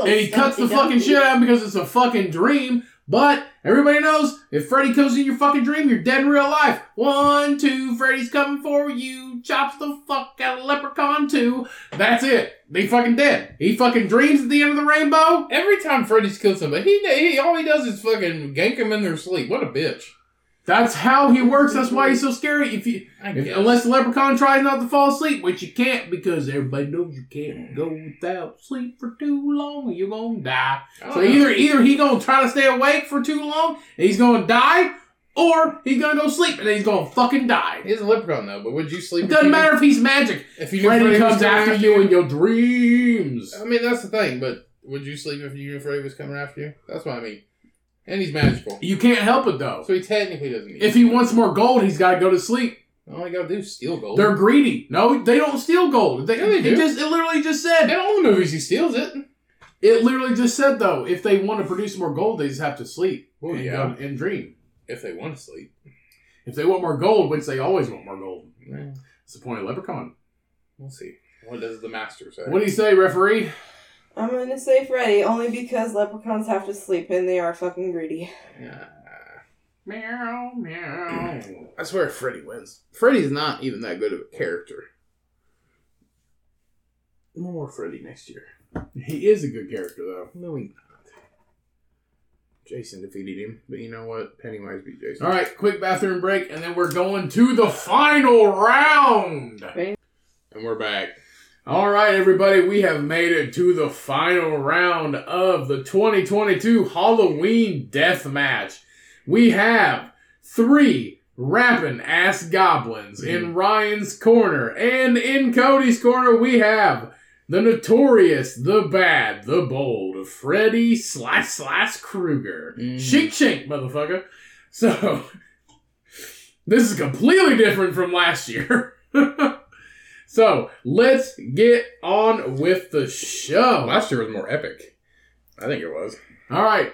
Speaker 1: And he cuts the fucking shit out because it's a fucking dream. But everybody knows if Freddy comes in your fucking dream, you're dead in real life. One, two, Freddy's coming for you. Chops the fuck out of Leprechaun 2. That's it. They fucking dead. He fucking dreams at the end of the rainbow.
Speaker 3: Every time Freddy's killed somebody, he, he all he does is fucking gank him in their sleep. What a bitch.
Speaker 1: That's how he works. That's why he's so scary. If you,
Speaker 3: I
Speaker 1: if-
Speaker 3: guess.
Speaker 1: unless the Leprechaun tries not to fall asleep, which you can't because everybody knows you can't go without sleep for too long. or You're gonna die.
Speaker 3: I don't
Speaker 1: So
Speaker 3: know.
Speaker 1: either either he gonna try to stay awake for too long and he's gonna die, or he's gonna go sleep and then he's gonna fucking die.
Speaker 3: he's a leprechaun though. But would you
Speaker 1: It
Speaker 3: sleep? if
Speaker 1: doesn't
Speaker 3: you knew-
Speaker 1: matter if he's magic.
Speaker 3: If you knew
Speaker 1: Freddy,
Speaker 3: Freddy was
Speaker 1: comes after
Speaker 3: coming
Speaker 1: you in your dreams.
Speaker 3: I mean, that's the thing. But would you sleep if you knew Freddy was coming after you? That's what I mean. And he's magical,
Speaker 1: You can't help it though.
Speaker 3: so he technically doesn't. Need
Speaker 1: If he wants more gold, he's got to go to sleep.
Speaker 3: all he gotta do is steal gold.
Speaker 1: They're greedy. No, they don't steal gold. They,
Speaker 3: Yeah, they
Speaker 1: it
Speaker 3: do.
Speaker 1: just it literally just said
Speaker 3: in all the movies he steals it.
Speaker 1: it literally just said though if they want to produce more gold, they just have to sleep
Speaker 3: Well,
Speaker 1: and,
Speaker 3: yeah.
Speaker 1: go- and dream.
Speaker 3: If they want to sleep.
Speaker 1: If they want more gold, which they always want more gold,
Speaker 3: Yeah,
Speaker 1: it's the point of Leprechaun.
Speaker 3: we'll see. What does the master say?
Speaker 1: What do you say, referee?
Speaker 2: I'm gonna say Freddy only because leprechauns have to sleep and they are fucking greedy.
Speaker 3: Yeah.
Speaker 1: Meow, meow.
Speaker 3: I swear Freddy wins. Freddy's not even that good of a character.
Speaker 1: More Freddy next year. He is a good character, though.
Speaker 3: No, he's not. Jason defeated him, but you know what? Pennywise beat Jason.
Speaker 1: All right, quick bathroom break, and then we're going to the final round.
Speaker 3: And we're back.
Speaker 1: All right, everybody, we have made it to the final round of the 2022 Halloween Death Match. We have three rapping ass goblins in Ryan's corner, and in Cody's corner, we have the notorious, the bad, the bold, Freddy Slice Slice Krueger.
Speaker 3: Mm.
Speaker 1: Shink shink, motherfucker. So, (laughs) this is completely different from last year. (laughs) So let's get on with the show.
Speaker 3: Last year was more epic. I think it was.
Speaker 1: All right,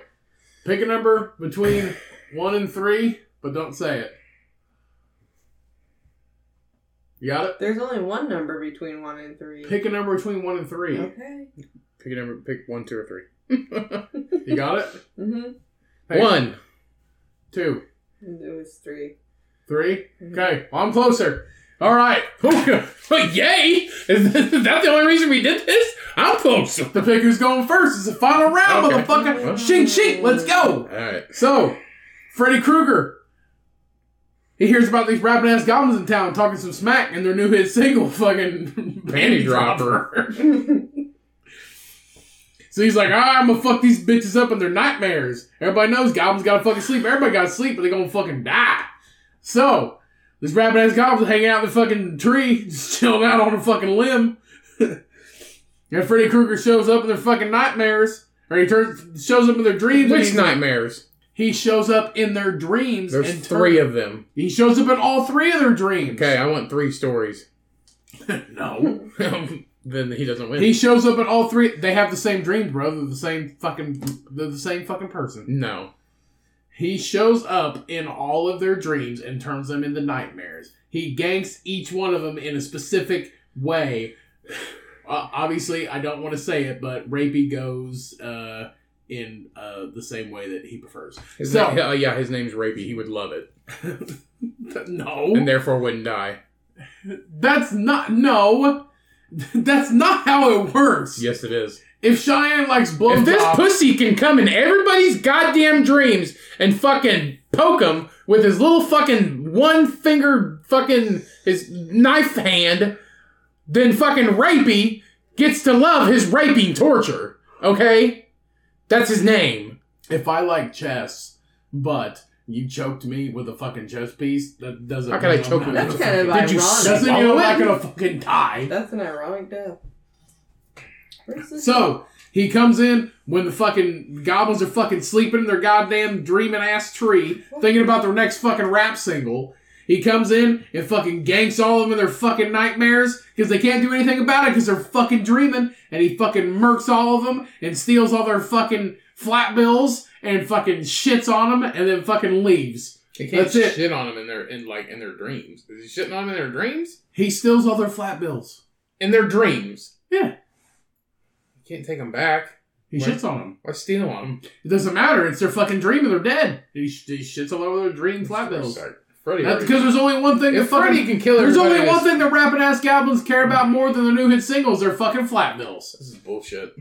Speaker 1: pick a number between (laughs) one and three, but don't say it. You got it.
Speaker 2: There's only one number between one and three.
Speaker 1: Pick a number between one and three.
Speaker 2: Okay.
Speaker 3: Pick a number. Pick one, two, or three.
Speaker 1: (laughs) You got it.
Speaker 2: Mm-hmm.
Speaker 1: Hey,
Speaker 3: One.
Speaker 1: two,
Speaker 2: It was three.
Speaker 1: three. Okay, well, I'm closer. All right, (laughs) Oh,
Speaker 3: But yay! Is that the only reason we did this? I'm close. All
Speaker 1: the pick who's going first. It's the final round,
Speaker 3: Okay.
Speaker 1: motherfucker. Shink shink. Let's go.
Speaker 3: right.
Speaker 1: So, Freddy Krueger. He hears about these rapping ass goblins in town talking some smack and their new hit single, fucking Panty
Speaker 3: Dropper.
Speaker 1: Dropper. So he's like, ah, I'm gonna fuck these bitches up in their nightmares. Everybody knows goblins gotta fucking sleep. Everybody gotta sleep, but they gonna fucking die. So this rabbit ass goblin's hanging out in the fucking tree, (laughs) just chilling out on a fucking limb. (laughs) and Freddy Krueger shows up in their fucking nightmares, or he turns shows up in their dreams. and
Speaker 7: Which
Speaker 1: he's-
Speaker 7: nightmares?
Speaker 1: He shows up in their dreams.
Speaker 7: There's
Speaker 1: and
Speaker 7: three
Speaker 1: turn-
Speaker 7: of them.
Speaker 1: He shows up in all three of their dreams.
Speaker 7: Okay, I want three stories. (laughs)
Speaker 1: No.
Speaker 7: then he doesn't win.
Speaker 1: He shows up in all three. They have the same dreams, bro. They're the same fucking. They're the same fucking person.
Speaker 7: no.
Speaker 1: He shows up in all of their dreams and turns them into nightmares. He ganks each one of them in a specific way. Uh, obviously, I don't want to say it, but Rapey goes uh, in uh, the same way that he prefers.
Speaker 7: His
Speaker 1: So-
Speaker 7: na- uh, yeah, his name's Rapey. He would love it,
Speaker 1: no,
Speaker 7: and therefore wouldn't die.
Speaker 1: that's not no. (laughs) That's not how it works.
Speaker 7: Yes, it is.
Speaker 1: If Cheyenne likes
Speaker 7: If this
Speaker 1: blowjobs,
Speaker 7: pussy can come in everybody's goddamn dreams and fucking poke him with his little fucking one finger fucking his knife hand, then fucking rapey gets to love his raping torture. Okay, that's his name.
Speaker 1: if I like chess, but you choked me with a fucking chess piece, that doesn't.
Speaker 7: How can I
Speaker 1: mean I'm
Speaker 7: choke
Speaker 1: not
Speaker 7: you?
Speaker 1: gonna
Speaker 2: That's kind of
Speaker 1: fucking-
Speaker 2: ironic.
Speaker 7: Did you
Speaker 1: Doesn't mean
Speaker 7: swallow
Speaker 1: I'm not
Speaker 7: it?
Speaker 1: gonna fucking die.
Speaker 2: (laughs) That's an ironic death. Where's this?
Speaker 1: So he comes in when the fucking goblins are fucking sleeping in their goddamn dreaming ass tree, thinking about their next fucking rap single. He comes in and fucking ganks all of them in their fucking nightmares because they can't do anything about it because they're fucking dreaming. And he fucking murks all of them and steals all their fucking flat bills and fucking shits on them and then fucking leaves.
Speaker 3: They
Speaker 1: can't
Speaker 3: can't shit on them in their in like in their dreams. Is he shitting on them in their dreams?
Speaker 1: He steals all their flat bills.
Speaker 3: In their dreams.
Speaker 1: Yeah.
Speaker 3: You can't take them back.
Speaker 1: He
Speaker 3: Right.
Speaker 1: shits on them.
Speaker 3: Why steal them?
Speaker 1: It doesn't matter. It's their fucking dream and they're dead. He, sh- he shits all over their dream flat bills.
Speaker 3: Freddy.
Speaker 1: That's
Speaker 3: already-
Speaker 1: because there's only one thing that
Speaker 3: If Freddy
Speaker 1: fucking.
Speaker 3: can kill
Speaker 1: There's
Speaker 3: everybody,
Speaker 1: only
Speaker 3: that's-
Speaker 1: one thing that rapping ass goblins care about more than their new hit singles. They're fucking flat bills.
Speaker 3: This is bullshit.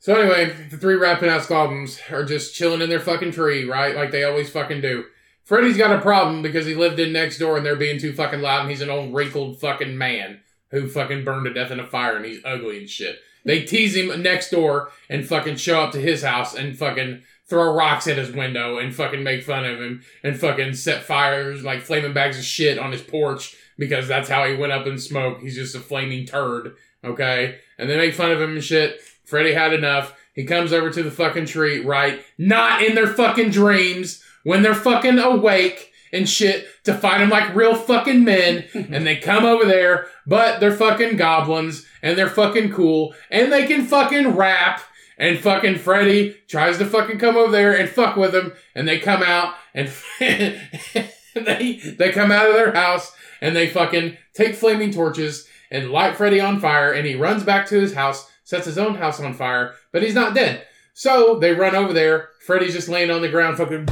Speaker 3: So anyway, the three rapping ass goblins are just chilling in their fucking tree, right? Like they always fucking do. Freddy's got a problem because he lived in next door and they're being too fucking loud and he's an old wrinkled fucking man who fucking burned to death in a fire and he's ugly and shit. They tease him next door and fucking show up to his house and fucking throw rocks at his window and fucking make fun of him and fucking set fires like flaming bags of shit on his porch because that's how he went up in smoke. He's just a flaming turd, okay? and they make fun of him and shit. Freddy had enough. He comes over to the fucking tree, right? Not in their fucking dreams, when they're fucking awake and shit, to fight him like real fucking men. and they come over there, but they're fucking goblins and they're fucking cool and they can fucking rap. And fucking Freddy tries to fucking come over there and fuck with them, and they come out and (laughs) they they come out of their house and they fucking take flaming torches and light Freddy on fire, and he runs back to his house, sets his own house on fire, but he's not dead. So they run over there. Freddy's just laying on the ground, fucking.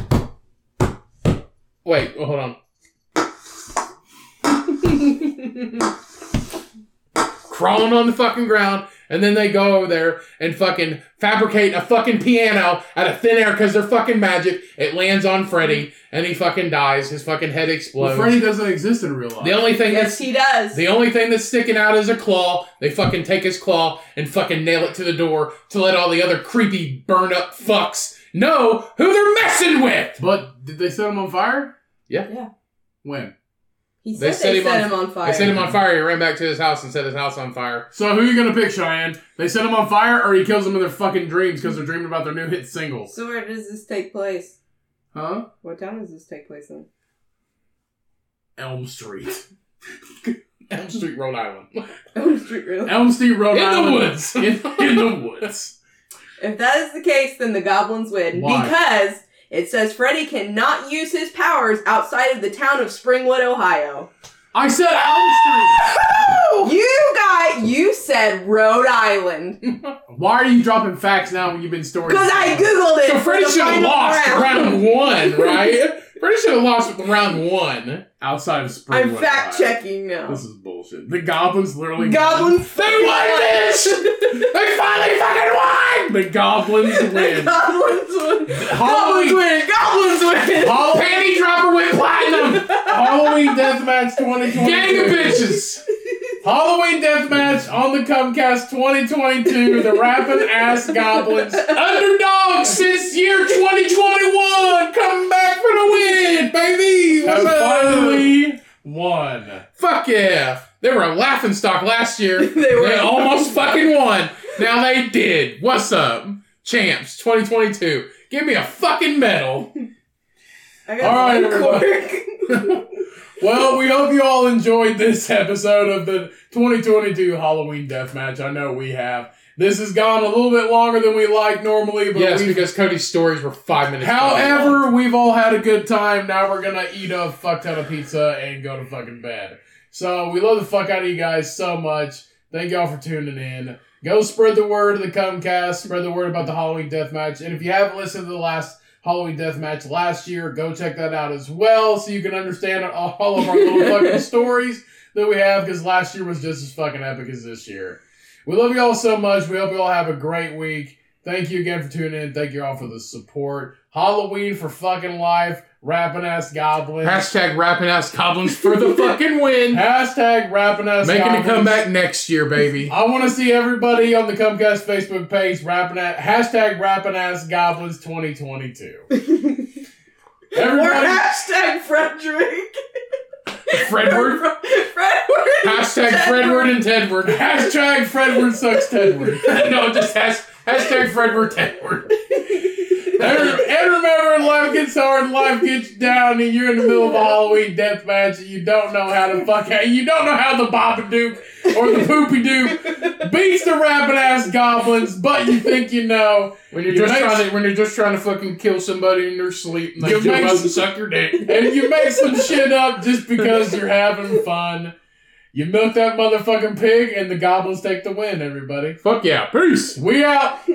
Speaker 3: Wait, well, hold on. (laughs) Crawling on the fucking ground, and then they go over there and fucking fabricate a fucking piano out of thin air because they're fucking magic. It lands on Freddy, and he fucking dies. His fucking head
Speaker 1: Well,
Speaker 3: explodes.
Speaker 1: Freddy doesn't exist in real life.
Speaker 3: the only thing that's
Speaker 2: yes, he does.
Speaker 3: the only thing that's sticking out is a claw. They fucking take his claw and fucking nail it to the door to let all the other creepy burn up fucks know who they're messing with.
Speaker 1: but did they set him on fire?
Speaker 3: Yeah.
Speaker 2: Yeah.
Speaker 1: When?
Speaker 2: he
Speaker 3: they
Speaker 2: said
Speaker 3: set
Speaker 2: they
Speaker 3: him
Speaker 2: set
Speaker 3: on-
Speaker 2: him on fire.
Speaker 3: They set him on fire. He ran back to his house and set his house on fire.
Speaker 1: So who you gonna pick, Cheyenne? They set him on fire, or he kills them in their fucking dreams because they're dreaming about their new hit singles?
Speaker 2: So where does this take place?
Speaker 1: Huh?
Speaker 2: What town does this take place in? (laughs)
Speaker 1: Elm Street.
Speaker 3: (laughs) Elm Street, Rhode Island.
Speaker 2: Elm Street, really?
Speaker 1: Elm Street, Rhode
Speaker 3: In the
Speaker 1: Island.
Speaker 3: woods.
Speaker 1: In, in the woods.
Speaker 2: If that is the case, then the goblins win.
Speaker 1: Why?
Speaker 2: Because it says Freddy cannot use his powers outside of the town of Springwood, Ohio.
Speaker 1: I said Elm
Speaker 2: You guys, you said Rhode Island.
Speaker 1: Street. Why are you dropping facts now when you've been stories?
Speaker 2: Because I Googled it.
Speaker 3: So Freddy
Speaker 2: for the
Speaker 3: should have
Speaker 2: final
Speaker 3: lost
Speaker 2: round.
Speaker 3: round one, right? Freddy should have lost round one.
Speaker 1: outside of spring.
Speaker 2: (laughs) I'm
Speaker 1: what
Speaker 2: fact
Speaker 1: I-
Speaker 2: checking now.
Speaker 1: This is bullshit. The goblins literally
Speaker 2: Goblins.
Speaker 3: They won this.
Speaker 2: (laughs)
Speaker 3: They finally fucking
Speaker 1: won.
Speaker 3: won.
Speaker 1: The goblins win.
Speaker 2: Goblins win. Goblins
Speaker 1: Halloween,
Speaker 2: win. Goblins win.
Speaker 1: Hall-
Speaker 3: Panty dropper went platinum.
Speaker 1: Halloween Deathmatch 2022.
Speaker 3: Gang of bitches. Halloween Deathmatch on the Comcast 2022, the Rapping Ass Goblins. Underdogs since year 2021, come back for the win, baby!
Speaker 7: Have
Speaker 3: What's up?
Speaker 7: finally won.
Speaker 3: Fuck yeah! They were a laughing stock last year.
Speaker 2: (laughs) They were.
Speaker 3: They almost fucking won. Now they did. What's up? Champs 2022. Give me a fucking medal.
Speaker 2: I
Speaker 7: All right,
Speaker 2: got one cork.
Speaker 7: Well, we hope you all enjoyed this episode of the 2022 Halloween Deathmatch. I know we have. This has gone a little bit longer than we like normally, but
Speaker 3: Yes,
Speaker 7: we
Speaker 3: because Cody's stories were five minutes. fucking long.
Speaker 7: However, we've all had a good time. Now we're gonna eat a fuck ton of pizza and go to fucking bed. So we love the fuck out of you guys so much. Thank y'all for tuning in. Go spread the word of the Comcast. Spread the word about the Halloween Deathmatch. And if you haven't listened to the last Halloween Deathmatch last year, go check that out as well, so you can understand all of our
Speaker 3: (laughs)
Speaker 7: little fucking stories that we have. Because last year was just as fucking epic as this year. We love you all so much. We hope you all have a great week. Thank you again for tuning in. Thank you all for the support. Halloween for fucking life. Rapping ass goblins.
Speaker 3: hashtag rapping ass goblins for
Speaker 7: (laughs)
Speaker 3: the fucking win.
Speaker 7: Hashtag rapping ass
Speaker 3: Making
Speaker 7: goblins.
Speaker 3: a comeback next year,
Speaker 7: (laughs)
Speaker 3: baby.
Speaker 7: I want to see everybody on the Comcast Facebook page rapping at hashtag rapping ass goblins 2022.
Speaker 2: Or
Speaker 7: Everybody,
Speaker 2: hashtag Frederick.
Speaker 3: Fredward.
Speaker 2: Frederick.
Speaker 3: Hashtag Fredward
Speaker 7: (laughs)
Speaker 3: and Tedward.
Speaker 7: hashtag Fredward sucks Tedward. (laughs)
Speaker 3: no, just has, hashtag Fredward Tedward.
Speaker 7: and, and remember, life gets hard, life gets down, and you're in the middle of a Halloween death match, and you don't know how to fuck out. You don't know how the Babadook or the Poopy Dook beats the rabbit ass goblins, but you think you know.
Speaker 3: When you're
Speaker 7: You
Speaker 3: just
Speaker 7: make-
Speaker 3: trying to when you're just trying to fucking kill somebody in their sleep and they
Speaker 7: You
Speaker 3: just
Speaker 7: make-
Speaker 3: doesn't suck your dick.
Speaker 7: And you make some shit up just because you're having fun. You milk that motherfucking pig, and the goblins take the win, everybody.
Speaker 3: Fuck yeah. Peace.
Speaker 7: We out.